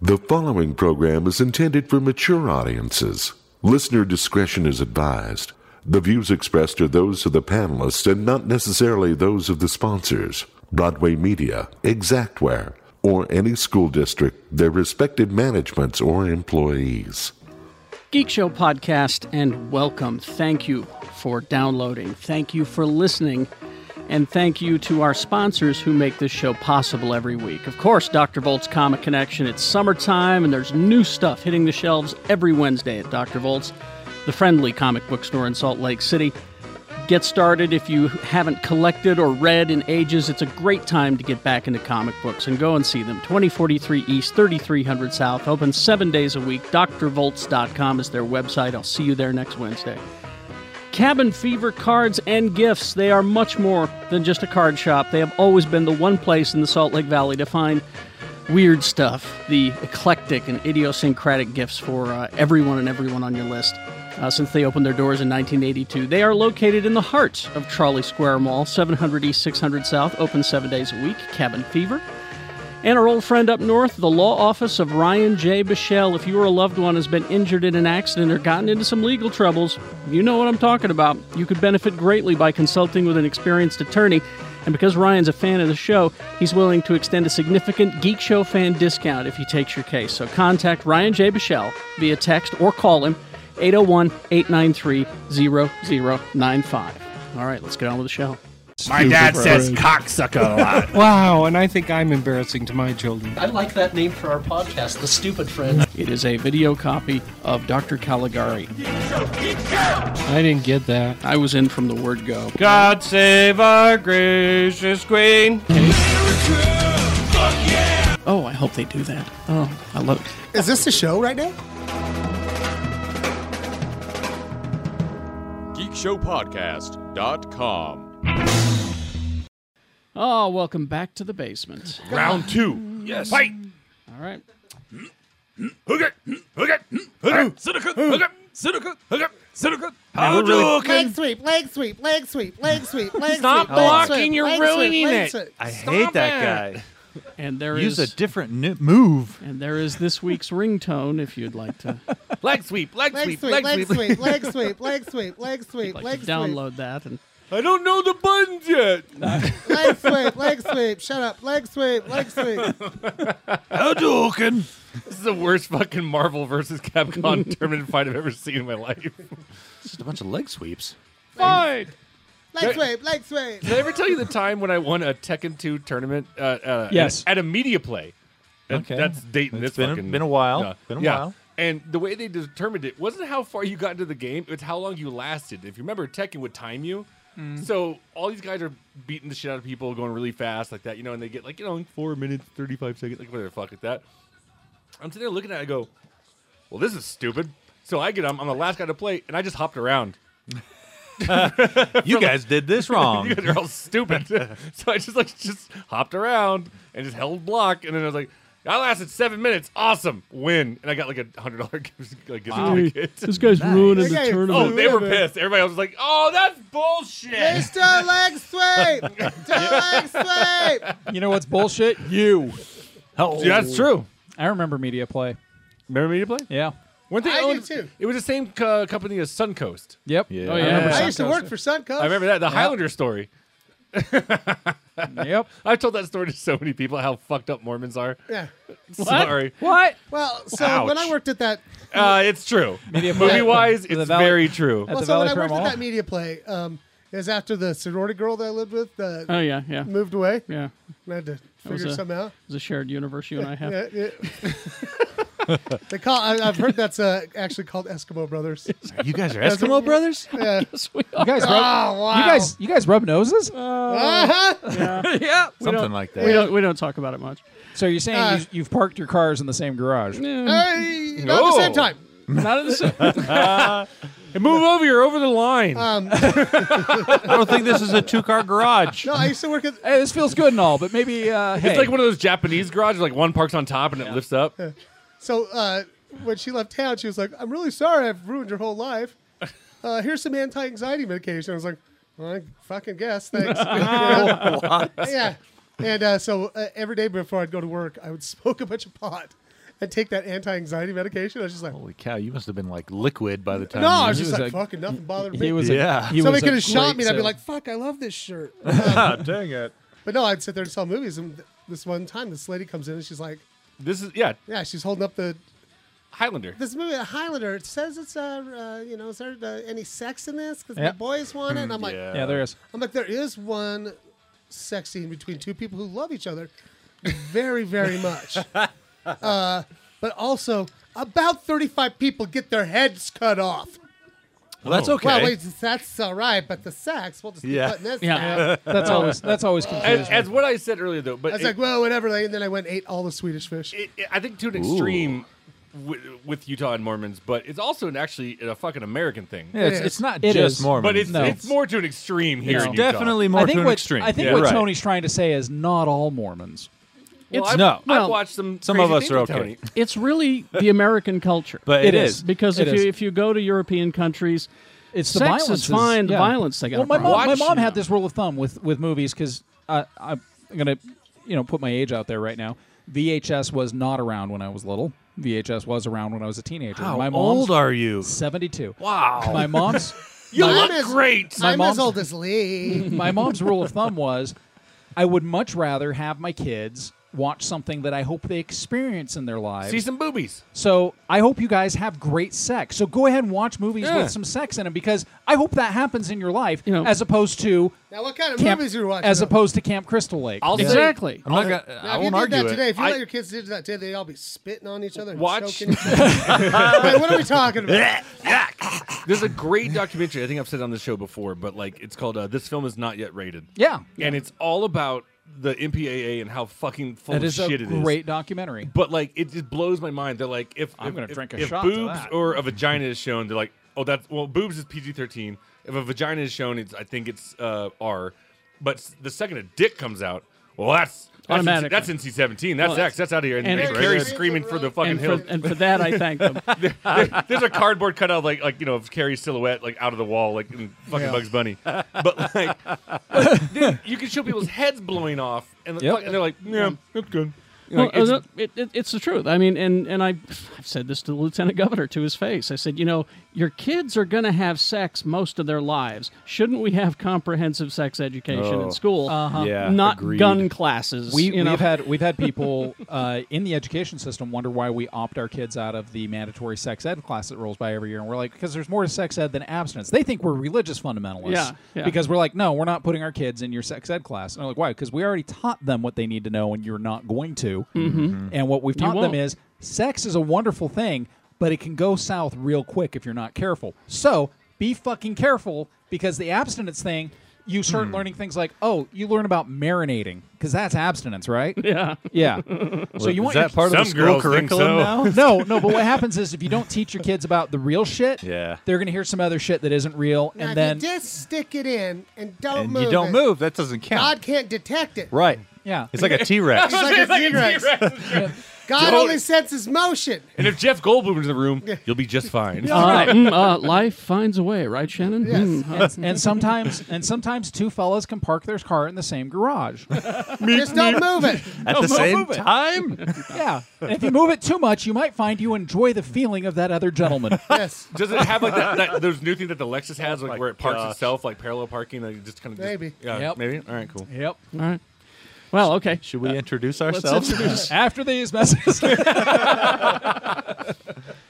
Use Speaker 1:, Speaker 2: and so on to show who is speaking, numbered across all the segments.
Speaker 1: The following program is intended for mature audiences. Listener discretion is advised. The views expressed are those of the panelists and not necessarily those of the sponsors, Broadway Media, Exactware, or any school district, their respective managements or employees.
Speaker 2: Geek Show podcast, and welcome. Thank you for downloading. Thank you for listening. And thank you to our sponsors who make this show possible every week. Of course, Dr. Volt's Comic Connection. It's summertime, and there's new stuff hitting the shelves every Wednesday at Dr. Volt's, the friendly comic book store in Salt Lake City. Get started if you haven't collected or read in ages. It's a great time to get back into comic books and go and see them. 2043 East, 3300 South, open seven days a week. drvolts.com is their website. I'll see you there next Wednesday. Cabin Fever cards and gifts. They are much more than just a card shop. They have always been the one place in the Salt Lake Valley to find weird stuff, the eclectic and idiosyncratic gifts for uh, everyone and everyone on your list. Uh, since they opened their doors in 1982, they are located in the heart of Charlie Square Mall, 700 East, 600 South, open seven days a week. Cabin Fever. And our old friend up north, the law office of Ryan J. Bichelle. If you or a loved one has been injured in an accident or gotten into some legal troubles, you know what I'm talking about. You could benefit greatly by consulting with an experienced attorney. And because Ryan's a fan of the show, he's willing to extend a significant Geek Show fan discount if he takes your case. So contact Ryan J. Bichelle via text or call him 801 893 0095. All right, let's get on with the show.
Speaker 3: My dad says cocksucker a lot.
Speaker 4: Wow, and I think I'm embarrassing to my children.
Speaker 5: I like that name for our podcast, The Stupid Friends.
Speaker 2: It is a video copy of Dr. Caligari.
Speaker 4: I didn't get that.
Speaker 2: I was in from the word go.
Speaker 4: God save our gracious queen.
Speaker 2: Oh, I hope they do that. Oh, I love it.
Speaker 6: Is this the show right now?
Speaker 7: GeekShowPodcast.com.
Speaker 2: Oh, welcome back to the basement.
Speaker 3: Round two. Yes. Fight.
Speaker 2: All right.
Speaker 3: Hook it.
Speaker 8: hmm,
Speaker 3: Hook it. Hook it. Sinica. Hook it. Sinica. Hook it. Sinica. How do
Speaker 6: Leg sweep, leg sweep, leg sweep, leg sweep, leg
Speaker 4: Stop
Speaker 6: sweep. leg
Speaker 4: blocking,
Speaker 6: sweep,
Speaker 4: you're
Speaker 6: leg
Speaker 4: ruining
Speaker 6: sweep, leg
Speaker 4: it.
Speaker 6: sweep.
Speaker 9: I hate that guy.
Speaker 2: And there is
Speaker 9: Use a different nu- move.
Speaker 2: and there is this week's ringtone if you'd like to
Speaker 4: Leg sweep, leg,
Speaker 6: Leg sweep, leg sweep, leg sweep, leg sweep, leg sweep,
Speaker 2: like
Speaker 6: leg
Speaker 2: to
Speaker 6: sweep.
Speaker 2: download that and
Speaker 3: I don't know the buttons yet.
Speaker 6: Leg sweep, leg sweep, shut up. Leg sweep, leg sweep.
Speaker 9: Hadouken.
Speaker 8: This is the worst fucking Marvel versus Capcom tournament fight I've ever seen in my life.
Speaker 9: Just a bunch of leg sweeps.
Speaker 8: Fine.
Speaker 6: Leg sweep, leg sweep.
Speaker 8: Did I ever tell you the time when I won a Tekken 2 tournament? Uh, uh,
Speaker 4: Yes.
Speaker 8: At, at a media play. That-
Speaker 9: Okay.
Speaker 8: That's dating this
Speaker 9: It's been a-
Speaker 8: fucking.
Speaker 9: been a while.
Speaker 8: Yeah.
Speaker 9: Been a
Speaker 8: Yeah.
Speaker 9: while.
Speaker 8: And the way they determined it wasn't how far you got into the game; it's how long you lasted. If you remember, Tekken would time you. So all these guys are beating the shit out of people, going really fast like that, you know, and they get like you know like four minutes, thirty five seconds, like whatever the fuck like that. I'm sitting there looking at it, I go, well, this is stupid. So I get, I'm, I'm the last guy to play, and I just hopped around.
Speaker 9: You guys did this wrong.
Speaker 8: You guys are all stupid. so I just like just hopped around and just held block, and then I was like, I lasted seven minutes. Awesome, win, and I got like a hundred dollar gift like, gift certificate.
Speaker 2: this guy's ruining
Speaker 6: the Okay.
Speaker 8: Oh,
Speaker 6: tournament.
Speaker 8: they were pissed. Everybody else was like, "Oh, that's bullshit."
Speaker 6: Mr. Leg sweep, Mr. Leg sweep.
Speaker 10: You know what's bullshit? You.
Speaker 6: Oh.
Speaker 8: Yeah, that's true.
Speaker 10: I remember media play.
Speaker 8: Remember me to play?
Speaker 10: Yeah.
Speaker 8: Weren't they
Speaker 6: I do
Speaker 8: owned-
Speaker 6: too.
Speaker 8: It was the same co- company as Suncoast.
Speaker 10: Yep.
Speaker 9: Yeah.
Speaker 10: Oh,
Speaker 9: I
Speaker 10: yeah.
Speaker 6: I used to work for Suncoast.
Speaker 8: I remember that the Highlander story.
Speaker 10: Yep.
Speaker 8: I've told that story to so many people how fucked up Mormons are.
Speaker 6: Yeah.
Speaker 8: Sorry,
Speaker 10: What?
Speaker 6: Well, so
Speaker 8: Ouch.
Speaker 6: when I worked at that
Speaker 8: uh, it's true. Movie wise, it's
Speaker 10: Valley-
Speaker 8: very true.
Speaker 10: At
Speaker 6: well,
Speaker 10: the
Speaker 6: so when
Speaker 10: Valley
Speaker 6: I
Speaker 10: Fair
Speaker 6: worked at
Speaker 10: Mall.
Speaker 6: that media play, um, it was after the sorority girl that I lived with uh,
Speaker 2: Oh yeah, yeah.
Speaker 6: moved away.
Speaker 2: Yeah.
Speaker 6: I had to
Speaker 2: was
Speaker 6: figure
Speaker 2: a-
Speaker 6: something out.
Speaker 2: It's a shared universe you and I have.
Speaker 6: Yeah, yeah. Uh, they call. I, I've heard that's uh, actually called Eskimo Brothers.
Speaker 9: You guys are Eskimo brothers?
Speaker 6: Yeah.
Speaker 10: You guys, rub,
Speaker 6: wow.
Speaker 10: you guys, you guys rub noses.
Speaker 6: Uh-huh.
Speaker 10: yeah.
Speaker 9: Something like
Speaker 2: We
Speaker 9: that.
Speaker 2: don't we don't talk about it much.
Speaker 10: So you're saying
Speaker 6: Uh,
Speaker 10: you, you've parked your cars in the same garage?
Speaker 6: Hey, not at the same
Speaker 8: Oh.
Speaker 6: time.
Speaker 2: Not in the same.
Speaker 8: Hey, move over, you're over the line.
Speaker 9: Uh,
Speaker 6: Um,
Speaker 9: I don't think this is a two car garage.
Speaker 6: no, I used to work at.
Speaker 10: Hey, this feels good and all, but maybe uh, hey,
Speaker 8: It's like one of those Japanese garages, like one parks on top and it lifts up.
Speaker 6: So uh, when she left town, she was like, "I'm really sorry, I've ruined your whole life. Uh, here's some anti-anxiety medication." I was like, well, "I fucking guess, thanks." Yeah. And uh, so uh, every day before I'd go to work, I would smoke a bunch of pot. I take that anti-anxiety medication. I was just like,
Speaker 9: Holy cow, you must have been like liquid by the time.
Speaker 6: no, I
Speaker 9: you-
Speaker 6: was
Speaker 10: he
Speaker 6: just
Speaker 10: was
Speaker 6: like,
Speaker 10: a-
Speaker 6: fucking nothing bothered me.
Speaker 10: He was
Speaker 9: Yeah.
Speaker 10: A, he
Speaker 6: Somebody
Speaker 10: was a
Speaker 6: could have shot
Speaker 10: great
Speaker 6: me, and I'd be
Speaker 10: sale.
Speaker 6: like, "Fuck, I love this shirt."
Speaker 9: Ah, dang it.
Speaker 6: But no, I'd sit there and sell movies. And th- this one time, this lady comes in and she's like,
Speaker 8: This is yeah,
Speaker 6: "Yeah, she's holding up the
Speaker 8: Highlander.
Speaker 6: this movie, Highlander. It says it's uh, uh you know, is there uh, any sex in this? Because
Speaker 10: Yeah. Hmm,
Speaker 6: my boys want it." And I'm like,
Speaker 10: yeah, there is.
Speaker 6: I'm like, there is one sex scene between two people who love each other very, very much. uh, but also, about 35 people get their heads cut off.
Speaker 9: Well, that's okay.
Speaker 6: Well, wait, that's all right, but the sex, we'll just keep
Speaker 9: Oh. Yeah.
Speaker 6: cutting this
Speaker 2: Yeah.
Speaker 6: out.
Speaker 10: That's always that's always
Speaker 8: As,
Speaker 10: confusing.
Speaker 8: as what I said earlier though, but
Speaker 6: I was
Speaker 8: it-
Speaker 6: like, well, whatever. And then I went and ate all the Swedish fish.
Speaker 8: it, it- I think to an extreme with, with Utah and Mormons, but it's also an, actually a fucking American thing.
Speaker 9: yeah, it's,
Speaker 6: it
Speaker 9: it's
Speaker 6: is.
Speaker 9: not
Speaker 10: It
Speaker 9: just
Speaker 10: is.
Speaker 9: Mormon.
Speaker 8: But it's
Speaker 10: No.
Speaker 8: it's more to an extreme here.
Speaker 10: It's
Speaker 8: in Utah.
Speaker 9: definitely more
Speaker 10: I
Speaker 9: to
Speaker 10: think
Speaker 9: an
Speaker 10: what
Speaker 9: extreme.
Speaker 10: I think
Speaker 9: Yeah.
Speaker 10: what
Speaker 9: Right.
Speaker 10: Tony's trying to say is not all Mormons.
Speaker 8: Well,
Speaker 9: It's-
Speaker 8: I've,
Speaker 9: no.
Speaker 8: I've
Speaker 2: Well,
Speaker 8: watched some.
Speaker 9: some of
Speaker 8: crazy
Speaker 9: us are
Speaker 8: things,
Speaker 9: okay.
Speaker 8: Tony.
Speaker 2: It's really the American culture.
Speaker 9: But it
Speaker 10: It
Speaker 9: is.
Speaker 10: is.
Speaker 2: because
Speaker 10: It
Speaker 2: if
Speaker 10: is.
Speaker 2: you if you go to European countries,
Speaker 10: It's the
Speaker 2: Sex is
Speaker 10: violence
Speaker 2: fine, the
Speaker 10: yeah.
Speaker 2: violence they got
Speaker 10: Well, my
Speaker 2: a
Speaker 10: mom,
Speaker 2: problem.
Speaker 10: my mom had this rule of thumb with with movies because I'm gonna, you know, put my age out there right now. VHS was not around when I was little. VHS was around when I was a teenager.
Speaker 9: How
Speaker 10: my mom's
Speaker 9: old are you?
Speaker 10: Seventy-two.
Speaker 8: Wow.
Speaker 10: My mom's
Speaker 8: You
Speaker 6: I'm
Speaker 8: look
Speaker 6: as-
Speaker 8: great.
Speaker 10: my
Speaker 6: I'm as
Speaker 10: mom's-
Speaker 6: old as Lee.
Speaker 10: my mom's rule of thumb was I would much rather have my kids watch something that I hope they experience in their lives.
Speaker 8: See some boobies.
Speaker 10: so I hope you guys have great sex. So go ahead and watch movies
Speaker 8: Yeah.
Speaker 10: with some sex in them because I hope that happens in your life
Speaker 2: You know-
Speaker 10: as opposed to
Speaker 6: now, what kind of
Speaker 10: Camp,
Speaker 6: movies are you watching?
Speaker 10: as
Speaker 6: though?
Speaker 10: opposed to Camp Crystal Lake.
Speaker 8: I'll say-
Speaker 2: exactly.
Speaker 9: I'm not gonna.
Speaker 6: Now,
Speaker 9: I
Speaker 6: if you
Speaker 9: won't
Speaker 6: did
Speaker 9: argue
Speaker 6: that
Speaker 9: it.
Speaker 6: today, if you
Speaker 8: I-
Speaker 6: let your kids do that today, they'd all be spitting on each other. And
Speaker 8: Watch-
Speaker 6: choking each other. Wait, what are we talking about?
Speaker 8: There's a great documentary. I think I've said it on the show before, but like it's called uh, "This Film Is Not Yet Rated."
Speaker 10: yeah.
Speaker 8: and it's all about the MPAA and how fucking full
Speaker 10: That
Speaker 8: of
Speaker 10: is a
Speaker 8: shit it is.
Speaker 10: great documentary.
Speaker 8: But like, it just blows my mind. They're like, if
Speaker 10: I'm
Speaker 8: if-
Speaker 10: gonna
Speaker 8: if-
Speaker 10: drink a
Speaker 8: if
Speaker 10: shot to
Speaker 8: boobs
Speaker 10: that.
Speaker 8: or a vagina is shown, they're like, oh, that's well, boobs is PG-13. If a vagina is shown, it's I think it's uh, R. But s- the second a dick comes out, well, that's that's
Speaker 2: Automatically.
Speaker 8: NC, that's NC-17. That's
Speaker 2: Well,
Speaker 8: X. That's out of here. And,
Speaker 2: and-
Speaker 8: and,
Speaker 2: Right.
Speaker 8: Carrie's
Speaker 6: Right.
Speaker 8: screaming for the fucking
Speaker 2: and for,
Speaker 8: hill.
Speaker 2: and for that, I thank them.
Speaker 8: There's a cardboard cutout of, like like you know of Carrie's silhouette like out of the wall like in fucking Bugs Bunny, but like dude, you can show people's heads blowing off and, the
Speaker 10: Yep.
Speaker 8: fuck- and they're like "Mm, yeah that's good. You know,
Speaker 2: Well,
Speaker 8: like, it's-
Speaker 2: uh, it- it- it's the truth. I mean, and, and I, I've said this to the lieutenant governor to his face. I said, you know, your kids are going to have sex most of their lives. Shouldn't we have comprehensive sex education
Speaker 8: Oh.
Speaker 2: in school,
Speaker 10: Uh-huh.
Speaker 9: Yeah,
Speaker 2: not
Speaker 9: agreed.
Speaker 2: gun classes?
Speaker 10: We,
Speaker 2: you know?
Speaker 10: we've had we've had people uh, in the education system wonder why we opt our kids out of the mandatory sex ed class that rolls by every year, and we're like, because there's more to sex ed than abstinence. They think we're religious fundamentalists
Speaker 2: Yeah, yeah.
Speaker 10: because we're like, no, we're not putting our kids in your sex ed class. And they're like, why? Because we already taught them what they need to know, and you're not going to. Mm-hmm. And what we've taught them
Speaker 2: won't.
Speaker 10: is sex is a wonderful thing, but it can go south real quick if you're not careful. So be fucking careful because the abstinence thing. You start
Speaker 9: Hmm.
Speaker 10: learning things like, oh, you learn about marinating because that's abstinence, right?
Speaker 2: yeah.
Speaker 10: Yeah. so
Speaker 9: is
Speaker 10: you want
Speaker 9: that
Speaker 10: your
Speaker 9: part of
Speaker 8: Some
Speaker 9: the school
Speaker 8: girls think
Speaker 9: curriculum
Speaker 8: so.
Speaker 9: now?
Speaker 10: no, no, but what happens is if you don't teach your kids about the real shit,
Speaker 9: Yeah.
Speaker 10: they're gonna hear some other shit that isn't real,
Speaker 6: Now,
Speaker 10: and then
Speaker 6: if you just stick it in and don't
Speaker 9: and
Speaker 6: move.
Speaker 9: you don't
Speaker 6: it,
Speaker 9: move. That doesn't count.
Speaker 6: God can't detect it.
Speaker 9: Right.
Speaker 10: yeah,
Speaker 9: It's like a T Rex.
Speaker 6: It's like a T-Rex. God only senses motion.
Speaker 8: And if Jeff Goldblum's in the room, you'll be just fine.
Speaker 2: Ah, mm, uh, life finds a way, right, Shannon?
Speaker 6: Yes.
Speaker 2: Mm, huh.
Speaker 10: and, and sometimes and sometimes two fellas can park their car in the same garage.
Speaker 6: Just don't move it.
Speaker 9: At the same time?
Speaker 10: yeah, and if you move it too much, you might find you enjoy the feeling of that other gentleman.
Speaker 6: Yes,
Speaker 8: Does it have like that, that those new thing that the Lexus has, like where it parks
Speaker 9: gosh.
Speaker 8: itself, like parallel parking? Like it just kind of
Speaker 6: Maybe.
Speaker 8: yeah,
Speaker 10: Yep.
Speaker 8: maybe. All right, cool.
Speaker 10: yep.
Speaker 2: All right. Well, okay.
Speaker 9: Should we introduce
Speaker 2: Let's
Speaker 9: ourselves?
Speaker 2: introduce.
Speaker 10: After these messages,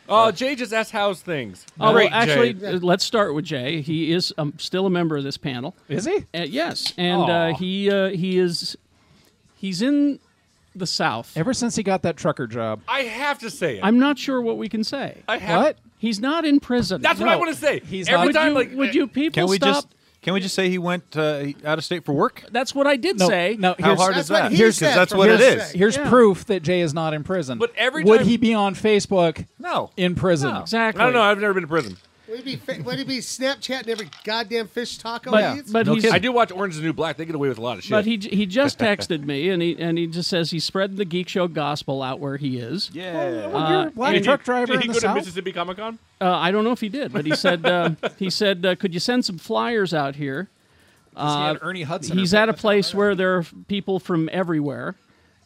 Speaker 8: Oh, Jay just asked how's things.
Speaker 2: Oh, well,
Speaker 8: Great, Jay.
Speaker 2: actually, uh, let's start with Jay. He is um, still a member of this panel.
Speaker 10: is he?
Speaker 2: Uh, yes, and uh,
Speaker 10: Aw.
Speaker 2: he uh, he is he's in the South.
Speaker 10: Ever since he got that trucker job,
Speaker 8: I have to say it.
Speaker 2: I'm not sure what we can say.
Speaker 8: I have.
Speaker 10: what?
Speaker 2: He's not in prison.
Speaker 8: That's what I
Speaker 10: No,
Speaker 8: want to say.
Speaker 10: he's
Speaker 8: Every
Speaker 10: not-
Speaker 2: would
Speaker 8: time,
Speaker 2: you,
Speaker 8: like, uh,
Speaker 2: would you people
Speaker 9: Can we
Speaker 2: stop?
Speaker 9: just can we just say he went uh, out of state for work?
Speaker 2: That's what I did
Speaker 10: No,
Speaker 2: say.
Speaker 10: no.
Speaker 9: How
Speaker 10: Here's-
Speaker 9: hard
Speaker 6: that's
Speaker 9: is
Speaker 6: what
Speaker 9: that?
Speaker 6: he
Speaker 9: Here's
Speaker 6: said
Speaker 9: because that's
Speaker 6: for
Speaker 9: what it
Speaker 6: his
Speaker 9: is.
Speaker 6: sake.
Speaker 10: Here's
Speaker 2: Yeah.
Speaker 10: proof that Jay is not in prison.
Speaker 8: But every
Speaker 10: would
Speaker 8: time-
Speaker 10: he be on Facebook?
Speaker 9: No.
Speaker 10: in prison.
Speaker 2: Exactly.
Speaker 8: I don't know. I've never been to prison.
Speaker 6: We'd be fa- would he be Snapchatting every goddamn fish taco
Speaker 2: But
Speaker 6: he eats?
Speaker 2: but he's
Speaker 8: I do watch Orange is the New Black. They get away with a lot of shit.
Speaker 2: but he j- he just texted me and he and he just says he's spreading the geek show gospel out where he is.
Speaker 9: Yeah.
Speaker 10: You're a black
Speaker 8: Did he-
Speaker 10: truck driver
Speaker 8: Did he
Speaker 10: in the
Speaker 8: go to
Speaker 10: South?
Speaker 8: Mississippi Comic Con?
Speaker 2: Uh, I don't know if he did, but he said uh, he said uh, could you send some flyers out here?
Speaker 10: Does he have Ernie Hudson.
Speaker 2: He's
Speaker 10: or-
Speaker 2: at a place where there are people from everywhere.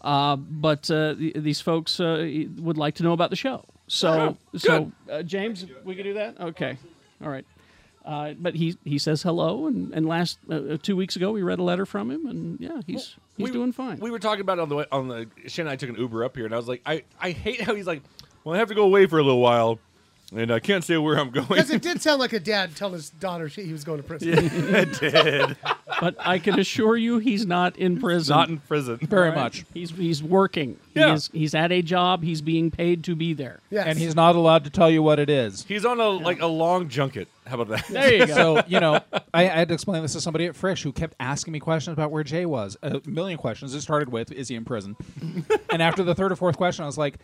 Speaker 2: Uh, but uh, th- these folks uh, would like to know about the show. So, so uh, James, we can do that. Okay, all right. Uh, but he he says hello, and and last uh, two weeks ago we read a letter from him, and yeah, he's he's
Speaker 8: we-
Speaker 2: doing fine.
Speaker 8: We were talking about it on the way on the Shan and I took an Uber up here, and I was like, I, I hate how he's like, well, I have to go away for a little while, and I can't say where I'm going.
Speaker 6: Because it did sound like a dad telling his daughter she, he was going to prison.
Speaker 2: but I can assure you, he's not in prison.
Speaker 8: Not in prison.
Speaker 10: Very much.
Speaker 2: He's he's working. He
Speaker 8: Yeah.
Speaker 2: is, he's at a job. He's being paid to be there.
Speaker 6: Yes.
Speaker 10: And he's not allowed to tell you what it is.
Speaker 8: He's on a like a long junket. How about that?
Speaker 2: There you go.
Speaker 10: So, you know, I, I had to explain this to somebody at Frisch who kept asking me questions about where Jay was. A million questions. It started with, is he in prison? and after the third or fourth question, I was like,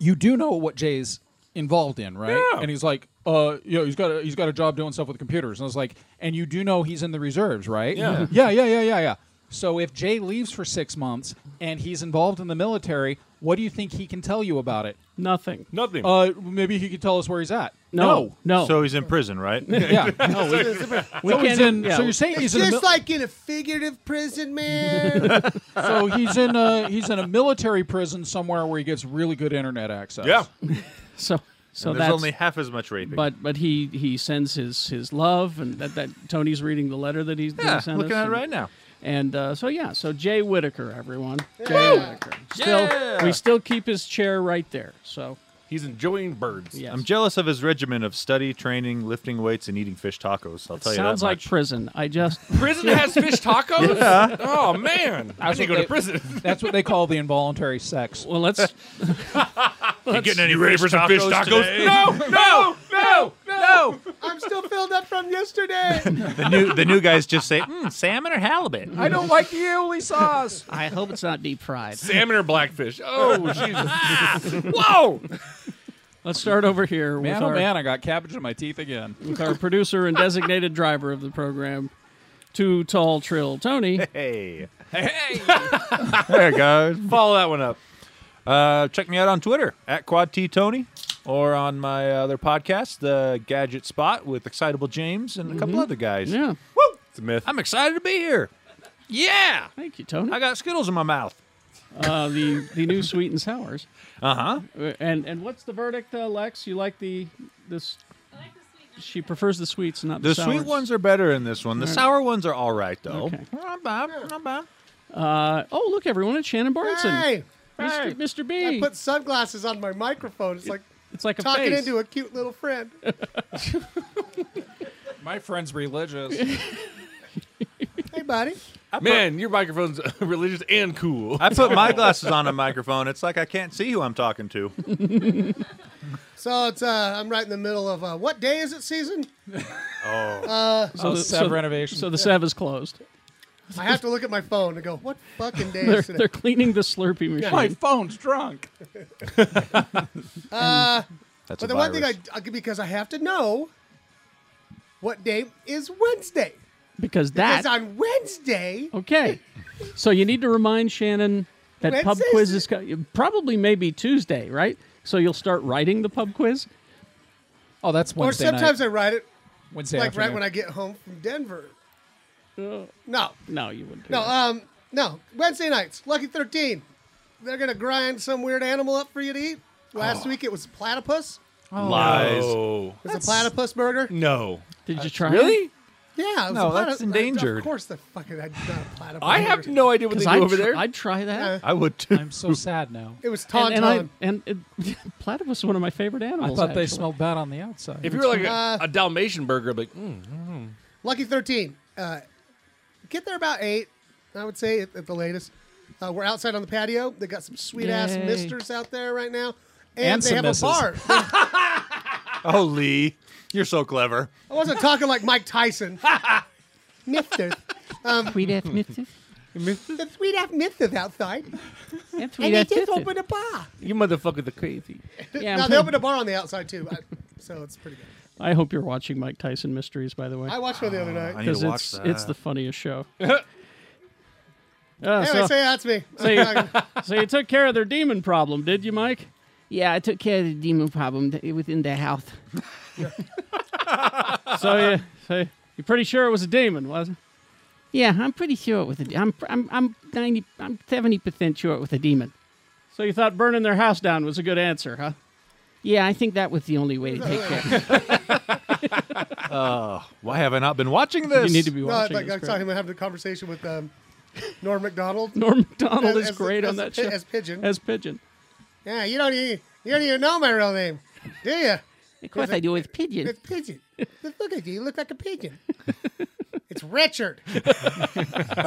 Speaker 10: you do know what Jay's involved in, right?
Speaker 8: Yeah.
Speaker 10: And he's like, uh, you know, he's got a, he's got a job doing stuff with computers. And I was like, and you do know he's in the reserves, right?
Speaker 8: Yeah.
Speaker 10: yeah, yeah, yeah, yeah, yeah. So if Jay leaves for six months and he's involved in the military, what do you think he can tell you about it?
Speaker 2: Nothing.
Speaker 8: Nothing.
Speaker 10: Uh, maybe he could tell us where he's at.
Speaker 2: No. No.
Speaker 9: So he's in prison, right?
Speaker 10: Yeah.
Speaker 2: we
Speaker 10: so, he's
Speaker 2: can't-
Speaker 10: in,
Speaker 2: yeah.
Speaker 10: so you're saying
Speaker 6: it's
Speaker 10: he's in the
Speaker 6: just
Speaker 10: mil-
Speaker 6: like in a figurative prison, man.
Speaker 10: So he's in a he's in a military prison somewhere where he gets really good internet access.
Speaker 8: yeah.
Speaker 2: so so
Speaker 9: There's
Speaker 2: that's
Speaker 9: only half as much raping.
Speaker 2: but but he he sends his his love and that that Tony's reading the letter that he's that he
Speaker 9: yeah,
Speaker 2: sent
Speaker 9: looking
Speaker 2: us
Speaker 9: at it
Speaker 2: and,
Speaker 9: right now.
Speaker 2: and uh, so yeah so Jay Whitaker everyone Jay Whitaker still we still keep his chair right there so
Speaker 8: He's enjoying birds.
Speaker 2: yes.
Speaker 9: I'm jealous of his regimen of study, training, lifting weights, and eating fish tacos. I'll tell you that
Speaker 2: sounds like
Speaker 9: much.
Speaker 2: prison I just
Speaker 8: Prison has fish tacos. Oh man, I
Speaker 10: That's
Speaker 8: should
Speaker 10: what
Speaker 8: go to
Speaker 10: they-
Speaker 8: prison.
Speaker 10: That's what they call the involuntary sex.
Speaker 2: well let's
Speaker 9: you getting any ready for some fish tacos? today?
Speaker 8: no, no, no.
Speaker 6: I'm still filled up from yesterday.
Speaker 9: the new the new guys just say mm, salmon or halibut.
Speaker 10: I don't like the aioli sauce.
Speaker 2: I hope it's not deep fried
Speaker 8: Salmon or blackfish? Oh Jesus! Whoa!
Speaker 2: let's start over here with
Speaker 10: Man, oh
Speaker 2: our
Speaker 10: man, I got cabbage in my teeth again.
Speaker 2: with our producer and designated driver of the program Too Tall Trill Tony
Speaker 9: Hey. Hey. there you go. Follow that one up. Uh, check me out on Twitter at Quad T Tony or on my other podcast, The Gadget Spot, with Excitable James and a couple other guys.
Speaker 2: yeah
Speaker 8: It's a myth.
Speaker 9: I'm excited to be here. Yeah.
Speaker 2: thank you Tony
Speaker 9: I got Skittles in my mouth.
Speaker 2: uh, the the new sweet and sours.
Speaker 9: Uh huh.
Speaker 2: Uh, And and what's the verdict, uh, Lex? You like the this? She prefers the sweets, and not the,
Speaker 9: The
Speaker 2: sours.
Speaker 9: sweet ones are better in this one. The sour ones are all right, though.
Speaker 2: Okay.
Speaker 9: Not bad. Not bad.
Speaker 2: Uh, oh, look, everyone! It's Shannon Barnson,
Speaker 6: hey,
Speaker 2: Mr. Mr. B.
Speaker 6: I put sunglasses on my microphone. It's like
Speaker 2: it's like a
Speaker 6: talking
Speaker 2: face.
Speaker 6: into a cute little friend.
Speaker 10: My friend's religious.
Speaker 6: Hey, buddy.
Speaker 8: Man, your microphone's religious and cool.
Speaker 9: I put my glasses on a microphone. It's like I can't see who I'm talking to.
Speaker 6: So it's uh, I'm right in the middle of uh, what day is it season?
Speaker 10: So
Speaker 2: the-
Speaker 10: Sev
Speaker 2: so-
Speaker 10: renovation.
Speaker 2: So the Sev is closed.
Speaker 6: I have to look at my phone and go, what fucking day
Speaker 2: They're
Speaker 6: is
Speaker 2: they're
Speaker 6: today?
Speaker 2: cleaning the Slurpee machine.
Speaker 10: my phone's drunk.
Speaker 9: That's
Speaker 6: But
Speaker 9: a
Speaker 6: the one thing I,
Speaker 9: virus.
Speaker 6: I because I have to know what day is Wednesday.
Speaker 2: because that
Speaker 6: Because on Wednesday,
Speaker 2: okay. So you need to remind Shannon that pub
Speaker 6: Wednesday's-
Speaker 2: quiz is co- probably maybe Tuesday, right? So you'll start writing the pub quiz.
Speaker 10: Oh, that's
Speaker 6: or
Speaker 10: Wednesday
Speaker 6: sometimes
Speaker 10: night.
Speaker 6: I write it
Speaker 10: Wednesday
Speaker 6: like
Speaker 10: afternoon.
Speaker 6: right when I get home from Denver. No,
Speaker 2: No, you wouldn't. Do
Speaker 6: no,
Speaker 2: that.
Speaker 6: um, no. Wednesday nights, Lucky Thirteen. They're gonna grind some weird animal up for you to eat. Last week it was platypus.
Speaker 9: lies.
Speaker 8: Oh
Speaker 6: It was a platypus burger.
Speaker 8: no!
Speaker 2: Did you try? it?
Speaker 8: Really?
Speaker 6: Yeah, it was
Speaker 9: No,
Speaker 6: a platy-
Speaker 9: that's endangered.
Speaker 6: Of course, the fucking I, not a platypus.
Speaker 8: I have
Speaker 6: burger.
Speaker 8: no idea what they
Speaker 2: 'Cause
Speaker 8: do
Speaker 2: I'd
Speaker 8: over
Speaker 2: tr-
Speaker 8: there.
Speaker 2: I'd try that.
Speaker 6: Yeah.
Speaker 9: I would too.
Speaker 10: I'm so sad now.
Speaker 6: It was tauntaun.
Speaker 2: and, and I and it, platypus is one of my favorite
Speaker 10: I
Speaker 2: animals.
Speaker 10: thought they
Speaker 2: actually.
Speaker 10: smelled bad on the outside.
Speaker 8: if you were like a,
Speaker 6: Uh,
Speaker 8: a Dalmatian burger, I'd be like, mm.
Speaker 6: Lucky 13. Uh, get there about 8, I would say, at, at the latest. Uh, we're outside on the patio. They got some sweet ass
Speaker 2: Yay.
Speaker 6: misters out there right now.
Speaker 10: And
Speaker 6: And, they
Speaker 10: some
Speaker 6: have
Speaker 10: misses.
Speaker 6: a bar. I
Speaker 9: Oh, Lee, you're so clever.
Speaker 6: wasn't talking like Mike Tyson. misters.
Speaker 2: Sweet ass mister.
Speaker 6: The sweet ass misters outside.
Speaker 2: That's
Speaker 6: And they just opened a bar.
Speaker 8: "You motherfucker, the crazy."
Speaker 2: Yeah,
Speaker 6: now,
Speaker 2: I'm pretty-
Speaker 6: they opened a bar on the outside, too. I, so it's pretty good.
Speaker 2: I hope you're watching Mike Tyson Mysteries, by the way,
Speaker 6: I watched one the other
Speaker 9: I
Speaker 6: night.
Speaker 9: need
Speaker 2: because
Speaker 9: to watch
Speaker 2: it's
Speaker 9: that.
Speaker 2: it's the funniest show. Uh,
Speaker 6: Anyway,
Speaker 2: so,
Speaker 6: so yeah, that's me.
Speaker 2: so you, so you took care of their demon problem, did you, Mike? Yeah, I took care of the demon problem within the house. so yeah, so you're pretty sure it was a demon, was it? Yeah, I'm pretty sure it was a. I'm I'm I'm ninety. I'm seventy percent sure it was a demon. So you thought burning their house down was a good answer, huh? Yeah, I think that was the only way to take care.
Speaker 9: Why have I not been watching this?
Speaker 2: You need to be
Speaker 6: No, I-
Speaker 2: watching.
Speaker 6: like,
Speaker 2: this
Speaker 6: I'm
Speaker 2: crap.
Speaker 6: talking about having a conversation with um, Norm McDonald.
Speaker 2: Norm Macdonald
Speaker 6: As-
Speaker 2: is
Speaker 6: as-
Speaker 2: great
Speaker 6: as
Speaker 2: on
Speaker 6: a
Speaker 2: that
Speaker 6: pi-
Speaker 2: show.
Speaker 6: as Pigeon.
Speaker 2: As pigeon.
Speaker 6: Yeah, you don't even, you don't even know my real name, do you?
Speaker 2: Of course, I do. It's pigeon.
Speaker 6: It's pigeon. Look at you. You look like a pigeon. It's Richard.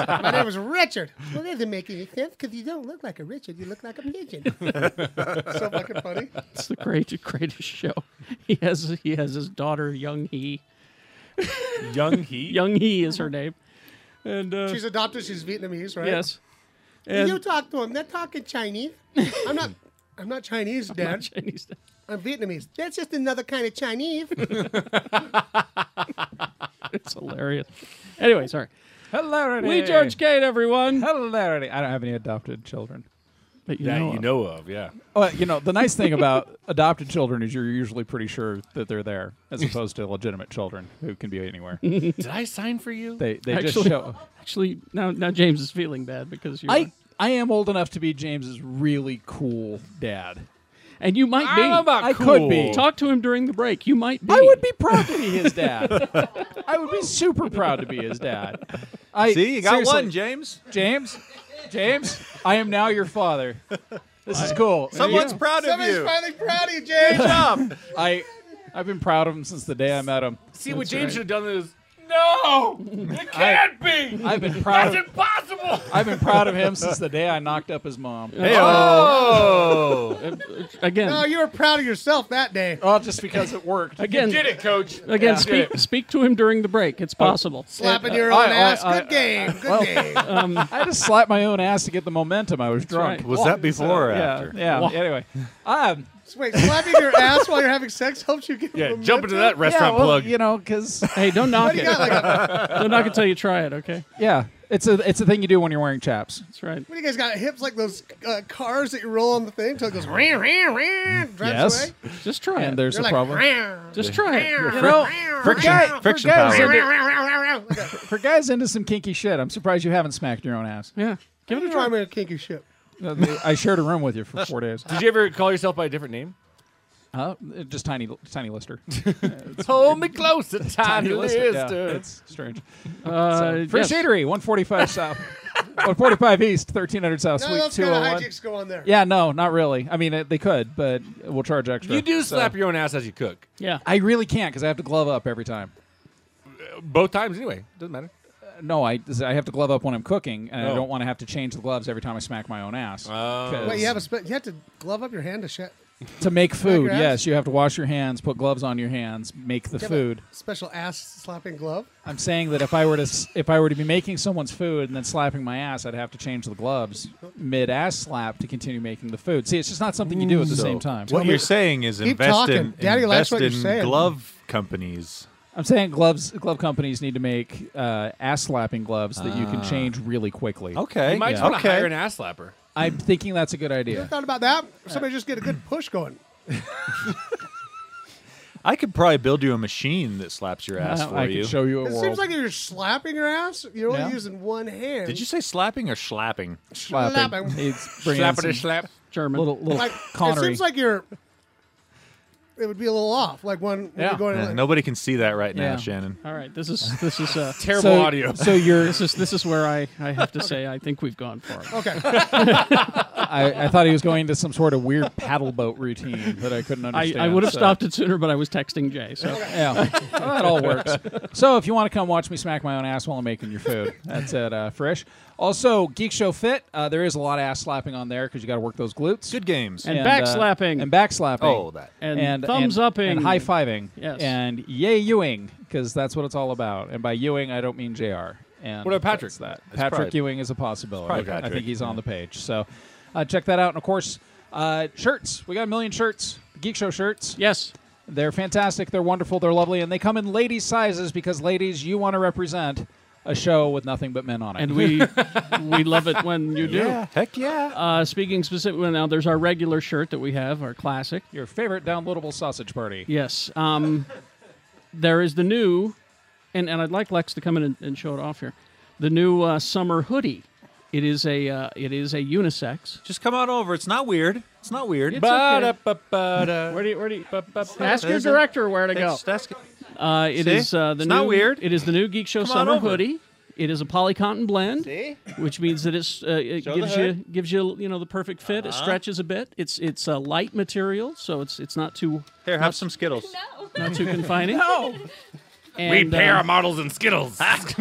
Speaker 6: My name is Richard. Well, that doesn't make any sense because you don't look like a Richard. You look like a pigeon. so fucking funny.
Speaker 2: It's the great, greatest show. He has he has his daughter Young He.
Speaker 8: Young He.
Speaker 2: Young He is her name. And uh,
Speaker 6: She's adopted. She's Vietnamese, right?
Speaker 2: yes,
Speaker 6: Can you
Speaker 2: and-
Speaker 6: talk to him? They're talking Chinese. I'm not. I'm not Chinese, Dad. I'm,
Speaker 2: Chinese.
Speaker 6: Vietnamese. That's just another kind of Chinese.
Speaker 2: It's hilarious. Anyway, sorry.
Speaker 10: Hilarity.
Speaker 2: Lee George Kate, everyone.
Speaker 10: Hilarity. I don't have any adopted children.
Speaker 2: But you
Speaker 8: That
Speaker 2: know,
Speaker 8: you know of, yeah.
Speaker 10: Well, you know, the nice thing about adopted children is you're usually pretty sure that they're there, as opposed to legitimate children who can be anywhere. They
Speaker 8: Did I sign for you?
Speaker 10: they just
Speaker 2: Actually-
Speaker 10: show.
Speaker 2: actually now now James is feeling bad because you
Speaker 10: I I am old enough to be James's really cool dad.
Speaker 2: and you might
Speaker 8: I don't know
Speaker 2: be.
Speaker 8: about
Speaker 10: I
Speaker 8: cool.
Speaker 10: could be.
Speaker 2: Talk to him during the break. You might be.
Speaker 10: I would be proud to be his dad. I would be super proud to be his dad. I
Speaker 9: See, you got
Speaker 10: seriously,
Speaker 9: one, James.
Speaker 10: James. James, I am now your father. This is cool.
Speaker 9: Someone's proud of
Speaker 6: Somebody's
Speaker 9: you.
Speaker 6: finally proud of you, James.
Speaker 10: I I've been proud of him since the day I met him.
Speaker 8: See, what James should have done is, no, it can't be.
Speaker 10: I've been proud of
Speaker 8: It's impossible.
Speaker 10: I've been proud of him since the day I knocked up his mom.
Speaker 8: Oh,
Speaker 2: again.
Speaker 6: No, you were proud of yourself that day.
Speaker 10: Well, just because it worked.
Speaker 2: again.
Speaker 8: did it, Coach?
Speaker 2: Again,
Speaker 10: Yeah.
Speaker 2: speak speak to him during the break. It's possible.
Speaker 6: Slapping your
Speaker 10: I-
Speaker 6: own
Speaker 10: I-
Speaker 6: ass.
Speaker 10: I-
Speaker 6: good game. Good game.
Speaker 10: I just slapped my own ass to get the momentum. I was drunk.
Speaker 2: right.
Speaker 9: Was that before or
Speaker 10: yeah,
Speaker 9: after?
Speaker 10: yeah. Anyway, um,
Speaker 6: Wait, slapping your ass while you're having sex helps you get
Speaker 8: Yeah,
Speaker 6: momentum?
Speaker 8: jump into that
Speaker 10: yeah,
Speaker 8: restaurant
Speaker 10: well,
Speaker 8: plug.
Speaker 10: you know, because
Speaker 2: Hey, don't knock
Speaker 6: You
Speaker 2: it.
Speaker 6: got like a-
Speaker 2: Don't knock it till you try it. Okay,
Speaker 10: yeah, it's a it's a thing you do when you're wearing chaps.
Speaker 2: that's right.
Speaker 6: What do you guys got? Hips like those uh, cars that you roll on the thing till it goes rah, rah, rah, drives
Speaker 10: Yes.
Speaker 6: away.
Speaker 2: Just try
Speaker 10: And
Speaker 2: it.
Speaker 10: there's
Speaker 6: You're
Speaker 10: a
Speaker 6: like,
Speaker 10: problem.
Speaker 6: rah,
Speaker 2: Just try it.
Speaker 6: rah,
Speaker 10: No,
Speaker 6: rah,
Speaker 9: friction-
Speaker 6: rah,
Speaker 10: guy-
Speaker 9: friction
Speaker 10: guys
Speaker 9: power.
Speaker 6: rah,
Speaker 10: into-
Speaker 6: rah, rah, rah, rah. Like that.
Speaker 10: for guys into some kinky shit, I'm surprised you haven't smacked your own ass. Uh,
Speaker 2: Yeah, give it a
Speaker 6: Try
Speaker 2: try.
Speaker 6: me a kinky ship.
Speaker 10: I shared a room with you for four days.
Speaker 8: Did you ever call yourself by a different name?
Speaker 10: Uh, just tiny, tiny lister.
Speaker 8: Hold me close, a tiny
Speaker 10: Yeah,
Speaker 8: lister.
Speaker 10: it's strange.
Speaker 2: Uh,
Speaker 10: Free
Speaker 2: yes.
Speaker 10: Shadery, 145 South, 145 East, 1300 South,
Speaker 6: No,
Speaker 10: Suite
Speaker 6: those kind of
Speaker 10: 201.
Speaker 6: hijinks go on there.
Speaker 10: Yeah, no, not really. I mean, it, they could, but we'll charge extra.
Speaker 8: You do slap your own ass as you cook.
Speaker 2: Yeah.
Speaker 10: I really can't because I have to glove up every time.
Speaker 8: Both times, anyway. Doesn't matter.
Speaker 10: No, I, I have to glove up when I'm cooking, and I
Speaker 8: Oh.
Speaker 10: don't want to have to change the gloves every time I smack my own ass.
Speaker 9: Oh.
Speaker 10: 'Cause
Speaker 6: Wait, you have a spe- you have to glove up your hand to shit.
Speaker 10: to make food,
Speaker 6: your ass?
Speaker 10: yes, you have to wash your hands, put gloves on your hands, make the
Speaker 6: You have a
Speaker 10: food.
Speaker 6: Special ass slapping glove.
Speaker 10: I'm saying that if I were to s- if I were to be making someone's food and then slapping my ass, I'd have to change the gloves mid ass slap to continue making the food. See, it's just not something you do at the same time.
Speaker 9: What you're saying is
Speaker 6: Keep
Speaker 9: invest in
Speaker 6: talking. Daddy
Speaker 9: invest
Speaker 6: likes what you're
Speaker 9: in
Speaker 6: saying.
Speaker 9: glove companies.
Speaker 10: I'm saying gloves glove companies need to make uh, ass slapping gloves that you can change really quickly.
Speaker 9: Ah. Okay.
Speaker 8: You might just want to hire an ass slapper.
Speaker 10: I'm thinking that's a good
Speaker 6: You ever
Speaker 10: idea.
Speaker 6: thought about that? Somebody just get a good push going.
Speaker 9: I could probably build you a machine that slaps your ass
Speaker 10: I,
Speaker 9: for
Speaker 10: I
Speaker 9: you.
Speaker 10: can show you a
Speaker 6: It
Speaker 10: world.
Speaker 6: seems like if you're slapping your ass, you're only
Speaker 10: Yeah.
Speaker 6: using one hand.
Speaker 9: Did you say slapping or slapping?
Speaker 10: slapping.
Speaker 6: slapping.
Speaker 10: He's bringing in
Speaker 8: Slapper to
Speaker 10: some
Speaker 8: slap.
Speaker 2: German.
Speaker 10: little little
Speaker 6: Like, it
Speaker 10: Connery.
Speaker 6: seems like you're. It would be a little off. Like one. when
Speaker 10: Yeah.
Speaker 6: You're going
Speaker 9: Yeah,
Speaker 6: like,
Speaker 9: nobody can see that right now,
Speaker 10: Yeah.
Speaker 9: Shannon.
Speaker 2: All right. This is this is uh,
Speaker 8: Terrible
Speaker 10: so,
Speaker 8: audio.
Speaker 10: So you're.
Speaker 2: this is this is where I I have to say I think we've gone far.
Speaker 6: Okay.
Speaker 10: I, I thought he was going to some sort of weird paddle boat routine that I couldn't
Speaker 2: I,
Speaker 10: understand.
Speaker 2: I would have
Speaker 10: so-
Speaker 2: stopped it sooner, but I was texting Jay. So
Speaker 10: Yeah, Well, that all works. So if you want to come watch me smack my own ass while I'm making your food, that's at uh, Fresh. Also, Geek Show Fit. Uh, there is a lot of ass slapping on there because you got to work those glutes.
Speaker 9: Good games.
Speaker 2: And- back
Speaker 10: uh,
Speaker 2: slapping.
Speaker 10: and back slapping.
Speaker 9: oh, that.
Speaker 2: and, thumbs
Speaker 10: and-
Speaker 2: upping
Speaker 10: and high fiving.
Speaker 2: Yes.
Speaker 10: And yay Ewing because that's what it's all about. And by Ewing, I don't mean Jr. And
Speaker 8: What about Patrick?
Speaker 10: that's That
Speaker 9: It's
Speaker 10: Patrick
Speaker 9: probably-
Speaker 10: Ewing is a possibility.
Speaker 9: probably
Speaker 10: I
Speaker 9: Patrick,
Speaker 10: think he's on the page. So uh, check that out. And of course, uh, shirts. We got a million shirts. Geek Show shirts.
Speaker 2: Yes.
Speaker 10: They're fantastic. They're wonderful. They're lovely, and they come in ladies' sizes because ladies, you want to represent a show with nothing but men on it.
Speaker 2: And we we love it when you do.
Speaker 9: Yeah. Heck yeah.
Speaker 2: Uh, speaking specifically now, there's our regular shirt that we have, our classic.
Speaker 10: your favorite downloadable sausage party.
Speaker 2: Yes. Um, there is the new, and, and I'd like Lex to come in and, and show it off here. the new uh, summer hoodie. It is a uh, it is a unisex.
Speaker 9: Just come on over. It's not weird. It's not weird.
Speaker 2: It's okay.
Speaker 8: Ba-da-ba-ba-da.
Speaker 2: Where do you, where do you,
Speaker 8: Ba-ba-ba.
Speaker 2: ask your director where to go?
Speaker 9: That's- that's-
Speaker 2: Uh, it
Speaker 9: See?
Speaker 2: is uh, the
Speaker 9: It's
Speaker 2: new
Speaker 9: not weird.
Speaker 2: It is the new Geek Show
Speaker 9: Come on
Speaker 2: summer
Speaker 9: over.
Speaker 2: hoodie. It is a polycotton blend, which means that it's, uh, it
Speaker 9: Show the
Speaker 2: gives you
Speaker 9: hood. Uh-huh.
Speaker 2: gives you you know the perfect fit. It stretches a bit. It's it's a light material, so it's it's not too
Speaker 9: Here, have some Skittles.
Speaker 2: not too confining. no, and,
Speaker 8: We pay
Speaker 2: uh,
Speaker 8: our models in Skittles.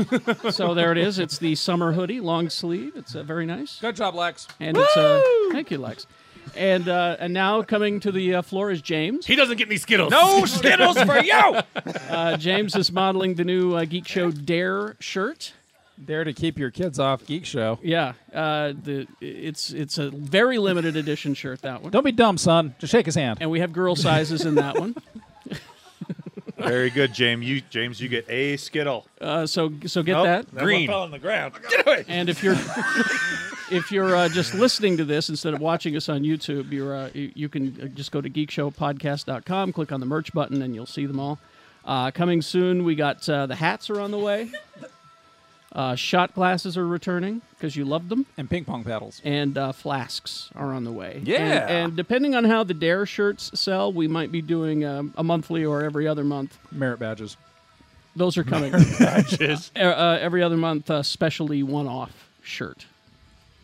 Speaker 2: so there it is. It's the summer hoodie, long sleeve. It's uh, very nice.
Speaker 4: Good job, Lex.
Speaker 2: And it's uh, thank you, Lex. And uh, and now coming to the uh, floor is James.
Speaker 8: he doesn't get any Skittles.
Speaker 9: No Skittles for you.
Speaker 2: Uh, James is modeling the new uh, Geek Show Dare shirt.
Speaker 10: There to keep your kids off Geek Show.
Speaker 2: Yeah, uh, the it's it's a very limited edition shirt that one,
Speaker 10: Don't be dumb, son. Just shake his hand.
Speaker 2: and we have girl sizes in that one.
Speaker 9: Very good, James. You, James, you get a Skittle.
Speaker 2: Uh, so so get that.
Speaker 9: green fell on the ground. Get away.
Speaker 2: And if you're if you're uh, just listening to this instead of watching us on YouTube, you're uh, you, you can uh, just go to geekshowpodcast.com, click on the merch button, and you'll see them all. Uh, coming soon, we got uh, the hats are on the way. Uh, shot glasses are returning because you loved them.
Speaker 10: And ping pong paddles.
Speaker 2: and uh, flasks are on the way.
Speaker 9: Yeah.
Speaker 2: And, and depending on how the Dare shirts sell, we might be doing um, a monthly or every other month.
Speaker 10: Merit badges.
Speaker 2: Those are coming. Uh, uh, every other month, uh, specialty one off shirt.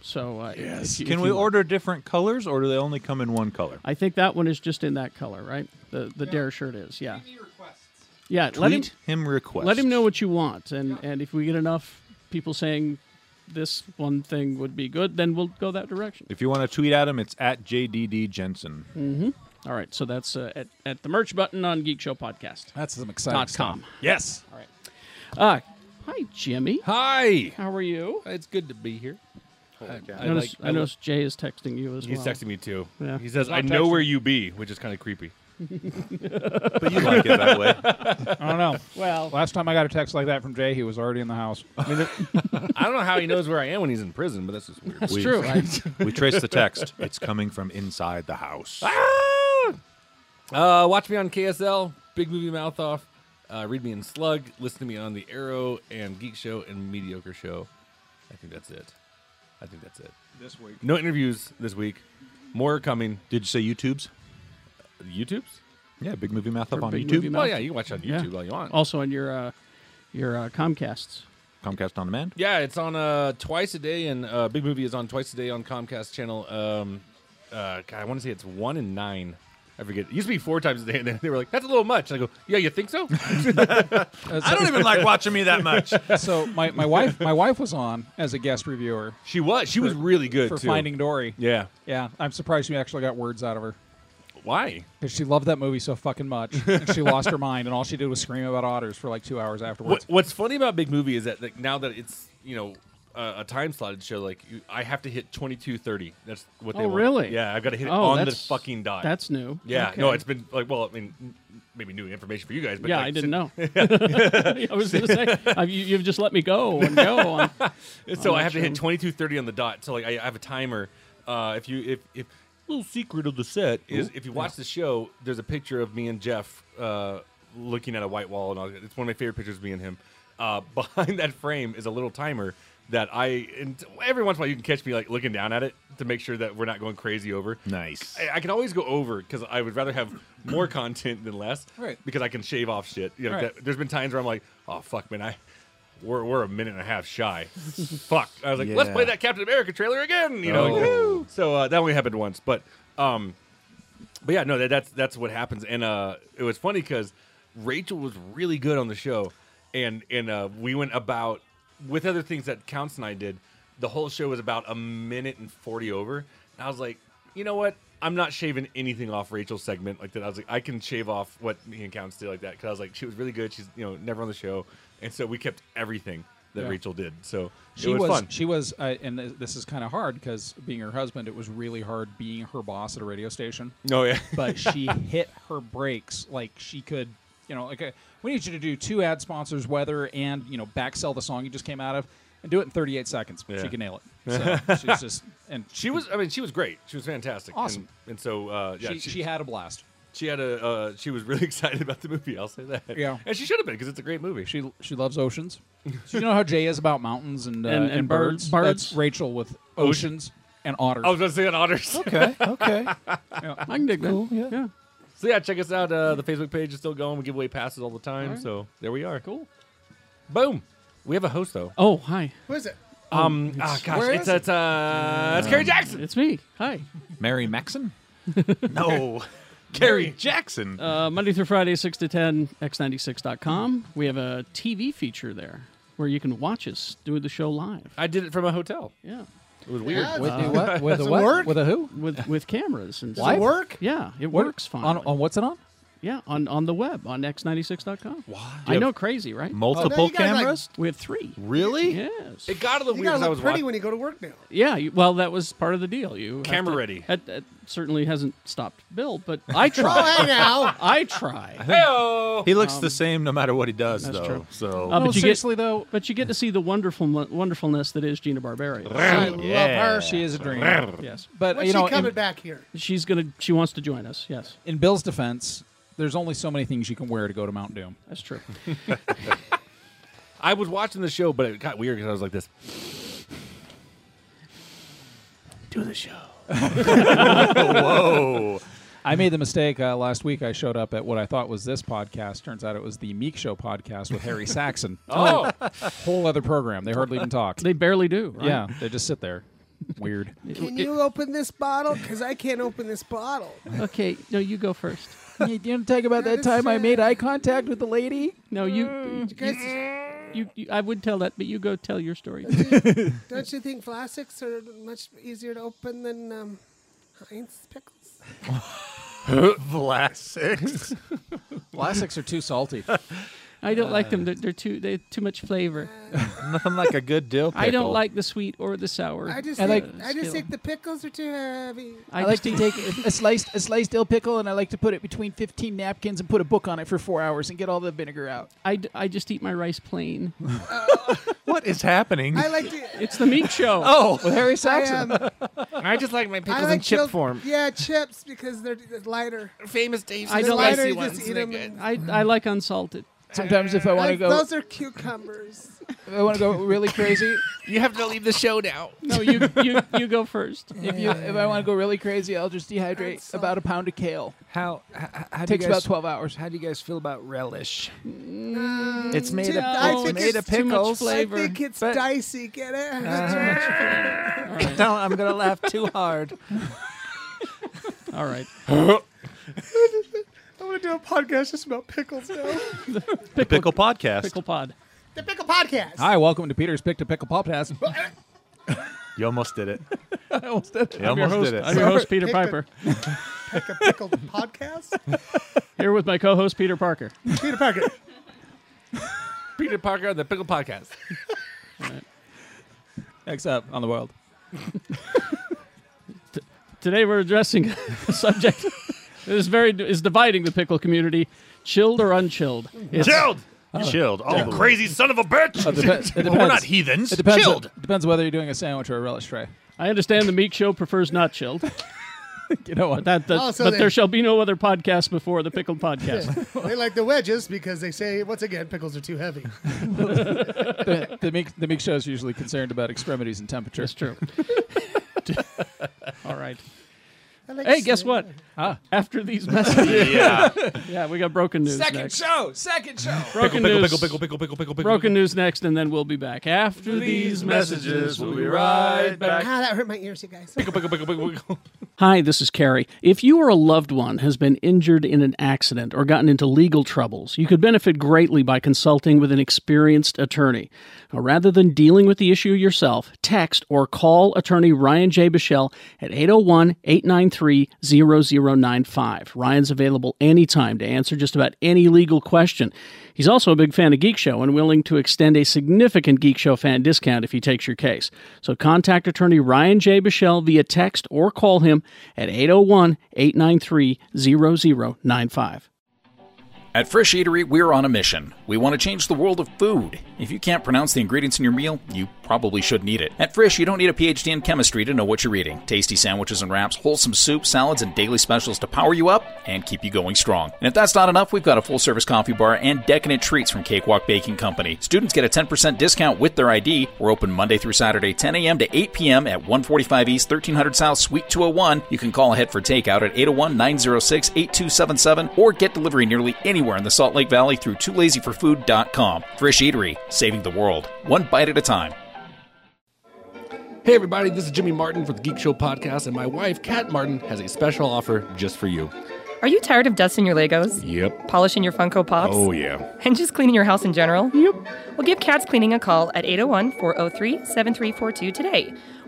Speaker 2: So, uh, yes.
Speaker 9: Can we order different colors, or do they only come in one color?
Speaker 2: I think that one is just in that color, right? The the Dare shirt is, yeah.
Speaker 4: requests.
Speaker 2: Yeah, let him
Speaker 9: Tweet him request.
Speaker 2: let him know what you want, and and if we get enough people saying this one thing would be good, then we'll go that direction.
Speaker 9: If you want to tweet at him, it's at JDD Jensen.
Speaker 2: All right, so that's uh, at at the merch button on Geek Show Podcast.
Speaker 10: That's some exciting
Speaker 2: dot
Speaker 10: stuff.
Speaker 2: com.
Speaker 8: Yes.
Speaker 2: Uh, hi, Jimmy.
Speaker 8: Hi.
Speaker 2: How are you?
Speaker 4: It's good to be here.
Speaker 2: I noticed,
Speaker 8: like-
Speaker 2: I noticed Jay is texting you as
Speaker 8: He's
Speaker 2: well.
Speaker 8: texting me too.
Speaker 2: Yeah.
Speaker 8: He says,
Speaker 2: Stop
Speaker 8: "I know
Speaker 2: texting.
Speaker 8: where you be," which is kind of creepy.
Speaker 9: But you like it that way.
Speaker 10: I don't know.
Speaker 2: Well,
Speaker 10: Last time I got a text like that from Jay, he was already in the house.
Speaker 8: I don't know how he knows where I am when he's in prison, but that's just weird.
Speaker 2: that's
Speaker 9: we-
Speaker 2: true. I,
Speaker 9: We trace the text. It's coming from inside the house.
Speaker 8: Ah! Uh, watch me on KSL, Big Movie Mouth Off. Uh, read me in Slug. Listen to me on The Arrow and Geek Show and Mediocre Show. I think that's it. I think that's it. This week. No interviews this week. More coming.
Speaker 9: Did you say YouTube's?
Speaker 8: YouTube's?
Speaker 9: Yeah, big movie math up on
Speaker 2: Big
Speaker 9: YouTube.
Speaker 2: Movie Mouth.
Speaker 8: Oh, yeah. You can watch it on YouTube all you want.
Speaker 2: also on your uh, your uh, Comcasts.
Speaker 9: Comcast on demand.
Speaker 8: Yeah, it's on uh, twice a day, and uh, Big Movie is on twice a day on Comcast channel. Um, uh, God, I want to say it's one and nine. I forget. It used to be four times a day, and then they were like, "That's a little much." I go, "Yeah, you think so?"
Speaker 9: I don't even like watching me that much.
Speaker 10: so my, my wife my wife was on as a guest reviewer
Speaker 8: she was. She was really good
Speaker 10: for
Speaker 8: too.
Speaker 10: Finding Dory.
Speaker 8: Yeah.
Speaker 10: Yeah, I'm surprised you actually got words out of her
Speaker 8: Why?
Speaker 10: because she loved that movie so fucking much, and she lost her mind, and all she did was scream about otters for like two hours
Speaker 8: What,
Speaker 10: afterwards.
Speaker 8: what's funny about Big Movie is that like, now that it's you know uh, a time slotted show, like you, I have to hit twenty two thirty. That's what. they
Speaker 2: Oh,
Speaker 8: want.
Speaker 2: really?
Speaker 8: Yeah, I've got to hit it
Speaker 2: Oh,
Speaker 8: on the
Speaker 2: that's-
Speaker 8: fucking dot.
Speaker 2: That's new.
Speaker 8: yeah.
Speaker 2: Okay.
Speaker 8: No, it's been like well, I mean, maybe new information for you guys, but
Speaker 2: yeah,
Speaker 8: like,
Speaker 2: I
Speaker 8: since-
Speaker 2: didn't know. I was going to say uh, you, you've just let me go and go. On.
Speaker 8: So
Speaker 2: I'm not
Speaker 8: I have to hit
Speaker 2: sure.
Speaker 8: twenty two thirty on the dot. So like I I have a timer. Uh, if you if if little secret of the set is if you watch the show, there's a picture of me and Jeff uh, looking at a white wall, and all, that. it's one of my favorite pictures. of Me and him. Uh, behind that frame is a little timer that I and every once in a while you can catch me like looking down at it to make sure that we're not going crazy over.
Speaker 9: Nice.
Speaker 8: I, I can always go over because I would rather have more content than less.
Speaker 10: Right.
Speaker 8: Because I can shave off shit. You know,
Speaker 10: Right.
Speaker 8: that- there's been times where I'm like, oh fuck, man, I we're, we're a minute and a half shy. fuck. I was like, let's
Speaker 9: Yeah.
Speaker 8: play that Captain America trailer again. You know.
Speaker 9: Oh.
Speaker 8: woo. So uh, that only happened once, but um, but yeah, no, that, that's that's what happens. And uh, it was funny because Rachel was really good on the show, and and uh, we went about with other things that Counts and I did. The whole show was about a minute and forty over, and I was like, you know what? I'm not shaving anything off Rachel's segment like that. I was like, I can shave off what me and Counts did like that because I was like, she was really good. She's you know never on the show, and so we kept everything that
Speaker 10: Yeah.
Speaker 8: Rachel did. So
Speaker 10: she
Speaker 8: it was, fun.
Speaker 10: she was, uh, and th- this is kind of hard because being her husband, it was really hard being her boss at a radio station.
Speaker 8: oh yeah,
Speaker 10: but she hit her brakes like she could you know like uh, we need you to do two ad sponsors weather and you know back sell the song you just came out of and do it in 38 seconds
Speaker 8: Yeah.
Speaker 10: she can nail it so she's just and
Speaker 8: she was. I mean, she was great. She was fantastic.
Speaker 10: Awesome.
Speaker 8: And, and so uh, yeah,
Speaker 10: she, she had a blast
Speaker 8: She had a. Uh, she was really excited about the movie. I'll say that.
Speaker 10: Yeah.
Speaker 8: and she should have been because it's a great movie.
Speaker 10: She she loves oceans. So you know how Jay is about mountains and uh,
Speaker 2: And- and birds? Birds? Oh,
Speaker 10: That's Rachel with oceans and otters.
Speaker 8: I was gonna say an otters.
Speaker 9: Okay, okay.
Speaker 2: I can dig that.
Speaker 9: yeah.
Speaker 2: yeah.
Speaker 8: so yeah, check us out. Uh, the Facebook page is still going. We give away passes all the time. So there we are. Cool. Boom. We have a host though.
Speaker 2: Oh, hi.
Speaker 6: Who is it?
Speaker 8: Um. Ah, gosh.
Speaker 6: Where
Speaker 8: It's
Speaker 6: is
Speaker 8: it's uh. It's Kerry Jackson.
Speaker 2: It's me. Hi.
Speaker 9: Mary Maxon? no. Carrie Jackson.
Speaker 2: Uh, Monday through Friday, 6 to 10, x96.com. We have a TV feature there where you can watch us do the show live.
Speaker 8: I did it from a hotel.
Speaker 2: Yeah.
Speaker 8: It was weird.
Speaker 6: Yeah,
Speaker 10: with the what? With the
Speaker 6: it
Speaker 10: what?
Speaker 6: work?
Speaker 10: With a who?
Speaker 2: With with cameras and
Speaker 10: Live?
Speaker 2: stuff.
Speaker 10: work?
Speaker 2: Yeah, it works fine. Um,
Speaker 10: On, on what's it on?
Speaker 2: yeah, on, on the web, on x96.com. Wow. I know, crazy, right?
Speaker 9: Multiple
Speaker 6: you guys like-
Speaker 9: cameras?
Speaker 2: We have three.
Speaker 9: really?
Speaker 2: Yes.
Speaker 8: It got a little
Speaker 6: You
Speaker 8: weird.
Speaker 6: gotta
Speaker 8: as I was
Speaker 6: look pretty
Speaker 8: watching.
Speaker 6: when you go to work now.
Speaker 2: Yeah, you, well, that was part of the deal. You have
Speaker 8: Camera
Speaker 2: to-
Speaker 8: ready.
Speaker 2: That, that certainly hasn't stopped Bill, but I try.
Speaker 6: Oh, hey now.
Speaker 2: I try.
Speaker 8: Heyo.
Speaker 9: He looks the same no matter what he does,
Speaker 2: That's
Speaker 9: though.
Speaker 2: true.
Speaker 9: So
Speaker 2: Uh,
Speaker 10: no,
Speaker 2: but you get,
Speaker 10: Oh, seriously though,
Speaker 2: but you get to see the wonderful wonderfulness that is Gina Barbera.
Speaker 6: I love her.
Speaker 10: she is a dream.
Speaker 2: yes,
Speaker 10: But
Speaker 6: When's
Speaker 10: you know,
Speaker 6: she coming
Speaker 10: in,
Speaker 6: back here?
Speaker 2: she's gonna. She wants to join us. Yes,
Speaker 10: in Bill's defense, there's only so many things you can wear to go to Mount Doom.
Speaker 2: that's true.
Speaker 8: I was watching the show, but it got weird because I was like this. Do the show.
Speaker 10: I made the mistake uh, last week. I showed up at what I thought was this podcast. Turns out it was the Meek Show podcast with Harry Saxon.
Speaker 8: Oh,
Speaker 10: Whole other program. They hardly even talk.
Speaker 2: They barely do. Right?
Speaker 10: yeah, they just sit there. Weird.
Speaker 6: Can you open this bottle? Because I can't open this bottle.
Speaker 2: Okay. No, you go first.
Speaker 10: you didn't talk about that time
Speaker 6: uh,
Speaker 10: I made eye contact with the lady.
Speaker 2: No, you.
Speaker 6: Guys,
Speaker 2: You, you. I would tell that, but you go tell your story.
Speaker 6: don't you think plastics are much easier to open than um, Heinz pickles?
Speaker 9: Vlasics.
Speaker 10: Plastics are too salty.
Speaker 2: I don't like them. They're, they're too. They have too much flavor.
Speaker 9: Nothing like a good dill pickle.
Speaker 2: I don't like the sweet or the sour. Uh,
Speaker 6: I just
Speaker 10: I
Speaker 6: think,
Speaker 10: like-
Speaker 6: I just
Speaker 2: Skill.
Speaker 6: think the pickles are too heavy.
Speaker 10: I like to take a sliced a sliced dill pickle and I like to put it between 15 napkins and put a book on it for four hours and get all the vinegar out.
Speaker 2: I, d- I just eat my rice plain.
Speaker 9: What is happening?
Speaker 6: I like to.
Speaker 2: It's the meat show.
Speaker 9: oh,
Speaker 10: With Harry
Speaker 6: I,
Speaker 10: Saxon.
Speaker 6: um,
Speaker 8: I just like my pickles
Speaker 6: I like grilled- Yeah, chips because they're lighter.
Speaker 8: Famous Dave's.
Speaker 2: I
Speaker 6: They're
Speaker 2: don't like
Speaker 6: lighter.
Speaker 2: the
Speaker 6: you just eat them.
Speaker 2: I, I like unsalted.
Speaker 10: Sometimes if I want to go,
Speaker 6: Those are cucumbers.
Speaker 10: if I want to go really crazy.
Speaker 8: You have to leave the show now.
Speaker 2: No, you you, you go first.
Speaker 10: If you if I want to go really crazy, I'll just dehydrate about a pound of kale.
Speaker 4: How, how, how do you
Speaker 10: Takes about
Speaker 4: guys,
Speaker 10: 12 hours.
Speaker 4: how do you guys feel about relish? it's made
Speaker 6: too-
Speaker 4: up.
Speaker 6: I
Speaker 4: it's
Speaker 6: think
Speaker 4: made of
Speaker 6: it's
Speaker 2: too much
Speaker 4: pickles.
Speaker 2: flavor.
Speaker 6: I think it's
Speaker 4: But-
Speaker 6: dicey. Get it?
Speaker 4: no, I'm gonna laugh too hard.
Speaker 2: All right,
Speaker 6: I'm gonna do a podcast just about pickles now.
Speaker 9: the pickle podcast.
Speaker 2: pickle pod.
Speaker 6: the pickle podcast.
Speaker 10: Hi, welcome to Peter's Pick to Pickle Podcast.
Speaker 9: You almost did it.
Speaker 10: I almost did it.
Speaker 9: You almost
Speaker 2: host,
Speaker 9: did it.
Speaker 2: I'm your host Peter
Speaker 6: Pick
Speaker 2: Piper.
Speaker 6: Pick a pickle podcast.
Speaker 2: Here with my co-host Peter Parker.
Speaker 6: Peter Parker.
Speaker 8: Peter Parker on the Pickle Podcast.
Speaker 10: Next up on the world.
Speaker 2: Today we're addressing a subject that is very is dividing the pickle community, chilled or unchilled. It's,
Speaker 8: Chilled.
Speaker 9: Chilled. Oh,
Speaker 8: Crazy son of a bitch.
Speaker 10: Uh, It, depe- it
Speaker 9: We're not
Speaker 10: depends.
Speaker 9: heathens.
Speaker 10: It depends.
Speaker 9: Chilled.
Speaker 10: It depends whether you're doing a sandwich or a relish tray.
Speaker 2: I understand the Meek Show prefers not chilled.
Speaker 10: You know what?
Speaker 2: That, that,
Speaker 6: Oh, so
Speaker 2: but
Speaker 6: they-
Speaker 2: there shall be no other podcast before the Pickled Podcast.
Speaker 6: they like the wedges because they say once again pickles are too heavy.
Speaker 10: the, the, Meek, the Meek Show is usually concerned about extremities and temperature.
Speaker 2: That's true. All right.
Speaker 6: I like
Speaker 2: Hey, guess
Speaker 6: sweet.
Speaker 2: what? After these messages,
Speaker 9: Yeah.
Speaker 2: yeah, we got broken news
Speaker 4: Second
Speaker 2: next.
Speaker 4: show. Second show.
Speaker 2: Broken
Speaker 9: pickle,
Speaker 2: news.
Speaker 9: pickle, pickle, pickle, pickle, pickle, pickle.
Speaker 2: Broken news next, and then we'll be back after these messages.
Speaker 9: We'll be right back.
Speaker 6: Ah, that hurt my ears, you guys.
Speaker 2: Hi, this is Carrie. If you or a loved one has been injured in an accident or gotten into legal troubles, you could benefit greatly by consulting with an experienced attorney. Now, rather than dealing with the issue yourself, text or call attorney Ryan J. Bichelle at 801 893 0095. Ryan's available anytime to answer just about any legal question. He's also a big fan of Geek Show and willing to extend a significant Geek Show fan discount if he takes your case. So contact attorney Ryan J. Bichelle via text or call oh him at 801 893 0095.
Speaker 7: At Fresh Eatery, we're on a mission. We want to change the world of food. If you can't pronounce the ingredients in your meal, you probably shouldn't eat it. At Fresh, you don't need a PhD in chemistry to know what you're eating. Tasty sandwiches and wraps, wholesome soup, salads, and daily specials to power you up and keep you going strong. And if that's not enough, we've got a full service coffee bar and decadent treats from Cakewalk Baking Company. Students get a 10% discount with their ID. We're open Monday through Saturday, 10 a.m. to 8 p.m. at 145 East, 1300 South, Suite 201. You can call ahead for takeout at 801 906 8277 or get delivery nearly anywhere in the Salt Lake Valley through toolazyforfood.com. Fresh Eatery, saving the world, one bite at a time.
Speaker 8: Hey, everybody, this is Jimmy Martin for the Geek Show podcast, and my wife, Kat Martin, has a special offer just for you.
Speaker 11: Are you tired of dusting your Legos?
Speaker 8: Yep.
Speaker 11: Polishing your Funko Pops?
Speaker 8: Oh, yeah.
Speaker 11: And just cleaning your house in general? Yep. Well, give Cat's Cleaning a call at 801 403 7342 today.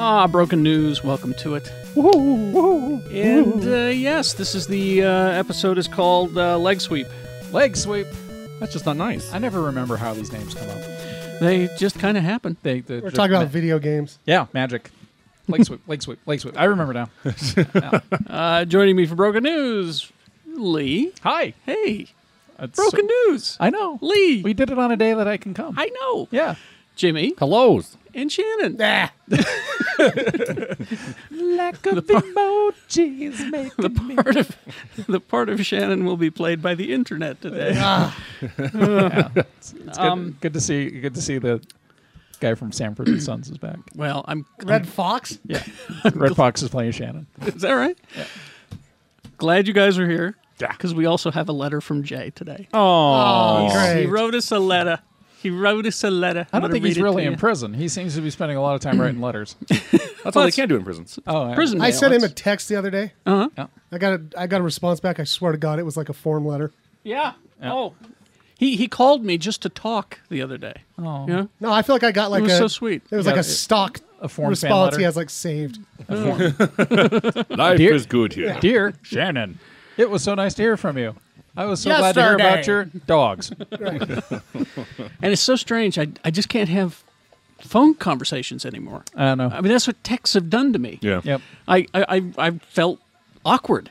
Speaker 2: Ah, broken news. Welcome to it. And uh, yes, this is the uh, episode is called uh, Leg Sweep.
Speaker 10: Leg sweep. That's just not nice. I never remember how these names come up.
Speaker 2: They just kind of happen.
Speaker 10: They,
Speaker 6: We're talking about video games.
Speaker 10: Yeah, magic. Leg sweep, leg sweep, leg sweep. I remember now.
Speaker 2: Uh, joining me for broken news, Lee.
Speaker 10: Hi.
Speaker 2: Hey,
Speaker 10: That's
Speaker 2: broken news.
Speaker 10: I know.
Speaker 2: Lee.
Speaker 10: We did it on a day that I can come.
Speaker 2: I know.
Speaker 10: yeah.
Speaker 2: Jimmy
Speaker 8: Hellos.
Speaker 2: and Shannon.
Speaker 6: Nah.
Speaker 10: Lack of emojis
Speaker 2: The part of the part of Shannon will be played by the internet today.
Speaker 10: It's
Speaker 2: Um,
Speaker 10: good, good to see. Good to see the guy from Sanford and Sons is back.
Speaker 2: Well, I'm
Speaker 6: Red Fox?
Speaker 10: Yeah, Red Fox is playing Shannon.
Speaker 2: Is that right? Glad you guys are here. Yeah. Because we also have a letter from Jay today.
Speaker 6: Oh,
Speaker 2: He
Speaker 6: great.
Speaker 2: wrote us a letter. He wrote us a letter.
Speaker 10: I
Speaker 2: I'm
Speaker 10: don't
Speaker 2: gonna
Speaker 10: think he's
Speaker 2: read it
Speaker 10: really
Speaker 2: to you.
Speaker 10: in prison. He seems to be spending a lot of time writing letters.
Speaker 8: That's all they can do in prisons.
Speaker 10: Oh, I-
Speaker 2: Prison
Speaker 6: I
Speaker 2: mail.
Speaker 6: sent him a
Speaker 2: That's-
Speaker 6: text the other day.
Speaker 2: Uh-huh.
Speaker 10: Yeah.
Speaker 6: I got a I got a response back. I swear to God, it was like a form letter.
Speaker 2: Yeah. Oh. He he called me just to talk the other day.
Speaker 10: Oh.
Speaker 2: Yeah.
Speaker 6: No, I feel like I got like
Speaker 2: was
Speaker 6: a
Speaker 2: so sweet.
Speaker 6: It was
Speaker 10: Yeah,
Speaker 6: like a
Speaker 10: it-
Speaker 6: stock
Speaker 10: a form fan
Speaker 6: response
Speaker 10: letter.
Speaker 6: he has like saved.
Speaker 8: Life
Speaker 10: Dear-
Speaker 8: is good here.
Speaker 10: Dear Shannon, it was so nice to hear from you. I was so glad to hear
Speaker 6: Yesterday.
Speaker 10: about your dogs.
Speaker 2: And it's so strange. I I just can't have phone conversations anymore.
Speaker 10: I don't know.
Speaker 2: I mean, that's what texts have done to me.
Speaker 8: Yeah.
Speaker 10: Yep.
Speaker 2: I I I, I felt awkward.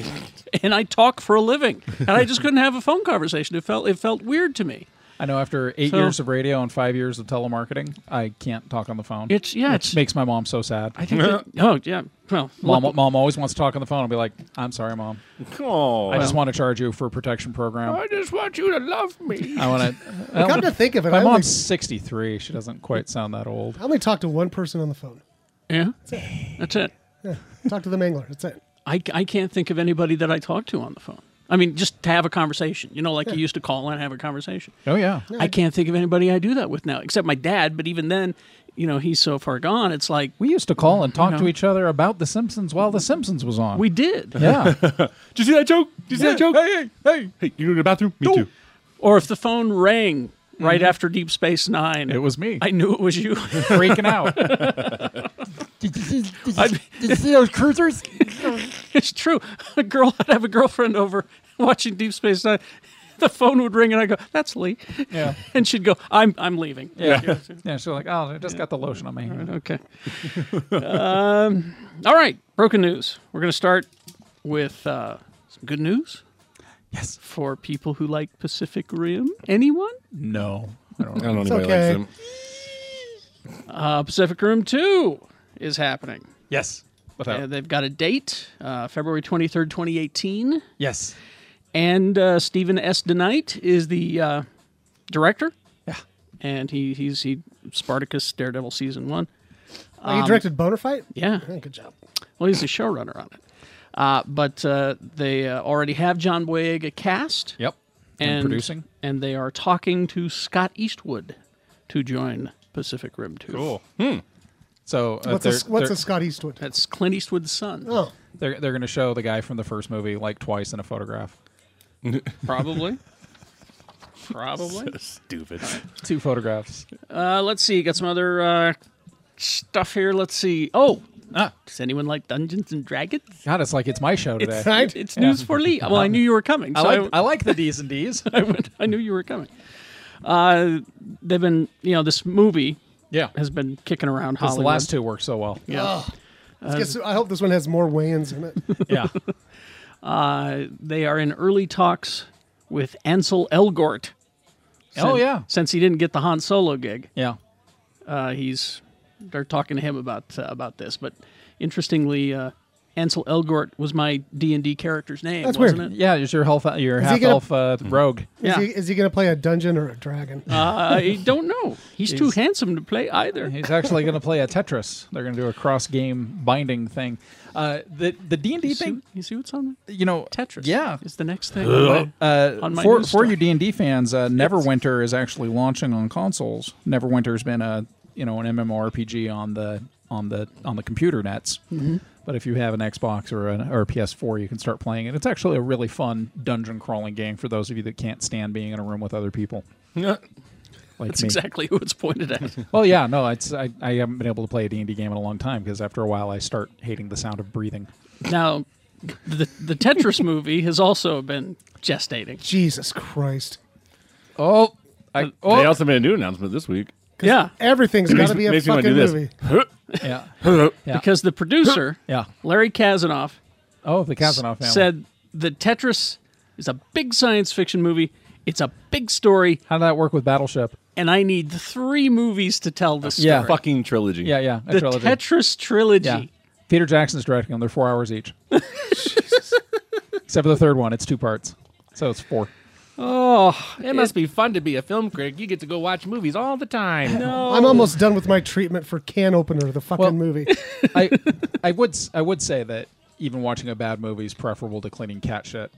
Speaker 2: and I talk for a living, and I just couldn't have a phone conversation. It felt it felt weird to me.
Speaker 10: I know after eight
Speaker 2: So-
Speaker 10: years of radio and five years of telemarketing, I can't talk on the phone.
Speaker 2: It's yeah.
Speaker 10: which
Speaker 2: It's
Speaker 10: makes my mom so sad.
Speaker 2: I think that- oh yeah. Well,
Speaker 10: mom,
Speaker 2: look-
Speaker 10: mom always wants to talk on the phone. I'll be like, I'm sorry, mom.
Speaker 8: Oh,
Speaker 10: I just want to charge you for a protection program.
Speaker 8: just want you to love me.
Speaker 10: I want to.
Speaker 6: Come to think of it, I
Speaker 10: My
Speaker 6: only,
Speaker 10: mom's 63. She doesn't quite sound that old.
Speaker 6: I only talked to one person on the phone.
Speaker 2: yeah. That's it.
Speaker 6: Talk to the mangler. That's it.
Speaker 2: I, I can't think of anybody that I talk to on the phone. I mean, just to have a conversation. You know, like you used to call and have a conversation.
Speaker 10: Oh yeah.
Speaker 2: I can't think of anybody I do that with now, except my dad. But even then, you know, he's so far gone. It's like
Speaker 10: We used to call and talk
Speaker 2: know.
Speaker 10: to each other about The Simpsons while The Simpsons was on.
Speaker 2: we did.
Speaker 10: yeah.
Speaker 8: Did you see that joke? Did you see that joke?
Speaker 10: Hey, hey,
Speaker 8: Hey, you go to the bathroom? Me too.
Speaker 2: Or if the phone rang right after Deep Space Nine,
Speaker 10: Mm-hmm. It was me.
Speaker 2: I knew it was you.
Speaker 10: freaking out. did, you, see those cruisers?
Speaker 2: it's true. A girl, I'd have a girlfriend over watching Deep Space Nine. The phone would ring and I go, "That's Lee,"
Speaker 10: Yeah.
Speaker 2: and she'd go, "I'm I'm leaving."
Speaker 10: Yeah. Yeah. She's like, oh, I just got the lotion on my hand.
Speaker 2: Okay. um, all right. Broken news. We're going to start with uh, some good news.
Speaker 10: Yes.
Speaker 2: For people who like Pacific Rim. Anyone?
Speaker 10: No. I don't
Speaker 8: I don't know
Speaker 6: It's
Speaker 8: anybody
Speaker 6: okay.
Speaker 8: likes him.
Speaker 2: Uh, Pacific Rim 2 is happening.
Speaker 10: Yes. Without.
Speaker 2: Uh, they've got a date, uh, February 23rd, 2018.
Speaker 10: yes.
Speaker 2: And uh, Stephen S. DeKnight is the uh, director. Yeah. And he, he's he Spartacus, Daredevil Season 1.
Speaker 6: Oh, you directed Boner Fight?
Speaker 2: Yeah.
Speaker 6: Oh, good job.
Speaker 2: Well, he's the showrunner on it. Uh, but uh, they uh, already have John Boyega cast.
Speaker 10: Yep. And producing?
Speaker 2: and they are talking to Scott Eastwood to join Pacific Rim Two.
Speaker 10: Cool. Hmm. So uh,
Speaker 6: What's a-
Speaker 10: they're-
Speaker 6: what's
Speaker 10: they're-
Speaker 6: a Scott Eastwood?
Speaker 2: That's Clint Eastwood's son.
Speaker 6: Oh,
Speaker 10: They're they're going to show the guy from the first movie like twice in a photograph.
Speaker 2: probably. Probably.
Speaker 10: stupid. Two photographs.
Speaker 2: Uh, let's see. Got some other uh, stuff here. Let's see. Oh,
Speaker 10: Ah.
Speaker 2: does anyone like Dungeons and Dragons?
Speaker 10: God, it's like it's my show today.
Speaker 2: It's, it's news for Lee. Well, I knew you were coming.
Speaker 10: I
Speaker 2: so
Speaker 10: like I like the D's and D's.
Speaker 2: I, would- I knew you were coming. Uh, they've been, you know, this movie.
Speaker 10: Yeah.
Speaker 2: has been kicking around
Speaker 10: Because
Speaker 2: Hollywood.
Speaker 10: Uh, the last two work so well.
Speaker 2: Yeah.
Speaker 6: Ugh. Let's
Speaker 2: Uh,
Speaker 6: get some- I hope this one has more weigh-ins in it.
Speaker 10: Yeah.
Speaker 2: Uh, they are in early talks with Ansel Elgort.
Speaker 10: Oh, yeah.
Speaker 2: since he didn't get the Han Solo gig.
Speaker 10: Yeah.
Speaker 2: uh, he's they're talking to him about uh, about this. But interestingly, uh, Ansel Elgort was my D and D character's name,
Speaker 6: That's
Speaker 2: wasn't
Speaker 6: weird.
Speaker 2: it?
Speaker 10: Yeah, is your health your
Speaker 6: Is he
Speaker 10: half
Speaker 6: gonna-
Speaker 10: elf uh, rogue.
Speaker 6: Is he, is he going to play a dungeon or a dragon?
Speaker 2: Uh, I don't know. He's, too handsome to play either.
Speaker 10: He's actually going to play a Tetris. They're going to do a cross game binding thing. Uh, the the D and D
Speaker 2: You
Speaker 10: thing.
Speaker 2: see, you see what's on
Speaker 10: You know,
Speaker 2: Tetris.
Speaker 10: Yeah,
Speaker 2: is the next thing. on my-
Speaker 10: Uh,
Speaker 2: on my
Speaker 10: for
Speaker 2: news
Speaker 10: for
Speaker 2: story.
Speaker 10: you D and D fans, uh, Neverwinter is actually launching on consoles. Neverwinter has been a you know an MMORPG on the on the on the computer nets.
Speaker 2: Mhm.
Speaker 10: But if you have an Xbox or an or a PS4, you can start playing it. It's actually a really fun dungeon crawling game for those of you that can't stand being in a room with other people.
Speaker 2: That's
Speaker 10: Like me.
Speaker 2: exactly who it's pointed at.
Speaker 10: Well, yeah, no, it's I, I haven't been able to play a D&D game in a long time because after a while I start hating the sound of breathing.
Speaker 2: now, the the Tetris movie has also been gestating.
Speaker 6: Jesus Christ!
Speaker 10: Oh, I,
Speaker 8: They also made a new announcement this week.
Speaker 2: Yeah,
Speaker 6: everything's got to be a
Speaker 8: Makes me wanna
Speaker 6: fucking
Speaker 8: do this.
Speaker 6: movie.
Speaker 10: Yeah. Yeah.
Speaker 2: because the producer,
Speaker 10: Yeah.
Speaker 2: Larry Kazanoff,
Speaker 10: Oh, the Kazanov family.
Speaker 2: said the Tetris is a big science fiction movie. It's a big story,
Speaker 10: How did that work with Battleship?
Speaker 2: and I need three movies to tell the story.
Speaker 10: Yeah.
Speaker 8: Fucking trilogy.
Speaker 10: Yeah, yeah. a
Speaker 2: the
Speaker 10: trilogy.
Speaker 2: Tetris trilogy.
Speaker 10: yeah. Peter Jackson's directing them. They're four hours each. Except for the third one. It's two parts. So it's four.
Speaker 2: Oh,
Speaker 8: It must be fun to be a film critic. You get to go watch movies all the time.
Speaker 2: no.
Speaker 6: I'm almost done with my treatment for can opener, the fucking
Speaker 10: Well-
Speaker 6: movie.
Speaker 10: I I would s- I would say that even watching a bad movie is preferable to cleaning cat shit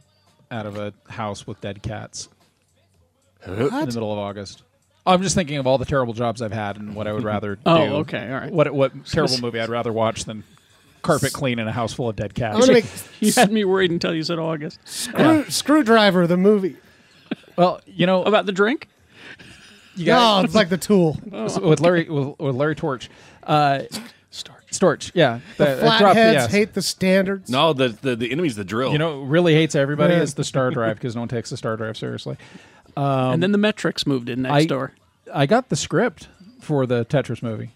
Speaker 10: out of a house with dead cats in the middle of August. I'm just thinking of all the terrible jobs I've had and what I would rather.
Speaker 2: Oh,
Speaker 10: do.
Speaker 2: okay, all right.
Speaker 10: What what terrible movie I'd rather watch than carpet clean in a house full of dead cats?
Speaker 6: I'm gonna make
Speaker 2: You had me worried until you said August.
Speaker 6: Screw, Screwdriver the movie.
Speaker 10: well, you know,
Speaker 2: About the drink?
Speaker 10: you Uh,
Speaker 6: No,
Speaker 10: got
Speaker 6: Oh, it's like the Tool.
Speaker 10: so with Larry with, with Larry Torch, uh, Storch, Storch, yeah, the, I dropped the
Speaker 6: Flatheads
Speaker 10: yes.
Speaker 6: hate the standards.
Speaker 8: No, the, the the enemy's the drill.
Speaker 10: You know, really hates everybody
Speaker 6: Yeah.
Speaker 10: is the Star Drive because no one takes the Star Drive seriously.
Speaker 2: and then the metrics moved in next
Speaker 10: I-
Speaker 2: door.
Speaker 10: I got the script for the Tetris movie.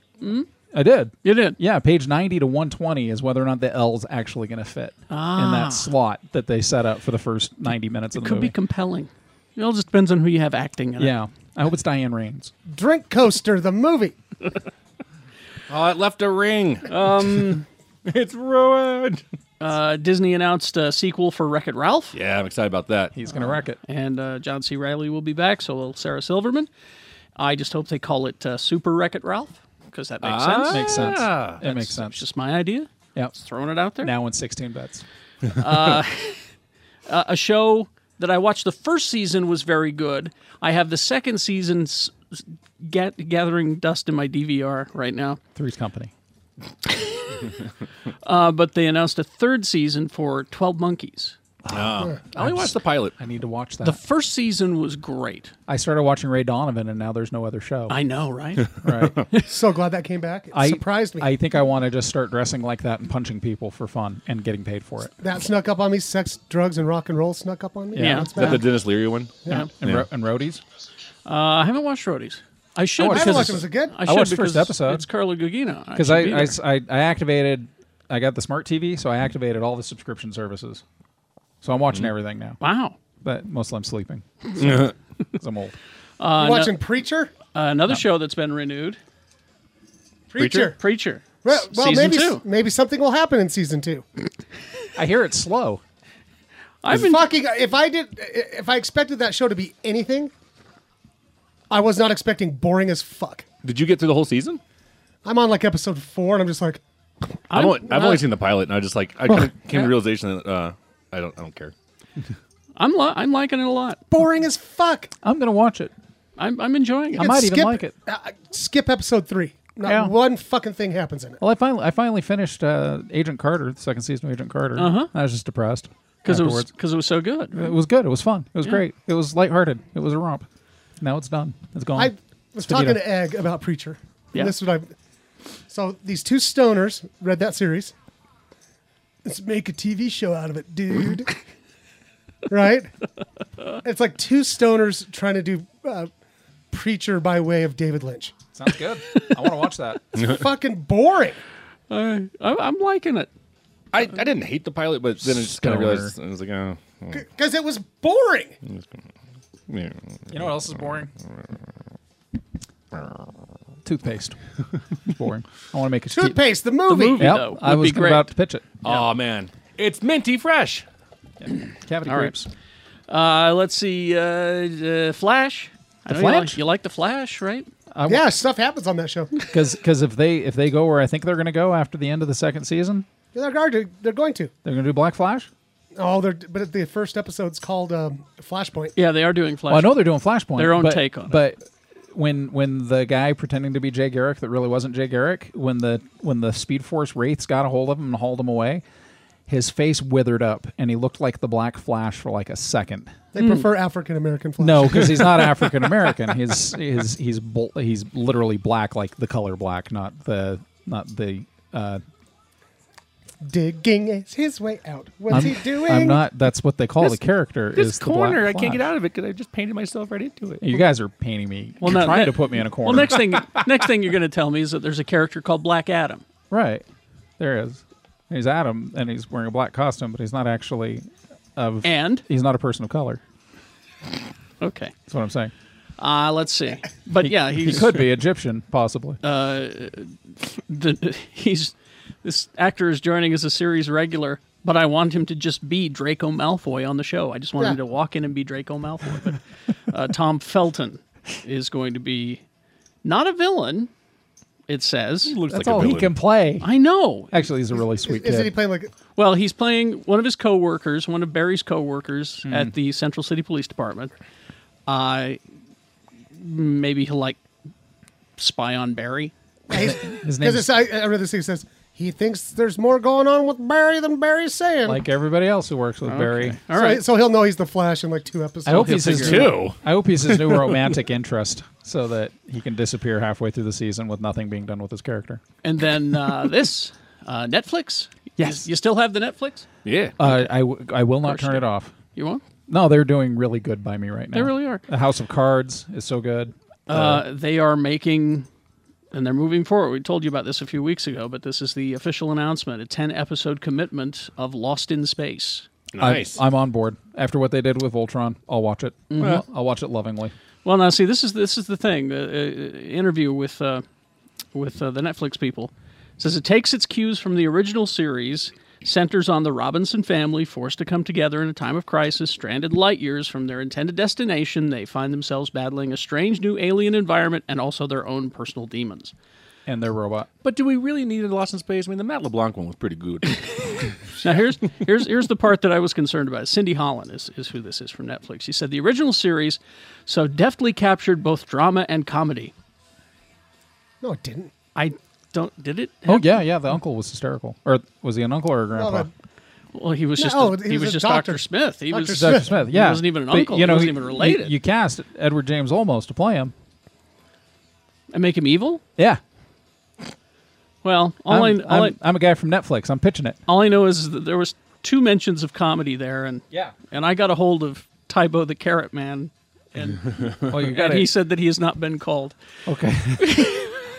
Speaker 10: I did.
Speaker 2: You did.
Speaker 10: Yeah, page 90 to 120 is whether or not the L's actually going to fit in
Speaker 2: Ah.
Speaker 10: that slot that they set up for the first 90 minutes of the
Speaker 2: Could
Speaker 10: movie.
Speaker 2: be compelling. It all just depends on who you have acting in it.
Speaker 10: yeah. I hope it's Diane Raines.
Speaker 6: Drink Coaster the movie.
Speaker 8: Oh, it left a ring.
Speaker 2: Um,
Speaker 8: it's ruined.
Speaker 2: uh, Disney announced a sequel for Wreck It Ralph.
Speaker 8: Yeah, I'm excited about that.
Speaker 10: He's going to wreck it.
Speaker 2: and uh, John C. Riley will be back. So will Sarah Silverman. I just hope they call it uh, Super Wreck It Ralph because that makes
Speaker 8: Ah,
Speaker 2: sense.
Speaker 10: Makes sense. It
Speaker 8: that's-
Speaker 10: makes
Speaker 2: It's
Speaker 10: sense.
Speaker 2: just my idea.
Speaker 10: Yeah.
Speaker 2: Just throwing it out there.
Speaker 10: Now in 16 bets.
Speaker 2: Uh, a show that I watched the first season was very good. I have the second season s- s- get, gathering dust in my DVR right now.
Speaker 10: Three's Company.
Speaker 2: Uh, but they announced a third season for 12 Monkeys.
Speaker 8: I only watched the pilot.
Speaker 10: I need to watch that.
Speaker 2: The first season was great.
Speaker 10: I started watching Ray Donovan and now there's no other show.
Speaker 2: I know, right? Uh,
Speaker 10: right.
Speaker 6: So glad that came back. It
Speaker 10: I,
Speaker 6: surprised me.
Speaker 10: I think I want to just start dressing like that and punching people for fun and getting paid for it.
Speaker 6: that snuck up on me. Sex, drugs, and rock and roll snuck up on me.
Speaker 2: Yeah.
Speaker 6: That's
Speaker 8: Is that
Speaker 6: bad.
Speaker 8: the Dennis Leary one?
Speaker 2: yeah.
Speaker 10: And, ro- and roadies.
Speaker 2: Uh, I haven't watched Roadies. I should.
Speaker 10: I watched
Speaker 2: because
Speaker 6: I haven't
Speaker 10: Because
Speaker 6: watched it.
Speaker 10: it's-
Speaker 6: Was it good?
Speaker 2: I should
Speaker 10: watched
Speaker 2: because
Speaker 10: first episode.
Speaker 2: It's Carla Gugino.
Speaker 10: because
Speaker 2: should
Speaker 10: I,
Speaker 2: be
Speaker 10: I
Speaker 2: there.
Speaker 10: s- I- I activated I got the smart TV, so I activated all the subscription services. So I'm watching everything now,
Speaker 2: Wow.
Speaker 10: but mostly I'm sleeping because I'm old.
Speaker 6: You watching Preacher?
Speaker 2: Uh, another show that's been renewed,
Speaker 6: Preacher.
Speaker 2: Preacher.
Speaker 6: Well,
Speaker 2: S-
Speaker 6: well
Speaker 2: season
Speaker 6: maybe
Speaker 2: two.
Speaker 6: maybe something will happen in season two.
Speaker 10: I hear it's slow.
Speaker 2: I've been
Speaker 6: Fucking, if I did, if I expected that show to be anything, I was not expecting boring as fuck.
Speaker 8: Did you get through the whole season?
Speaker 6: I'm on like episode four, and I'm just like,
Speaker 8: I'm,
Speaker 2: I'm
Speaker 8: only, I've
Speaker 2: not-
Speaker 8: only seen the pilot, and I just like I kinda came to the realization that uh, I don't I don't care.
Speaker 2: I'm li- I'm liking it a lot.
Speaker 6: Boring as fuck.
Speaker 10: I'm gonna watch it.
Speaker 2: I'm I'm enjoying it.
Speaker 10: I might even like it.
Speaker 6: Uh, skip episode three. Not
Speaker 10: Yeah.
Speaker 6: one fucking thing happens in it.
Speaker 10: Well, I finally I finally finished uh, Agent Carter, the second season of Agent Carter.
Speaker 2: Uh-huh.
Speaker 10: I was just depressed
Speaker 2: Because it was
Speaker 10: afterwards.
Speaker 2: because it was so good.
Speaker 10: It was good. It was fun. It was
Speaker 2: Yeah.
Speaker 10: great. It was lighthearted. It was a romp. Now it's done. It's gone.
Speaker 6: I was
Speaker 10: It's
Speaker 6: talking
Speaker 10: finito.
Speaker 6: to Egg about Preacher. And
Speaker 10: Yeah.
Speaker 6: This is what I. So these two stoners read that series. Let's make a TV show out of it, dude. right? It's like two stoners trying to do uh, Preacher by way of David Lynch.
Speaker 10: Sounds good. I want to watch that.
Speaker 6: It's fucking boring.
Speaker 2: I, I'm liking it.
Speaker 8: I, I didn't hate the pilot, but then I just kind of
Speaker 10: Stoner.
Speaker 8: realized I was like, oh, oh,
Speaker 6: Because it was boring.
Speaker 8: yeah.
Speaker 10: You know what else is boring? Toothpaste. It's boring. I want to make a
Speaker 6: Toothpaste, the movie.
Speaker 10: movie, Yep, though, I would was be great. about to pitch it.
Speaker 8: Oh man, it's minty fresh.
Speaker 10: Cavity
Speaker 2: All right.
Speaker 10: creeps.
Speaker 2: Uh, let's see. Uh, uh, Flash. I
Speaker 10: The
Speaker 2: know you like-
Speaker 10: Flash?
Speaker 2: You like the Flash, right?
Speaker 10: I
Speaker 6: yeah, stuff happens on that show.
Speaker 10: Because because if they if they go where I think they're going to go after the end of the second season,
Speaker 6: They're going to. They're going to.
Speaker 10: they're going to do Black Flash.
Speaker 6: Oh, they're but the first episode's called um, Flashpoint.
Speaker 2: Yeah, they are doing Flash.
Speaker 10: Well, I know they're doing Flashpoint.
Speaker 2: Their own
Speaker 10: but-
Speaker 2: take on it.
Speaker 10: but when when the guy pretending to be Jay Garrick that really wasn't Jay Garrick, when the when the Speed Force wraiths got a hold of him and hauled him away, his face withered up and he looked like the Black Flash for like a second.
Speaker 6: They prefer African American Flash.
Speaker 10: Hmm. No, because he's not African American. He's he's he's bl- he's literally black, like the color black, not the not the. Uh,
Speaker 6: Digging is his way out. What's
Speaker 10: I'm,
Speaker 6: he doing?
Speaker 10: I'm not. That's what they call the character.
Speaker 8: This
Speaker 10: is the Black
Speaker 8: corner, I can't
Speaker 10: Flash.
Speaker 8: get out of it because I just painted myself right into it.
Speaker 10: You guys are painting me.
Speaker 2: Well,
Speaker 10: Well,
Speaker 2: no,
Speaker 10: trying
Speaker 2: ne-
Speaker 10: to put me in a corner.
Speaker 2: Well, next thing, next thing you're going to tell me is that there's a character called Black Adam.
Speaker 10: Right. There is. He's Adam, and he's wearing a black costume, but he's not actually of.
Speaker 2: And?
Speaker 10: he's not a person of color.
Speaker 2: Okay.
Speaker 10: That's what I'm saying.
Speaker 2: Uh, let's see. But yeah,
Speaker 10: he
Speaker 2: he's
Speaker 10: could be Egyptian, possibly.
Speaker 2: Uh, the, he's this actor is joining as a series regular, but I want him to just be Draco Malfoy on the show. I just want him
Speaker 6: Yeah.
Speaker 2: to walk in and be Draco Malfoy. But uh, Tom Felton is going to be not a villain. It says he looks
Speaker 10: That's all he can play.
Speaker 2: I know.
Speaker 10: Actually, he's a really
Speaker 6: Is,
Speaker 10: sweet
Speaker 6: is he
Speaker 10: kid.
Speaker 6: playing like?
Speaker 2: Well, he's playing one of his coworkers, one of Barry's coworkers
Speaker 10: Hmm.
Speaker 2: at the Central City Police Department. Uh, maybe he'll like spy on Barry.
Speaker 10: His name
Speaker 6: Because
Speaker 10: is
Speaker 6: I, I read this thing it says he thinks there's more going on with Barry than Barry's saying.
Speaker 10: like everybody else who works with Barry.
Speaker 2: All
Speaker 6: so,
Speaker 2: right.
Speaker 6: so he'll know he's the Flash in like two episodes.
Speaker 10: I hope he's his
Speaker 2: figure it
Speaker 10: new, I hope he's his new romantic interest, so that he can disappear halfway through the season with nothing being done with his character.
Speaker 2: And then uh, this uh, Netflix. Yes, you, you still have the Netflix.
Speaker 8: Yeah.
Speaker 10: Uh, I, w- I will not
Speaker 2: course
Speaker 10: turn
Speaker 2: you
Speaker 10: it off.
Speaker 2: You want?
Speaker 10: No, they're doing really good by me right now.
Speaker 2: They really are.
Speaker 10: The House of Cards is so good.
Speaker 2: Uh, they are making, and they're moving forward. We told you about this a few weeks ago, but this is the official announcement: a ten-episode commitment of Lost in Space.
Speaker 8: Nice.
Speaker 10: I, am on board. After what they did with Voltron, I'll watch it.
Speaker 2: Mm-hmm.
Speaker 10: I'll- I'll watch it lovingly.
Speaker 2: Well, now see, this is this is the thing. The uh, interview with uh, with uh, the Netflix people says it takes its cues from the original series, centers on the Robinson family forced to come together in a time of crisis, stranded light years from their intended destination. They find themselves battling a strange new alien environment and also their own personal demons.
Speaker 10: And their robot.
Speaker 8: But do we really need a Lost in Space? I mean, the Matt LeBlanc one was pretty good.
Speaker 2: Now here's here's here's the part that I was concerned about. Cindy Holland is, is who this is from Netflix. She said the original series so deftly captured both drama and comedy.
Speaker 6: no, it didn't.
Speaker 2: I don't did it?
Speaker 10: Oh yeah, yeah. The uncle was hysterical, or was he an uncle or a
Speaker 6: No,
Speaker 10: grandpa?
Speaker 6: no,
Speaker 2: Well, he was just
Speaker 6: No,
Speaker 2: a- he, was, just Doctor, Smith. He was
Speaker 6: Dr.
Speaker 10: Doctor Smith. Yeah,
Speaker 2: He wasn't even an
Speaker 10: But,
Speaker 2: uncle.
Speaker 10: You know,
Speaker 2: he wasn't
Speaker 10: you-
Speaker 2: even
Speaker 10: you-
Speaker 2: related.
Speaker 10: You, cast Edward James Olmos to play him.
Speaker 2: and make him evil?
Speaker 10: Yeah.
Speaker 2: Well, all
Speaker 10: I'm,
Speaker 2: I, all,
Speaker 10: I'm-
Speaker 2: I,
Speaker 10: I'm a guy from Netflix. I'm pitching it.
Speaker 2: all I know is that there was two mentions of comedy there, and
Speaker 10: Yeah.
Speaker 2: and I got a hold of Tybo the Carrot Man, and,
Speaker 10: Well, you got
Speaker 2: and
Speaker 10: it.
Speaker 2: he said that he has not been called.
Speaker 10: okay.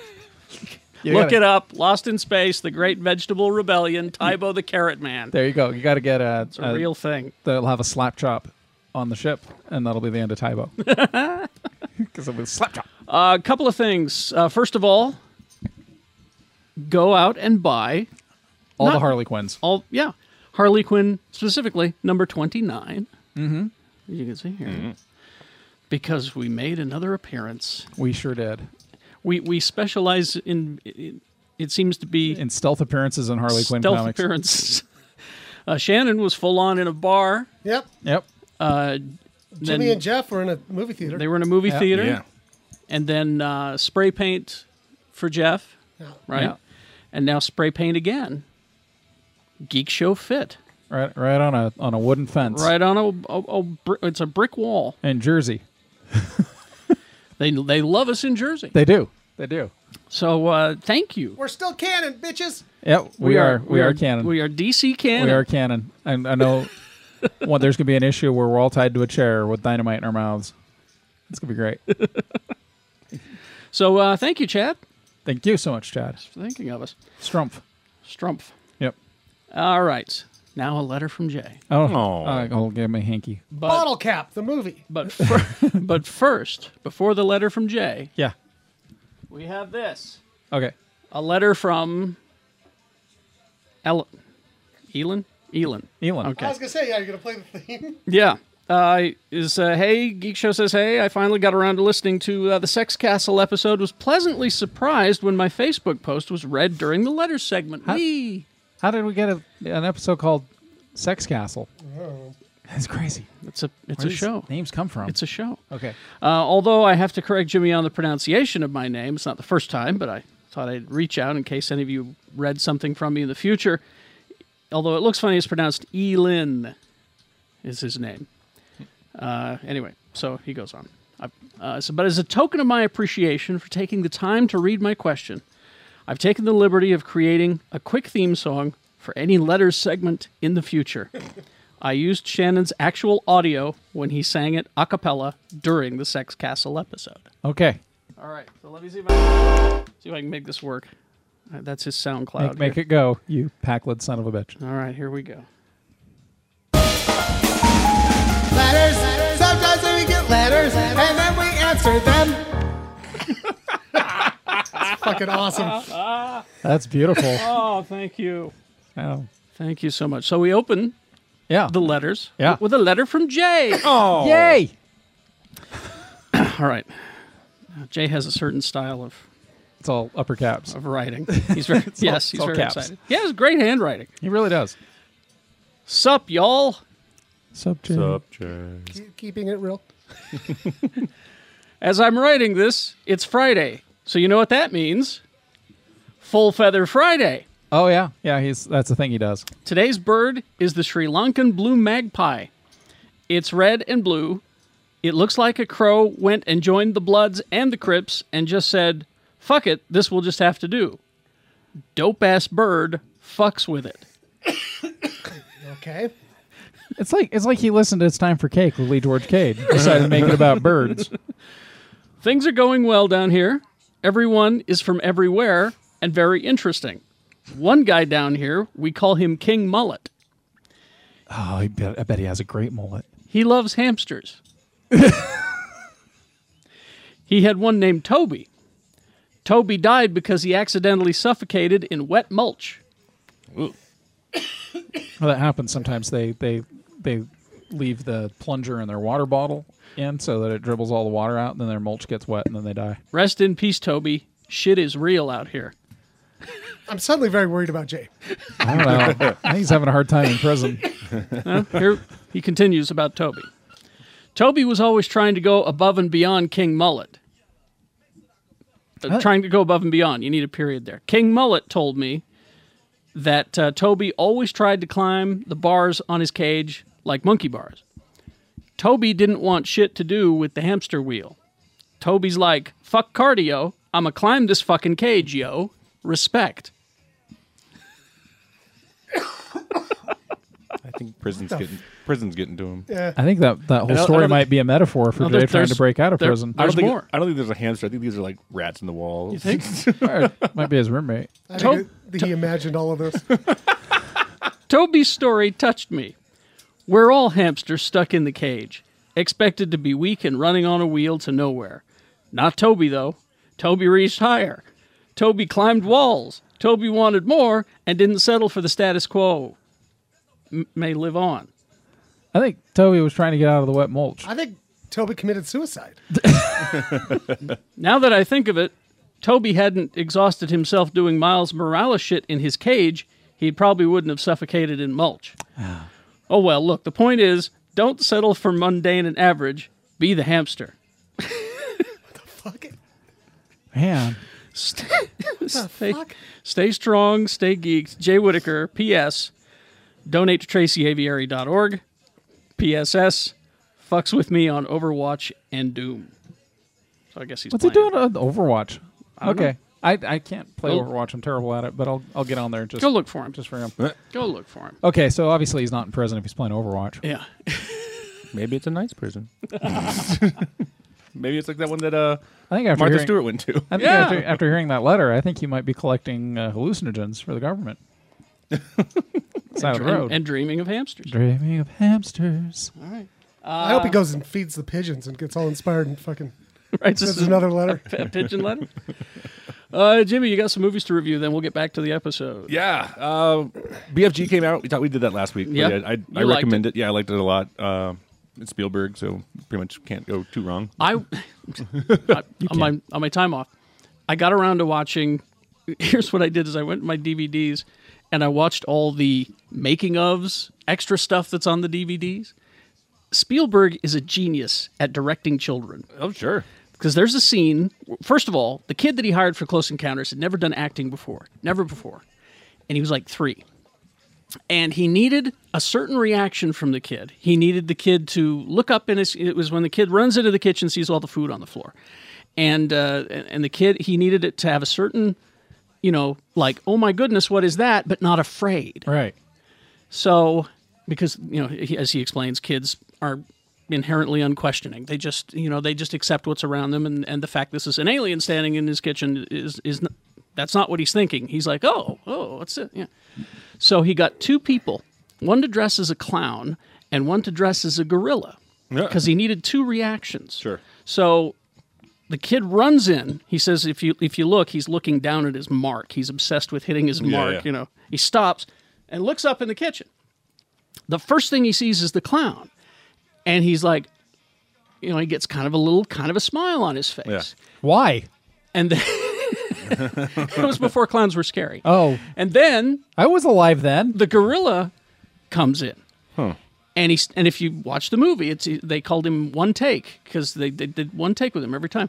Speaker 10: You
Speaker 2: Look
Speaker 10: gotta-
Speaker 2: it up. Lost in Space: The Great Vegetable Rebellion. Tybo the Carrot Man.
Speaker 10: There uh, you go. You got to get a,
Speaker 2: It's a real thing.
Speaker 10: They'll have a slap chop on the ship, and that'll be the end of Tybo. Because it'll be slap chop.
Speaker 2: A couple of things. Uh, first of all, go out and buy
Speaker 10: All the
Speaker 2: Not-
Speaker 10: Harley Quinns.
Speaker 2: all yeah harley quinn specifically number 29 mm-hmm. you can see here because we made another appearance
Speaker 10: We sure did.
Speaker 2: we we specialize in it, it seems to be
Speaker 10: in stealth appearances in Harley Quinn
Speaker 2: stealth
Speaker 10: comics.
Speaker 2: appearances uh, shannon was full on in a bar
Speaker 6: Yep.
Speaker 10: Yep.
Speaker 2: Uh,
Speaker 6: Jimmy and Jeff were in a movie theater.
Speaker 2: They were in a movie
Speaker 6: Yeah.
Speaker 2: theater.
Speaker 6: Yeah.
Speaker 2: And then uh, spray paint for Jeff,
Speaker 6: Yeah.
Speaker 2: right?
Speaker 10: Yeah.
Speaker 2: And now spray paint again. Geek show fit
Speaker 10: Right, right on a on a wooden fence.
Speaker 2: right on a, a, a br- it's a brick wall.
Speaker 10: in Jersey.
Speaker 2: They they love us in Jersey.
Speaker 10: They do. They do.
Speaker 2: So uh, thank you.
Speaker 6: We're still canon, bitches.
Speaker 10: Yep, we,
Speaker 2: We
Speaker 10: are,
Speaker 2: are-
Speaker 10: We
Speaker 2: we
Speaker 10: are,
Speaker 2: are-
Speaker 10: canon.
Speaker 2: we are DC canon.
Speaker 10: We are canon. And I know one, there's gonna be an issue where we're all tied to a chair with dynamite in our mouths. It's gonna be great.
Speaker 2: so uh, thank you, Chad,
Speaker 10: Thank you so much, Chad.
Speaker 2: for thinking of us.
Speaker 10: Strumpf.
Speaker 2: Strumpf.
Speaker 10: Yep.
Speaker 2: All right. Now a letter from Jay.
Speaker 10: Oh, uh, I'll give him a hanky.
Speaker 2: But,
Speaker 6: Bottle cap, the movie.
Speaker 2: But fir- but first, before the letter from Jay,
Speaker 10: Yeah.
Speaker 2: we have this.
Speaker 10: Okay.
Speaker 2: A letter from El- Elon? Elon.
Speaker 10: Elon.
Speaker 2: Okay.
Speaker 6: I was gonna say, yeah, you're gonna play the theme.
Speaker 2: Yeah. Uh, is uh, hey geek show says hey I finally got around to listening to uh, the Sex Castle episode was pleasantly surprised when my Facebook post was read during the letter segment. Whee!
Speaker 10: How did we get a, an episode called Sex Castle? That's crazy.
Speaker 2: It's a it's
Speaker 10: Where
Speaker 2: a
Speaker 10: does
Speaker 2: show.
Speaker 10: Names come from.
Speaker 2: It's a show.
Speaker 10: Okay.
Speaker 2: Uh, although I have to correct Jimmy on the pronunciation of my name, it's not the first time, but I thought I'd reach out in case any of you read something from me in the future. Although it looks funny, it's pronounced Elin, is his name. Uh, anyway, so he goes on. I- Uh, so, but as a token of my appreciation for taking the time to read my question, I've taken the liberty of creating a quick theme song for any letters segment in the future. I used Shannon's actual audio when he sang it a cappella during the Sex Castle episode.
Speaker 10: Okay.
Speaker 2: All right, so let me see if I see if I can make this work. Uh, That's his SoundCloud.
Speaker 10: Make, make
Speaker 2: here.
Speaker 10: it go, you packled son of a bitch.
Speaker 2: All right, here we go.
Speaker 6: Letters. Sometimes we get letters, and then we answer them. it's fucking awesome.
Speaker 10: That's beautiful.
Speaker 2: oh, thank you.
Speaker 10: Oh.
Speaker 2: Thank you so much. So we open
Speaker 10: yeah.
Speaker 2: the letters
Speaker 10: Yeah.
Speaker 2: with a letter from Jay.
Speaker 10: Oh. Yay.
Speaker 2: All right. Now, Jay has a certain style of,
Speaker 10: It's all upper caps.
Speaker 2: of writing. He's very
Speaker 10: It's all-
Speaker 2: yes,
Speaker 10: it's
Speaker 2: he's
Speaker 10: all
Speaker 2: very
Speaker 10: caps.
Speaker 2: excited. He has great handwriting.
Speaker 10: He really does.
Speaker 2: Sup, y'all.
Speaker 10: Sup, Jay.
Speaker 6: Keep, keeping it real.
Speaker 2: As I'm writing this, it's Friday. So you know what that means? Full Feather Friday.
Speaker 10: Oh yeah, yeah. He's that's the thing he does.
Speaker 2: Today's bird is the Sri Lankan blue magpie. It's red and blue. It looks like a crow went and joined the Bloods and the Crips and just said, fuck it, this will just have to do. Dope ass bird fucks with it.
Speaker 6: Okay.
Speaker 10: It's like it's like he listened to "It's Time for Cake" with Lee George Cade, decided to make it about birds.
Speaker 2: Things are going well down here. Everyone is from everywhere and very interesting. One guy down here, we call him King Mullet.
Speaker 10: Oh, I bet, I bet he has a great mullet.
Speaker 2: He loves hamsters. he had one named Toby. Toby died because he accidentally suffocated in wet mulch.
Speaker 10: Well, that happens sometimes. They they they leave the plunger in their water bottle in so that it dribbles all the water out, and then their mulch gets wet, and then they die.
Speaker 2: Rest in peace, Toby. Shit is real out here.
Speaker 6: I'm suddenly very worried about Jay.
Speaker 10: I don't know. I think he's having a hard time in prison.
Speaker 2: Huh? Here he continues about Toby. Toby was always trying to go above and beyond King Mullet. Uh,
Speaker 10: Huh?
Speaker 2: Trying to go above and beyond. You need a period there. King Mullet told me that uh, Toby always tried to climb the bars on his cage like monkey bars. Toby didn't want shit to do with the hamster wheel. Toby's like, fuck cardio. I'ma climb this fucking cage, yo. Respect.
Speaker 3: I think prison's getting prison's getting to him.
Speaker 2: Uh,
Speaker 10: I think that that whole story might be a metaphor for
Speaker 2: No,
Speaker 10: Jay
Speaker 2: there's-
Speaker 10: trying to
Speaker 2: there's-
Speaker 10: break out of
Speaker 2: there-
Speaker 10: prison.
Speaker 2: I
Speaker 3: I don't
Speaker 2: don't There's
Speaker 3: think
Speaker 2: more.
Speaker 3: I don't think there's a hamster. I think these are like rats in the wall.
Speaker 2: You think?
Speaker 10: Or might be his roommate.
Speaker 6: I think that he imagined all of this.
Speaker 2: Toby's story touched me. We're all hamsters stuck in the cage, expected to be weak and running on a wheel to nowhere. Not Toby, though. Toby reached higher. Toby climbed walls. Toby wanted more and didn't settle for the status quo. M- may live on.
Speaker 10: I think Toby was trying to get out of the wet mulch.
Speaker 6: I think Toby committed suicide.
Speaker 2: Now that I think of it, Toby hadn't exhausted himself doing Miles Morales shit in
Speaker 10: Ah.
Speaker 2: his cage, he probably wouldn't have suffocated in mulch. oh well, look, the point is Don't settle for mundane and average. Be the hamster.
Speaker 10: Man.
Speaker 2: Stay, stay strong, stay geeked. Jay Whitaker, P.S. Donate to TracyAviary.org. P.S.S. Fucks with me on Overwatch and Doom. So I guess he's
Speaker 10: What's
Speaker 2: playing.
Speaker 10: he doing on Overwatch?
Speaker 2: I don't know.
Speaker 10: okay. I, I can't play
Speaker 2: Go-
Speaker 10: Overwatch. I'm terrible at it, but I'll I'll get on there and just
Speaker 2: Go look for him.
Speaker 10: Just for him.
Speaker 2: Go look for him.
Speaker 10: Okay, so obviously he's not in prison if he's playing Overwatch.
Speaker 2: Yeah.
Speaker 8: Maybe it's a nice prison. Maybe it's like that one that uh,
Speaker 10: I think after
Speaker 8: Martha
Speaker 10: hearing-
Speaker 8: Stewart went to.
Speaker 10: I think after, after hearing that letter, I think you might be collecting uh, hallucinogens for the government. Side of
Speaker 2: and,
Speaker 10: the road.
Speaker 2: and dreaming of hamsters.
Speaker 10: Dreaming of hamsters.
Speaker 2: All right.
Speaker 6: I
Speaker 2: Uh,
Speaker 6: hope he goes and feeds the pigeons and gets all inspired and fucking
Speaker 2: Right,
Speaker 6: says another letter.
Speaker 2: A, a pigeon letter. Uh, Jimmy, you got some movies to review. Then we'll get back to the episode.
Speaker 8: Yeah, uh, BFG came out. We thought we did that last week. but
Speaker 2: Yeah.
Speaker 8: I, I,
Speaker 2: You
Speaker 8: I
Speaker 2: liked
Speaker 8: recommend it. Yeah, I liked it a lot. Uh, it's Spielberg, so pretty much can't go too wrong.
Speaker 2: I, I- on my on my time off, I got around to watching. Here's what I did: is I went to my DVDs, and I watched all the making ofs, extra stuff that's on the DVDs. Spielberg is a genius at directing children.
Speaker 8: Oh sure,
Speaker 2: because there's a scene. First of all, the kid that he hired for Close Encounters had never done acting before, never before, and he was like three and he needed a certain reaction from the kid. He needed the kid to look up in his. It was when the kid runs into the kitchen, sees all the food on the floor, and uh, and and the kid he needed it to have a certain, you know, like oh my goodness, what is that? But not afraid.
Speaker 10: Right.
Speaker 2: So, because you know, he, as he explains, kids are inherently unquestioning. They just you know they just accept what's around them, and and the fact this is an alien standing in his kitchen is is. n- That's not what he's thinking. He's like, oh, oh, what's it? Yeah. So he got two people, one to dress as a clown and one to dress as a gorilla,
Speaker 8: Yeah.
Speaker 2: because he needed two reactions.
Speaker 8: Sure.
Speaker 2: So the kid runs in. He says, "If you if you look, he's looking down at his mark. He's obsessed with hitting his
Speaker 8: Yeah,
Speaker 2: mark.
Speaker 8: yeah.
Speaker 2: You know." He stops and looks up in the kitchen. The first thing he sees is the clown, and he's like, you know, he gets kind of a little, kind of a smile on his face.
Speaker 8: Yeah.
Speaker 10: Why?
Speaker 2: And then it was before clowns were scary.
Speaker 10: Oh,
Speaker 2: And then
Speaker 10: I was alive then.
Speaker 2: the gorilla comes in. And he's and if you watch the movie, it's they called him one take because they, they did one take with him every time.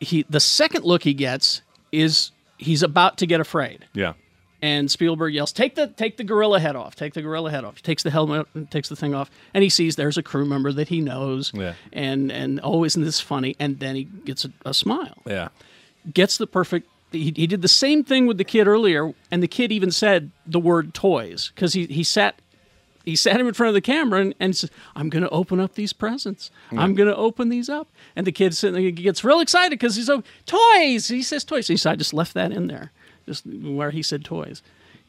Speaker 2: He the second look he gets is he's about to get afraid,
Speaker 8: Yeah,
Speaker 2: and Spielberg yells, "Take the take the gorilla head off! Take the gorilla head off!" He takes the helmet, and takes the thing off, and he sees there's a crew member that he knows,
Speaker 8: Yeah.
Speaker 2: and and oh, isn't this funny? And then he gets a, a smile
Speaker 8: yeah,
Speaker 2: gets the perfect. He, he did the same thing with the kid earlier, and the kid even said the word toys because he, he sat he sat him in front of the camera and, and said, "I'm going to open up these presents. I'm going to open these up." And the kid sitting there gets real excited because he's like, toys. He says toys. He said, "I just left that in there, just where he said toys."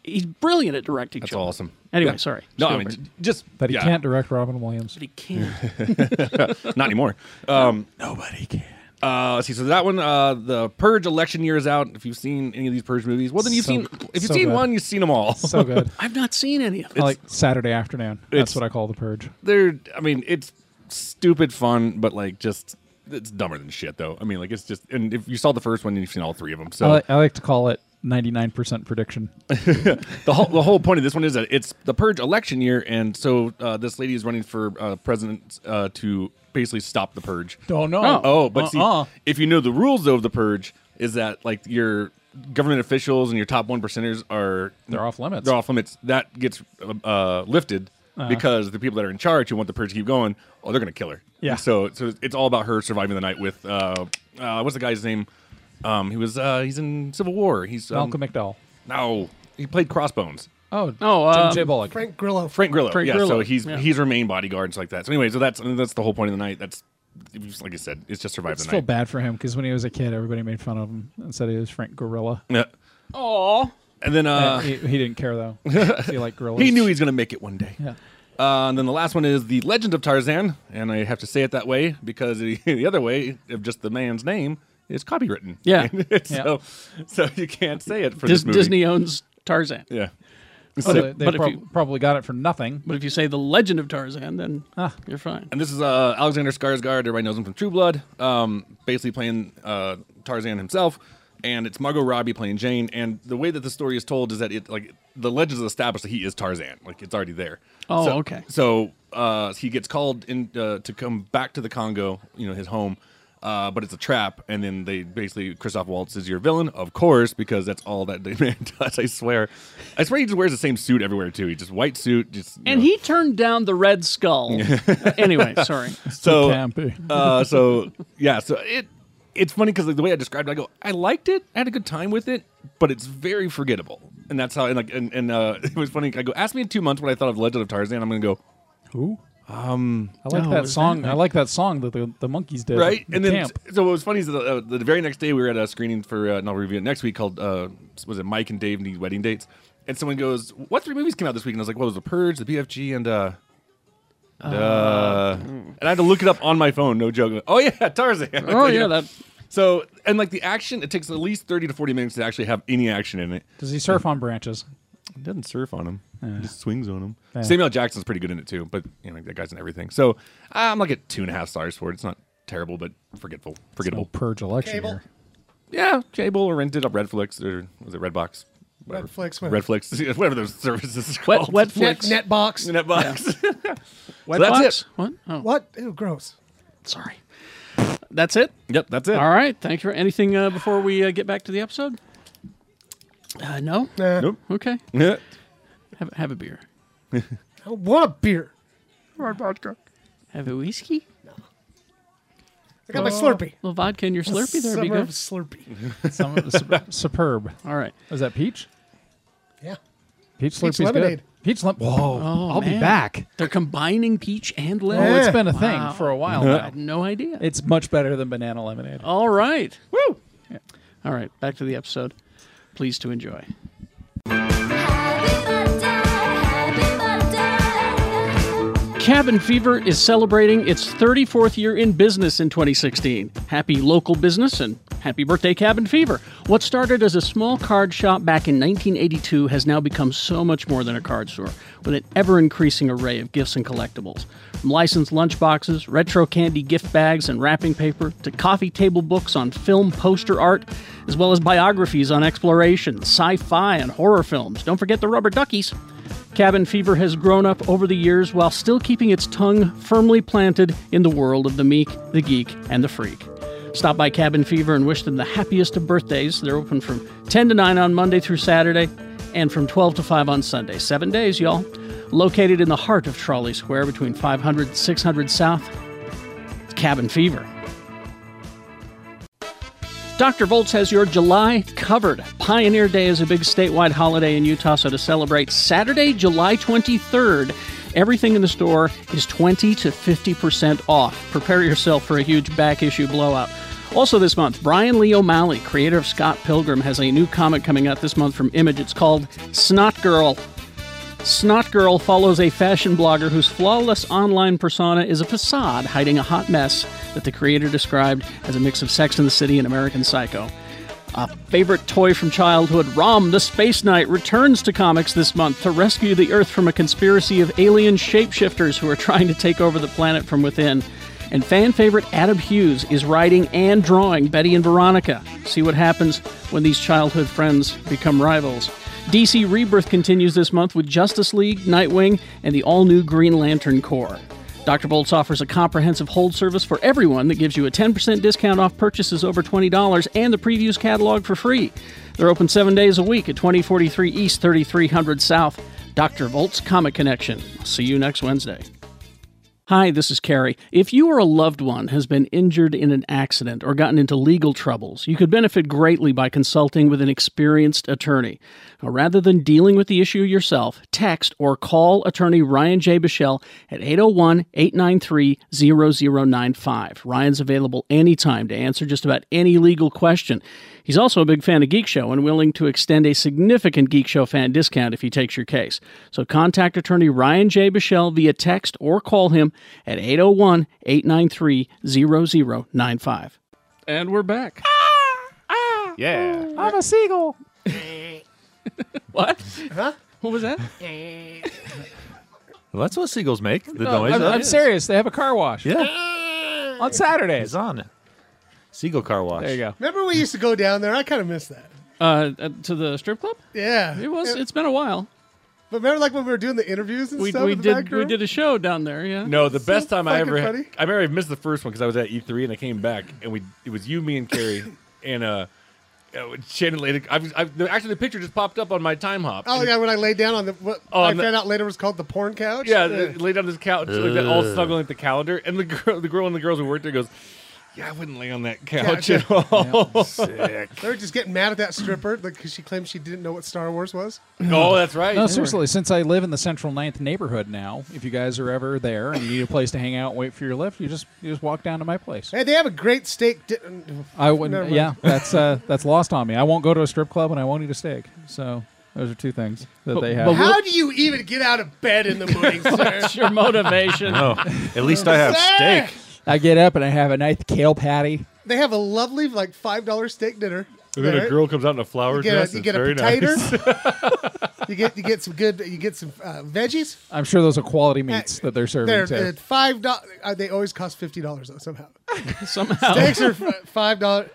Speaker 2: He's brilliant at directing.
Speaker 8: that's
Speaker 2: children.
Speaker 8: awesome.
Speaker 2: Anyway,
Speaker 8: Yeah.
Speaker 2: sorry.
Speaker 8: No, I mean
Speaker 2: Spielberg.
Speaker 8: j- just
Speaker 10: But he
Speaker 8: yeah,
Speaker 10: can't direct Robin Williams.
Speaker 2: But he can't.
Speaker 8: not anymore. Um,
Speaker 10: Nobody can.
Speaker 8: uh, let's see, so that one, uh, the Purge election year is out. If you've seen any of these Purge movies, well, then you've
Speaker 10: So-
Speaker 8: seen. If you've
Speaker 10: so
Speaker 8: seen
Speaker 10: good.
Speaker 8: one, you've seen them all.
Speaker 10: So good.
Speaker 2: I've not seen any of
Speaker 10: I
Speaker 2: it.
Speaker 10: like Saturday afternoon. That's
Speaker 8: it's-
Speaker 10: what I call the purge.
Speaker 8: they're i mean it's stupid fun but like just it's dumber than shit though i mean like it's just and if you saw the first one you've seen all three of them so
Speaker 10: I, li- I like to call it 99% prediction.
Speaker 8: the whole the whole point of this one is that it's the purge election year and so uh, this lady is running for uh, president uh, to basically stop the purge
Speaker 10: Don't know.
Speaker 8: Oh, but
Speaker 10: Uh-uh.
Speaker 8: see, if you know the rules though of the purge, is that like your government officials and your top one percenters are
Speaker 10: They're off limits.
Speaker 8: They're off limits. That gets uh, uh, lifted
Speaker 10: Uh-huh.
Speaker 8: because the people that are in charge who want the purge to keep going, oh, they're gonna kill her.
Speaker 10: Yeah.
Speaker 8: So so it's all about her surviving the night with uh, uh what's the guy's name? Um, he was uh, he's in Civil War. He's um,
Speaker 10: Malcolm McDowell.
Speaker 8: No, he played Crossbones.
Speaker 10: Oh,
Speaker 2: Oh,
Speaker 10: Jim
Speaker 2: um,
Speaker 10: J. Bullock.
Speaker 6: Frank Grillo.
Speaker 8: Frank Grillo.
Speaker 2: Frank
Speaker 8: yeah,
Speaker 2: Grillo,
Speaker 8: so he's
Speaker 2: yeah.
Speaker 8: he's her main bodyguard and stuff like that. So anyway, so that's that's the whole point of the night. That's like I said, it's just survive
Speaker 10: I
Speaker 8: the
Speaker 10: feel
Speaker 8: night.
Speaker 10: bad for him because when he was a kid, everybody made fun of him and said he was Frank Gorilla.
Speaker 8: Yeah.
Speaker 2: Aw.
Speaker 8: And then uh,
Speaker 10: he, he didn't care though. 'cause he liked gorillas.
Speaker 8: He knew he's going to make it one day.
Speaker 10: Yeah.
Speaker 8: Uh, and then the last one is The Legend of Tarzan. And I have to say it that way because the, the other way of just the man's name is copywritten.
Speaker 2: Yeah.
Speaker 8: so, so you can't say it for
Speaker 2: Dis-
Speaker 8: this movie.
Speaker 2: Disney Oh, owns Tarzan.
Speaker 8: Yeah.
Speaker 10: So they- they
Speaker 2: but if
Speaker 10: prob-
Speaker 2: you-
Speaker 10: probably got it for nothing.
Speaker 2: But if you say the Legend of Tarzan, then
Speaker 10: Ah.
Speaker 2: you're fine.
Speaker 8: And this is uh, Alexander Skarsgård. Everybody knows him from True Blood. Um, basically playing uh, Tarzan himself. And it's Margot Robbie playing Jane. And the way that the story is told is that it like the legend is established that he is Tarzan. Like it's already there.
Speaker 2: Oh,
Speaker 8: So-
Speaker 2: okay.
Speaker 8: So uh, he gets called in uh, to come back to the Congo, you know, his home. Uh, but it's a trap, and then they basically Christoph Waltz is your villain, of course, because that's all that man does. I swear, I swear he just wears the same suit everywhere too. He just white suit, just
Speaker 2: And he turned down the Red Skull. anyway, sorry.
Speaker 8: so uh, so yeah, so it it's funny because like, the way I described it, I go, I liked it, I had a good time with it, but it's very forgettable, and that's how and like and, and uh, it was funny. I go, ask me in two months what I thought of Legend of Tarzan. I'm gonna go,
Speaker 10: who?
Speaker 8: Um,
Speaker 10: I like that song. I like that song that the, the monkeys did.
Speaker 8: Right,
Speaker 10: in
Speaker 8: and then
Speaker 10: camp.
Speaker 8: so what was funny is that, uh, the very next day we were at a screening for uh, and I'll review it next week called uh, was it Mike and Dave need wedding dates, and someone goes, what three movies came out this week? And I was like, what was the Purge, the BFG, and uh, and, uh, and I had to look it up on my phone. No joke. Oh yeah, Tarzan.
Speaker 2: Oh, yeah, that-
Speaker 8: So and like the action, it takes at least thirty to forty minutes to actually have any action in it.
Speaker 10: Does he surf on branches?
Speaker 8: He doesn't surf on him.
Speaker 10: Yeah.
Speaker 8: Just swings on him.
Speaker 10: Yeah.
Speaker 8: Samuel Jackson's pretty good in it too, but you know that guy's in everything. So uh, I'm like at two and a half stars for it. It's not terrible, but forgetful. Forgettable.
Speaker 10: purge election Cable. here.
Speaker 8: Yeah, cable or rented up Redflix or was it Redbox? Whatever.
Speaker 6: Redflix, whatever.
Speaker 8: Redflix, whatever those services is
Speaker 6: Wet-
Speaker 8: called.
Speaker 6: Wetflix. Net- Netbox.
Speaker 8: Netbox.
Speaker 2: Wet
Speaker 8: that's
Speaker 2: box?
Speaker 8: it.
Speaker 2: What? Oh.
Speaker 6: What? Ew, gross.
Speaker 2: Sorry. That's it?
Speaker 8: Yep, that's it.
Speaker 2: All right. Thank you. for Anything uh, before we uh, get back to the episode? Uh, no?
Speaker 8: Nope.
Speaker 2: Okay.
Speaker 8: Yeah.
Speaker 2: Have, have a beer.
Speaker 6: I don't want Oh, a beer.
Speaker 2: Or vodka. Have a whiskey?
Speaker 6: I got my Slurpee.
Speaker 2: little vodka in your Uh, Slurpee there would be
Speaker 6: Summer
Speaker 2: good.
Speaker 6: of Slurpee.
Speaker 10: Some of the sup- superb.
Speaker 2: All right.
Speaker 10: Is that peach?
Speaker 6: Yeah.
Speaker 10: Peach
Speaker 6: Peach
Speaker 10: Slurpee's
Speaker 6: lemonade.
Speaker 10: good. Peach lemon. Whoa!
Speaker 2: Oh,
Speaker 10: I'll be
Speaker 2: man.
Speaker 10: back.
Speaker 2: They're combining peach and lemon.
Speaker 10: Oh, it's been a thing
Speaker 2: Wow.
Speaker 10: for a while
Speaker 2: I
Speaker 10: now.
Speaker 2: had no idea.
Speaker 10: It's much better than banana lemonade.
Speaker 2: All right. Woo! All right. Back to the episode. Please to enjoy. Cabin Fever is celebrating its 34th year in business in 2016. Happy local business and happy birthday, Cabin Fever. What started as a small card shop back in 1982 has now become so much more than a card store, with an ever increasing array of gifts and collectibles. From licensed lunchboxes, retro candy gift bags and wrapping paper, to coffee table books on film poster art, as well as biographies on exploration, sci fi, and horror films. Don't forget the rubber duckies. Cabin Fever has grown up over the years while still keeping its tongue firmly planted in the world of the meek, the geek, and the freak. Stop by Cabin Fever and wish them the happiest of birthdays. They're open from 10 to 9 on Monday through Saturday and from 12 to 5 on Sunday. Seven days, y'all. Located in the heart of Trolley Square between 500 and 600 South, it's Cabin Fever. Dr. Volts has your July covered. Pioneer Day is a big statewide holiday in Utah, so to celebrate Saturday, July 23rd, everything in the store is 20 to 50% off. Prepare yourself for a huge back issue blowout. Also, this month, Brian Lee O'Malley, creator of Scott Pilgrim, has a new comic coming out this month from Image. It's called Snot Girl. Snot Girl follows a fashion blogger whose flawless online persona is a facade hiding a hot mess that the creator described as a mix of Sex in the City and American Psycho. A favorite toy from childhood, Rom the Space Knight, returns to comics this month to rescue the Earth from a conspiracy of alien shapeshifters who are trying to take over the planet from within. And fan favorite Adam Hughes is writing and drawing Betty and Veronica. See what happens when these childhood friends become rivals. DC Rebirth continues this month with Justice League, Nightwing, and the all new Green Lantern Corps. Dr. Bolts offers a comprehensive hold service for everyone that gives you a 10% discount off purchases over $20 and the previews catalog for free. They're open seven days a week at 2043 East, 3300 South. Dr. Volt's Comic Connection. See you next Wednesday. Hi, this is Carrie. If you or a loved one has been injured in an accident or gotten into legal troubles, you could benefit greatly by consulting with an experienced attorney. Now, rather than dealing with the issue yourself, text or call attorney Ryan J. Bichelle at 801 893 0095. Ryan's available anytime to answer just about any legal question. He's also a big fan of Geek Show and willing to extend a significant Geek Show fan discount if he takes your case. So contact attorney Ryan J. Bichelle via text or call him at 801 893 0095. And we're back.
Speaker 9: Yeah.
Speaker 10: I'm a seagull.
Speaker 2: What? Huh? What was that?
Speaker 9: Well, that's what seagulls make. The
Speaker 10: No,
Speaker 9: noise.
Speaker 10: Oh, I'm,
Speaker 9: that
Speaker 10: I'm
Speaker 9: is.
Speaker 10: serious. They have a car wash.
Speaker 9: Yeah.
Speaker 10: On Saturdays.
Speaker 9: It's on. Seagull car wash.
Speaker 10: There you go.
Speaker 6: Remember we used to go down there? I kind of miss that.
Speaker 2: Uh, uh, to the strip club?
Speaker 6: Yeah.
Speaker 2: It was. It's been a while.
Speaker 6: But remember, like when we were doing the interviews and
Speaker 2: We,
Speaker 6: stuff.
Speaker 2: we
Speaker 6: in the
Speaker 2: did
Speaker 6: back
Speaker 2: we
Speaker 6: room?
Speaker 2: did a show down there. Yeah.
Speaker 8: No, the best time I
Speaker 6: fucking
Speaker 8: ever
Speaker 6: funny.
Speaker 8: had, I remember I missed the first one because I was at E3 and I came back and we it was you, me, and Carrie and uh, uh Shannon Lady. I was I, the- actually the picture just popped up on my time hop.
Speaker 6: Oh
Speaker 8: And-
Speaker 6: yeah, when I laid down on the what
Speaker 8: Oh,
Speaker 6: I
Speaker 8: on the-
Speaker 6: found out later was called the porn couch.
Speaker 8: yeah, they laid on this couch like that, all
Speaker 9: Ugh.
Speaker 8: snuggling at the calendar, and the girl, the girl and the girls who worked there goes, "Yeah, I wouldn't lay on that couch
Speaker 6: Gotcha.
Speaker 8: at all."
Speaker 6: They were just getting mad at that stripper because she claimed she didn't know what Star Wars was.
Speaker 8: Oh, that's right.
Speaker 10: No, seriously, since I live in the Central Ninth neighborhood now, if you guys are ever there and you need a place to hang out and wait for your lift, you just you just walk down to my place.
Speaker 6: Hey, they have a great steak. Di-
Speaker 10: I
Speaker 6: Never
Speaker 10: wouldn't.
Speaker 6: mind.
Speaker 10: Yeah, that's uh, that's lost on me. I won't go to a strip club and I won't eat a steak. So those are two things that they have.
Speaker 6: How do you even get out of bed in the morning, sir?
Speaker 2: What's your motivation?
Speaker 9: No, at least I have
Speaker 6: Sir!
Speaker 9: steak.
Speaker 10: I get up and I have a nice kale patty.
Speaker 6: They have a lovely like five dollar steak dinner.
Speaker 8: And then
Speaker 6: Right?
Speaker 8: a girl comes out in a flower
Speaker 6: You get
Speaker 8: dress.
Speaker 6: a, you get a
Speaker 8: it's very
Speaker 6: potato.
Speaker 8: nice.
Speaker 6: you get you get some good. You get some uh, veggies.
Speaker 10: I'm sure those are quality meats that
Speaker 6: They're
Speaker 10: they're serving too.
Speaker 6: at five dollars. Uh, they always cost fifty dollars though somehow.
Speaker 2: Somehow.
Speaker 6: Steaks are f- five dollars.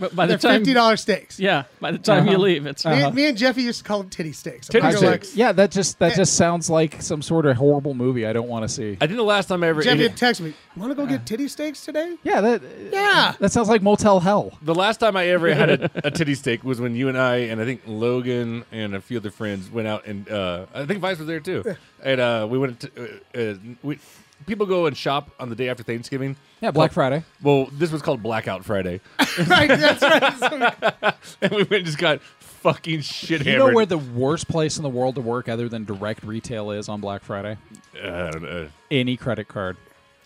Speaker 2: But Oh. by the
Speaker 6: They're
Speaker 2: time
Speaker 6: fifty dollars steaks.
Speaker 2: Yeah. By the time you
Speaker 10: Uh-huh.
Speaker 2: leave, it's
Speaker 6: Me, me and Jeffy used to call them titty steaks. I'm
Speaker 10: I
Speaker 6: not gonna
Speaker 10: see.
Speaker 6: lie.
Speaker 10: yeah, that just that just sounds like some sort of horrible movie I don't want to see.
Speaker 8: I think the last time I ever ate
Speaker 6: Jeffy
Speaker 8: it,
Speaker 6: would text me, "Want to go get titty steaks today?"
Speaker 10: Yeah, that
Speaker 6: Yeah.
Speaker 10: that sounds like Motel Hell.
Speaker 8: The last time I ever had a, a titty steak was when you and I and I think Logan and a few other friends went out and uh, I think Vice was there too. And uh, we went. To, uh, uh, we, people go and shop on the day after Thanksgiving.
Speaker 10: Yeah, Black Friday.
Speaker 8: Well, this was called Blackout Friday,
Speaker 6: right. That's right.
Speaker 8: and we went and just got fucking shit
Speaker 10: You
Speaker 8: hammered.
Speaker 10: know where the worst place in the world to work other than direct retail is on Black Friday?
Speaker 8: uh, I don't know.
Speaker 10: Any credit card.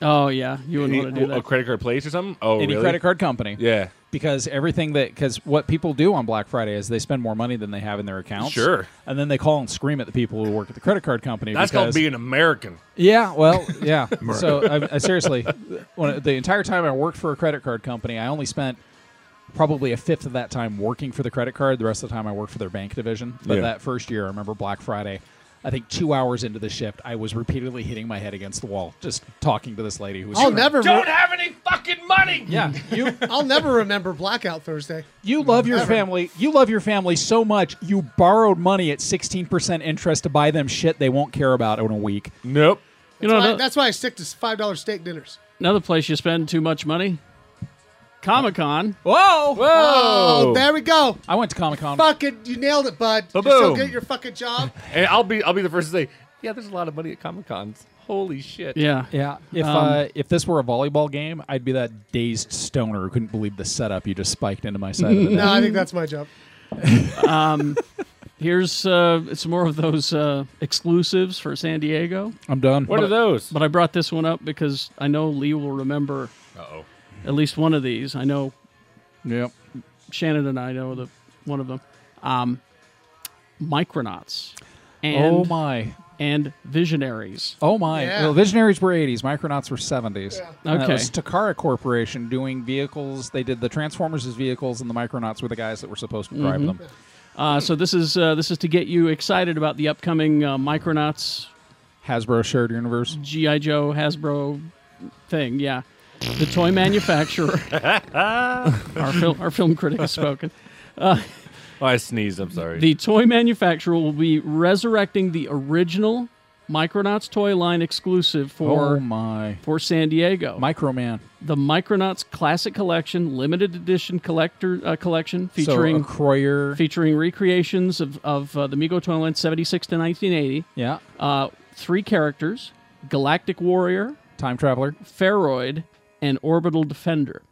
Speaker 2: Oh yeah, you wouldn't want to do
Speaker 8: Any-
Speaker 2: that.
Speaker 8: a credit card place or something? Oh,
Speaker 10: Any
Speaker 8: really?
Speaker 10: credit card company.
Speaker 8: Yeah.
Speaker 10: Because everything that because what people do on Black Friday is they spend more money than they have in their accounts.
Speaker 8: Sure.
Speaker 10: And then they call and scream at the people who work at the credit card company.
Speaker 8: That's
Speaker 10: because,
Speaker 8: called being American.
Speaker 10: Yeah, well, yeah. so I, I seriously, when, the entire time I worked for a credit card company, I only spent probably a fifth of that time working for the credit card. The rest of the time I worked for their bank division. But
Speaker 8: Yeah.
Speaker 10: that first year, I remember Black Friday. I think two hours into the shift, I was repeatedly hitting my head against the wall, just talking to this lady who was.
Speaker 6: I'll never.
Speaker 3: Don't have any fucking money.
Speaker 10: Yeah, you
Speaker 6: I'll never remember Blackout Thursday.
Speaker 10: you love your
Speaker 6: Never.
Speaker 10: family. You love your family so much you borrowed money at sixteen percent interest to buy them shit they won't care about in a week.
Speaker 8: Nope.
Speaker 2: you
Speaker 6: That's
Speaker 2: know,
Speaker 6: why,
Speaker 2: ano-
Speaker 6: that's why I stick to five dollar steak dinners.
Speaker 2: another place you spend too much money. Comic Con.
Speaker 10: Whoa!
Speaker 6: Oh, there we go.
Speaker 10: I went to Comic Con.
Speaker 6: Fucking, you nailed it, bud. You're so
Speaker 8: Ba-boom.
Speaker 6: good at your fucking job.
Speaker 8: And I'll be I'll be the first to say, yeah, there's a lot of money at comic cons. Holy shit.
Speaker 2: Yeah.
Speaker 10: Yeah. If
Speaker 2: Um,
Speaker 10: uh, if this were a volleyball game, I'd be that dazed stoner who couldn't believe the setup you just spiked into my side of the net.
Speaker 6: No, I think that's my job.
Speaker 2: Here's uh, some more of those uh, exclusives for San Diego.
Speaker 10: I'm done.
Speaker 8: What are those?
Speaker 2: But I brought this one up because I know Lee will remember
Speaker 8: Uh-oh.
Speaker 2: at least one of these. I know
Speaker 10: Yep.
Speaker 2: Shannon and I know the one of them. Um, Micronauts. And,
Speaker 10: Oh my.
Speaker 2: and Visionaries.
Speaker 10: Oh my.
Speaker 6: Yeah.
Speaker 10: Well, Visionaries were 80s. Micronauts were 70s. And it
Speaker 2: Okay.
Speaker 10: was Takara Corporation doing vehicles. They did the Transformers as vehicles, and the Micronauts were the guys that were supposed to drive them.
Speaker 2: Uh, so this is uh, this is to get you excited about the upcoming uh, Micronauts
Speaker 10: Hasbro Shared Universe.
Speaker 2: GI Joe Hasbro thing. Yeah, the toy manufacturer. our film our film critic has spoken.
Speaker 8: Oh, I sneezed. I'm sorry.
Speaker 2: The toy manufacturer will be resurrecting the original Micronauts toy line exclusive for
Speaker 10: oh my.
Speaker 2: for San Diego.
Speaker 10: Microman.
Speaker 2: the Micronauts Classic Collection, limited edition collector uh, collection featuring
Speaker 10: so uh, a Croyer.
Speaker 2: featuring recreations of of uh, the Mego toy line 76 to 1980.
Speaker 10: yeah.
Speaker 2: Uh, three characters: Galactic Warrior,
Speaker 10: Time Traveler.
Speaker 2: Feroid, and Orbital Defender.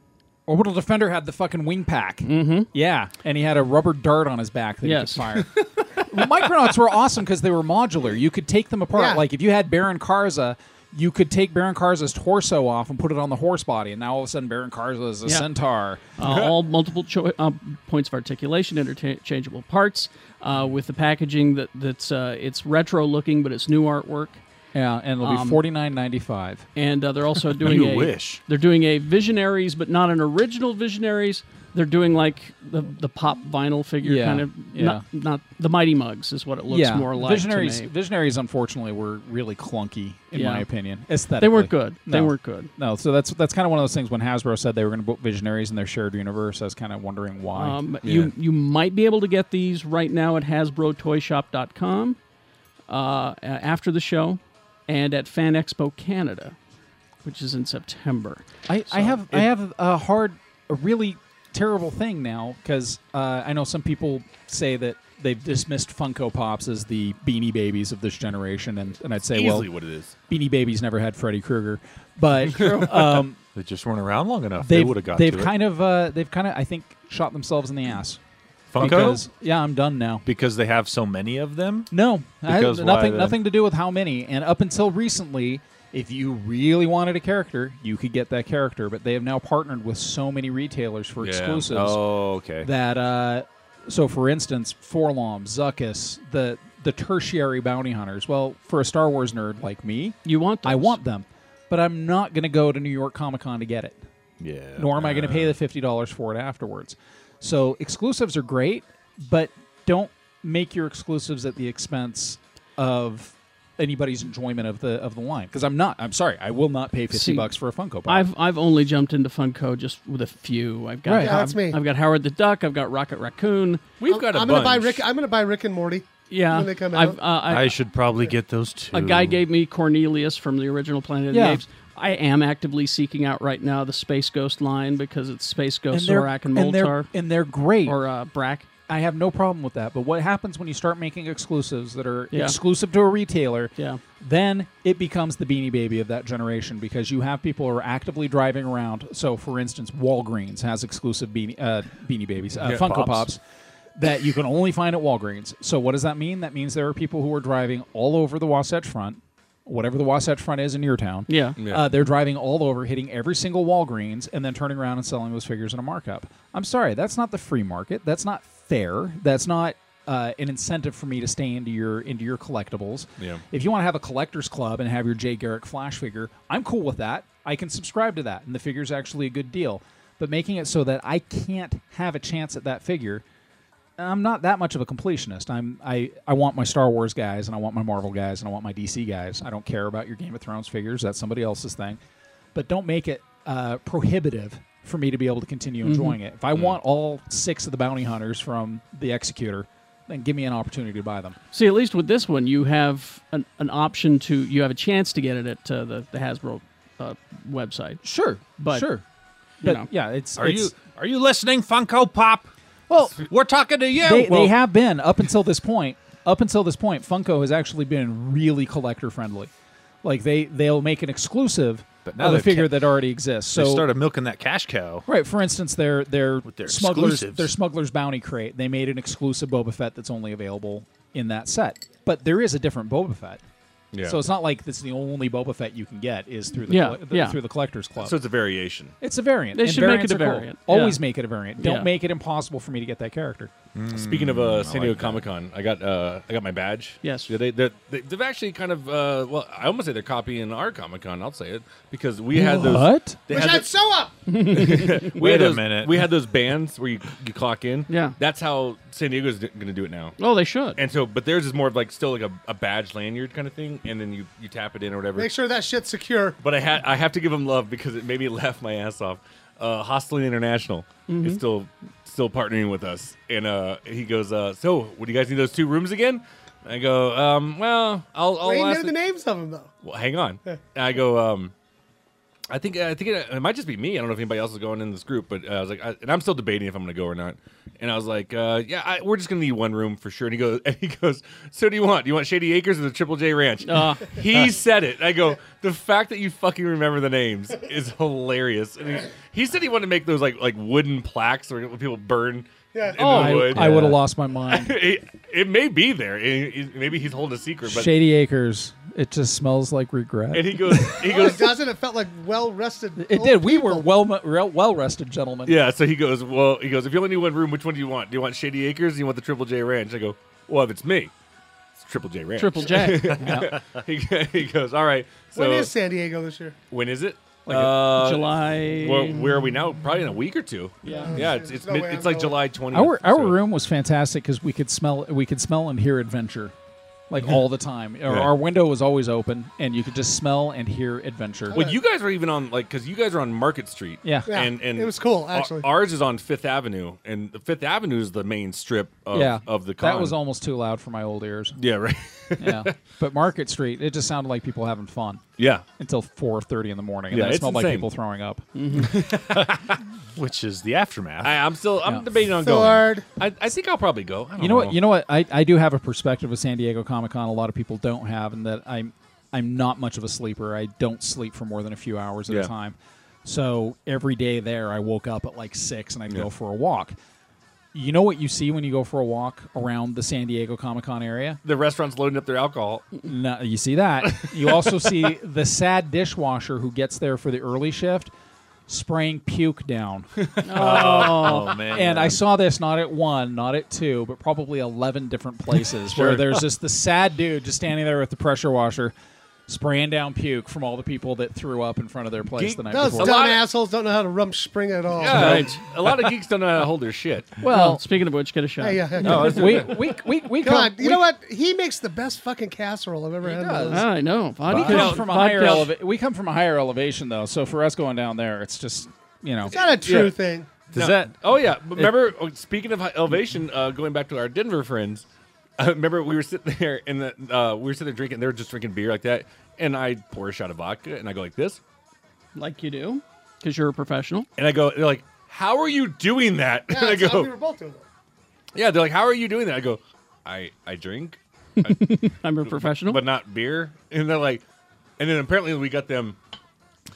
Speaker 10: Orbital Defender had the fucking wing pack. Mm-hmm. Yeah, and he had a rubber dart on his back that
Speaker 2: Yes.
Speaker 10: he could fire. Micronauts were awesome because they were modular. You could take them apart.
Speaker 6: Yeah.
Speaker 10: Like if you had Baron Karza, you could take Baron Karza's torso off and put it on the horse body, and now all of a sudden Baron Karza is a
Speaker 2: Yeah.
Speaker 10: centaur.
Speaker 2: Uh, all multiple cho- uh, points of articulation, interchangeable parts, uh, with the packaging that that's uh, it's retro looking, but it's new artwork.
Speaker 10: Yeah, and it'll be
Speaker 2: Um,
Speaker 10: forty nine ninety five.
Speaker 2: And uh, they're also doing
Speaker 9: You
Speaker 2: a
Speaker 9: wish.
Speaker 2: they're doing a Visionaries, but not an original Visionaries. They're doing like the the pop vinyl figure
Speaker 10: Yeah,
Speaker 2: kind of
Speaker 10: yeah.
Speaker 2: not not the Mighty Mugs is what it looks
Speaker 10: Yeah,
Speaker 2: more like. to
Speaker 10: visionaries.
Speaker 2: me.
Speaker 10: Visionaries, unfortunately, were really clunky in
Speaker 2: Yeah.
Speaker 10: my opinion. Aesthetically,
Speaker 2: they weren't good. They
Speaker 10: No.
Speaker 2: weren't good.
Speaker 10: No, so that's that's kind of one of those things. When Hasbro said they were going to put Visionaries in their shared universe, I was kind of wondering why.
Speaker 2: Um, You you might be able to get these right now at HasbroToyShop.com. uh, after the show and at Fan Expo Canada, which is in September.
Speaker 10: I,
Speaker 2: So
Speaker 10: I have I
Speaker 2: it-
Speaker 10: have a hard, a really terrible thing now because uh, I know some people say that they've dismissed Funko Pops as the Beanie Babies of this generation, and, and I'd say
Speaker 8: Easily
Speaker 10: well,
Speaker 8: what it is.
Speaker 10: Beanie Babies never had Freddy Krueger, but
Speaker 9: True.
Speaker 10: um,
Speaker 9: They just weren't around long enough. They
Speaker 10: They've,
Speaker 9: would've got
Speaker 10: They've
Speaker 9: to it.
Speaker 10: kind of uh, they've kind of I think shot themselves in the ass.
Speaker 9: Funko?
Speaker 10: Because- yeah, I'm done now.
Speaker 9: Because they have so many of them.
Speaker 10: No, I-
Speaker 9: Because why
Speaker 10: nothing.
Speaker 9: then?
Speaker 10: Nothing to do with how many. And up until recently, if you really wanted a character, you could get that character. But they have now partnered with so many retailers for
Speaker 9: Yeah.
Speaker 10: exclusives.
Speaker 9: Oh, okay.
Speaker 10: That uh, so, for instance, Forlom, Zuckus, the the tertiary bounty hunters. Well, for a Star Wars nerd like me,
Speaker 2: you want
Speaker 10: I want them, but I'm not going to go to New York Comic Con to get it.
Speaker 9: Yeah.
Speaker 10: Nor am I going to
Speaker 2: Uh.
Speaker 10: pay the fifty dollars for it afterwards. So exclusives are great, but don't make your exclusives at the expense of anybody's enjoyment of the of the line. Because I'm not. I'm sorry. I will not pay fifty
Speaker 2: See,
Speaker 10: bucks for a Funko Pop.
Speaker 2: I've I've only jumped into Funko just with a few. I've got
Speaker 10: Right. Yeah, that's
Speaker 2: I've,
Speaker 10: me.
Speaker 2: I've got Howard the Duck. I've got Rocket Raccoon.
Speaker 6: We've I'm, I'm gonna buy Rick. I'm gonna buy Rick and Morty.
Speaker 2: Yeah,
Speaker 6: when they come
Speaker 2: I've-
Speaker 6: out.
Speaker 2: uh, I-
Speaker 9: I should probably get those two.
Speaker 2: A guy gave me Cornelius from the original Planet of the
Speaker 10: Yeah.
Speaker 2: Apes. I am actively seeking out right now the Space Ghost line because it's Space Ghost
Speaker 10: they're-
Speaker 2: Zorak and
Speaker 10: and they're-
Speaker 2: Moltar.
Speaker 10: and they're great.
Speaker 2: Or uh, Brack.
Speaker 10: I have no problem with that. But what happens when you start making exclusives that are
Speaker 2: Yeah.
Speaker 10: exclusive to a retailer?
Speaker 2: Yeah.
Speaker 10: Then it becomes the beanie baby of that generation because you have people who are actively driving around. So, for instance, Walgreens has exclusive beanie uh, beanie babies, uh,
Speaker 9: Yeah,
Speaker 10: Funko
Speaker 9: Pops.
Speaker 10: Pops. that you can only find at Walgreens. So, what does that mean? That means there are people who are driving all over the Wasatch Front. Whatever the Wasatch Front is in your town,
Speaker 2: Yeah. Yeah.
Speaker 10: Uh, they're driving all over, hitting every single Walgreens, and then turning around and selling those figures at a markup. I'm sorry, that's not the free market. That's not fair. That's not uh, an incentive for me to stay into your into your collectibles.
Speaker 9: Yeah.
Speaker 10: If you want to have a collector's club and have your Jay Garrick Flash figure, I'm cool with that. I can subscribe to that, and the figure's actually a good deal. But making it so that I can't have a chance at that figure, I'm not that much of a completionist. I'm I, I want my Star Wars guys and I want my Marvel guys and I want my DC guys. I don't care about your Game of Thrones figures. That's somebody else's thing. But don't make it uh, prohibitive for me to be able to continue
Speaker 9: Mm-hmm.
Speaker 2: Mhm.
Speaker 10: enjoying it. If I
Speaker 2: Mm.
Speaker 10: want all six of the bounty hunters from the Executor, then give me an opportunity to buy them.
Speaker 2: See, at least with this one, you have an, an option to, you have a chance to get it at uh, the, the Hasbro uh, website.
Speaker 10: Sure.
Speaker 2: But,
Speaker 10: sure.
Speaker 2: You
Speaker 10: But,
Speaker 2: know.
Speaker 10: yeah, it's
Speaker 9: Are
Speaker 10: it's-
Speaker 9: you are you listening, Funko Pop?
Speaker 10: Well,
Speaker 9: we're talking to you.
Speaker 10: They, they have been up until this point. Up until this point, Funko has actually been really collector friendly. Like they they'll make an exclusive
Speaker 9: But now
Speaker 10: of a
Speaker 9: they've
Speaker 10: figure
Speaker 9: kept-
Speaker 10: that already exists. So
Speaker 9: they started milking that cash cow.
Speaker 10: Right. For instance, their their,
Speaker 9: their
Speaker 10: smugglers
Speaker 9: exclusives.
Speaker 10: their smugglers bounty crate. They made an exclusive Boba Fett that's only available in that set. But there is a different Boba Fett.
Speaker 8: Yeah.
Speaker 10: So it's not like that's the only Boba Fett you can get is through the,
Speaker 8: Yeah,
Speaker 10: colle- the-
Speaker 8: yeah.
Speaker 10: through the collectors club.
Speaker 8: So it's a variation.
Speaker 10: It's a variant.
Speaker 8: They
Speaker 10: and
Speaker 8: should make
Speaker 10: variants
Speaker 8: it a
Speaker 10: are cool.
Speaker 8: variant.
Speaker 10: Always
Speaker 8: Yeah.
Speaker 10: make it a variant. Don't
Speaker 8: Yeah.
Speaker 10: make it impossible for me to get that character.
Speaker 8: Speaking of uh, San
Speaker 10: I
Speaker 8: Diego
Speaker 10: like that.
Speaker 8: Comic Con, I got uh, I got my badge.
Speaker 2: Yes,
Speaker 8: yeah, they they're- they they've actually kind of uh, well, I almost say they're copying our Comic Con. I'll say it because we had those.
Speaker 10: What?
Speaker 8: They
Speaker 6: Wish
Speaker 8: had
Speaker 6: I'd sew up.
Speaker 8: the- we
Speaker 9: Wait
Speaker 8: had
Speaker 9: a
Speaker 8: those,
Speaker 9: minute.
Speaker 8: We had those bands where you, you clock in.
Speaker 2: Yeah.
Speaker 8: that's how San Diego's d- going to do it now.
Speaker 2: Oh, they should.
Speaker 8: And so, but theirs is more of like still like a, a badge lanyard kind of thing, and then you you tap it in or whatever.
Speaker 6: Make sure that shit's secure.
Speaker 8: But I had I have to give them love because it made me laugh my ass off. Uh, Hostelin International
Speaker 6: Mhm.
Speaker 8: is still still partnering with us, and uh, he goes, uh, "So, would you guys need those two rooms again?" I go, um, "Well, I'll, I'll
Speaker 6: we
Speaker 8: ask
Speaker 6: knew the names of them though.
Speaker 8: well, hang on. And I go, um, I think I think it, it might just be me. I don't know if anybody else is going in this group, but uh, I was like, I, and I'm still debating if I'm going to go or not. And I was like, uh, yeah, I, we're just going to need one room for sure. And he goes, and he goes, so do you want? Do you want Shady Acres or the Triple J Ranch?
Speaker 2: Uh.
Speaker 8: he said it. I go, the fact that you fucking remember the names is hilarious. And he, he said he wanted to make those like like wooden plaques where people burn.
Speaker 6: Yeah.
Speaker 8: in the
Speaker 10: Oh, I,
Speaker 8: wood.
Speaker 10: I would have lost my mind.
Speaker 8: it, it may be there. It- it- maybe he's holding a secret. But
Speaker 10: Shady Acres. It just smells like regret.
Speaker 8: And he goes, he
Speaker 6: Oh,
Speaker 8: goes,
Speaker 6: it doesn't. It felt like well rested.
Speaker 10: It did. We were well well rested gentlemen.
Speaker 8: Yeah, so he goes, Well, he goes, If you only need one room, which one do you want? Do you want Shady Acres or you want the Triple J Ranch? I go, Well, if it's me, it's Triple J Ranch.
Speaker 2: Triple J.
Speaker 6: Yeah.
Speaker 8: he, he goes, All right. So
Speaker 6: when is San Diego this year?
Speaker 8: when is it? Uh,
Speaker 2: Like a- July-
Speaker 8: Well, where are we now? Probably in a week or two.
Speaker 2: Yeah.
Speaker 8: Yeah, it's, it's,
Speaker 6: No
Speaker 8: mid,
Speaker 6: way
Speaker 8: it's
Speaker 6: I'm
Speaker 8: like July 20th.
Speaker 10: Our our room was fantastic because we could smell we could smell and hear adventure. like all the time. Our,
Speaker 8: Yeah.
Speaker 10: our window was always open, and you could just smell and hear adventure.
Speaker 8: Well, you guys are even on like because you guys are on Market Street.
Speaker 10: Yeah. Yeah,
Speaker 8: and and
Speaker 10: it was cool,
Speaker 8: our-
Speaker 10: actually.
Speaker 8: Ours is on Fifth Avenue, and the Fifth Avenue is the main strip of,
Speaker 10: yeah,
Speaker 8: of the con.
Speaker 10: that was almost too loud for my old ears.
Speaker 8: Yeah, right.
Speaker 10: yeah, but Market Street, it just sounded like people having fun.
Speaker 8: Yeah.
Speaker 10: until four thirty in the morning, and
Speaker 8: Yeah,
Speaker 10: then it
Speaker 8: it's
Speaker 10: smelled like
Speaker 8: insane.
Speaker 10: people throwing up.
Speaker 9: Which is the aftermath.
Speaker 8: I, I'm still I'm
Speaker 10: Yeah.
Speaker 8: debating on
Speaker 10: Sword.
Speaker 8: going. I, I think I'll probably go. I don't
Speaker 10: You know what? You know what? I, I do have a perspective of San Diego Comic Con. A lot of people don't have, and that I'm I'm not much of a sleeper. I don't sleep for more than a few hours at
Speaker 8: Yeah.
Speaker 10: a time. So every day there, I woke up at like six and I'd
Speaker 8: Yeah.
Speaker 10: go for a walk. You know what you see when you go for a walk around the San Diego Comic Con area?
Speaker 8: the restaurants loading up their alcohol.
Speaker 10: No, you see that. You also see the sad dishwasher who gets there for the early shift spraying puke down.
Speaker 9: Oh. Oh, man.
Speaker 10: And I saw this not at one, not at two, but probably 11 different places
Speaker 9: Sure.
Speaker 10: where there's just the sad dude just standing there with the pressure washer spraying down puke from all the people that threw up in front of their place the night
Speaker 6: Those
Speaker 10: before.
Speaker 6: dumb assholes don't know how to rump spring at all.
Speaker 10: Yeah, Right.
Speaker 8: A lot of geeks don't know how to hold their shit.
Speaker 10: Well-
Speaker 2: speaking of which, get a shot.
Speaker 6: Hey, yeah, yeah.
Speaker 10: No, it's- we- we- we- we
Speaker 6: Come
Speaker 10: come-
Speaker 6: on. You
Speaker 10: we-
Speaker 6: know what? He makes the best fucking casserole I've ever had. in my life.
Speaker 2: I know. Vodka,
Speaker 10: we come from
Speaker 2: vodka-
Speaker 10: a higher eleva- we come from a higher elevation though, so for us going down there, it's just you know,
Speaker 6: It's not a true
Speaker 8: Yeah.
Speaker 6: thing.
Speaker 8: No. Oh yeah. But Remember, oh, speaking of high elevation, uh, going back to our Denver friends. I remember we were sitting there and the, uh, we were sitting there drinking. They were just drinking beer like that, and I pour a shot of vodka and I go like this,
Speaker 2: like you do, because you're a professional.
Speaker 8: and I go. They're like, "How are you doing that?"
Speaker 6: Yeah,
Speaker 8: and I
Speaker 6: that's how
Speaker 8: go,
Speaker 6: we were both doing it.
Speaker 8: "Yeah." They're like, "How are you doing that?" I go, "I I drink."
Speaker 2: I'm a professional,
Speaker 8: but not beer. And they're like, and then apparently we got them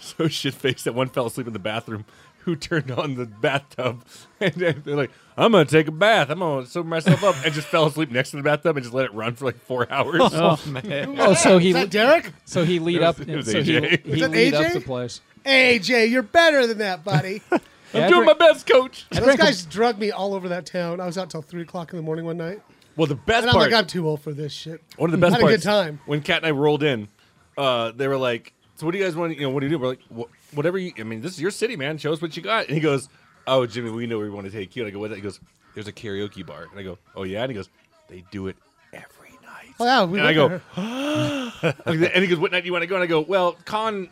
Speaker 8: so shit faced that one fell asleep in the bathroom who turned on the bathtub. And then they're like, I'm going to take a bath. I'm going to sober myself up. And just fell asleep next to the bathtub and just let it run for like four hours.
Speaker 10: Oh,
Speaker 8: man.
Speaker 10: Oh, so he
Speaker 6: Derek?
Speaker 10: So he lead
Speaker 8: It was-
Speaker 10: up.
Speaker 8: it was
Speaker 10: so
Speaker 8: AJ.
Speaker 10: He,
Speaker 8: Was
Speaker 10: he
Speaker 8: that
Speaker 10: lead
Speaker 8: AJ?
Speaker 10: up the place.
Speaker 6: AJ, you're better than that, buddy.
Speaker 10: Yeah, I doing drank-
Speaker 8: my best, coach.
Speaker 6: Those
Speaker 10: drank a-
Speaker 6: guys drug me all over that town. I was out till three o'clock in the morning one night.
Speaker 8: Well, the best
Speaker 6: and I'm
Speaker 8: part.
Speaker 6: like, I'm too old for this shit.
Speaker 8: One of the best
Speaker 6: Had
Speaker 8: parts.
Speaker 6: a good time.
Speaker 8: When Kat and I rolled in, uh, they were like, "So what do you guys want? You know, what do you do?" We're like, "Wh- "Whatever you. I mean, this is your city, man. Show us what you got." And he goes, "Oh, Jimmy, we know where we want to take you." And I go, "What?" He goes, "There's a karaoke bar." And I go, "Oh yeah." And he goes, "They do it every night."
Speaker 6: Oh, yeah, we
Speaker 8: and I
Speaker 6: went
Speaker 8: go,
Speaker 6: there.
Speaker 8: and he goes, "What night do you want to go?" And I go, "Well, Con,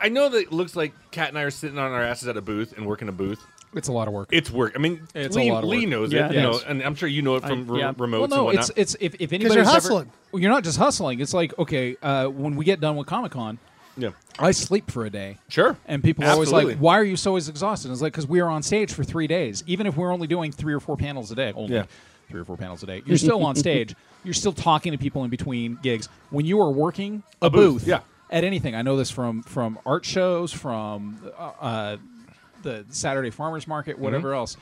Speaker 8: I know that it looks like Kat and I are sitting on our asses at a booth and working a booth."
Speaker 10: It's a lot of work.
Speaker 8: It's work. I mean,
Speaker 10: It's a
Speaker 8: Lee,
Speaker 10: lot of
Speaker 8: Lee
Speaker 10: work.
Speaker 8: knows
Speaker 10: Yeah,
Speaker 8: it,
Speaker 10: it
Speaker 8: you know,
Speaker 10: is.
Speaker 8: and I'm sure you know it
Speaker 10: I-
Speaker 8: from re-
Speaker 10: yeah.
Speaker 8: remotes
Speaker 10: Well,
Speaker 8: and
Speaker 10: no,
Speaker 8: whatnot.
Speaker 10: it's it's if if
Speaker 8: 'Cause you're
Speaker 10: anybody's ever-
Speaker 8: hustling.
Speaker 10: well, you're not just hustling. It's like okay, uh, when we get done with Comic Con,
Speaker 8: yeah,
Speaker 10: I sleep for a day.
Speaker 8: Sure.
Speaker 10: And people are always
Speaker 8: Absolutely.
Speaker 10: like, "Why are you so always exhausted?" And it's like because we are on stage for three days, even if we're only doing three or four panels a day. Only
Speaker 8: Yeah.
Speaker 10: three or four panels a day. You're still on stage. You're still talking to people in between gigs. When you are working a,
Speaker 8: A booth, yeah.
Speaker 10: at anything, I know this from from art shows, from uh, uh, the Saturday farmers market, whatever
Speaker 8: Mhm.
Speaker 10: else.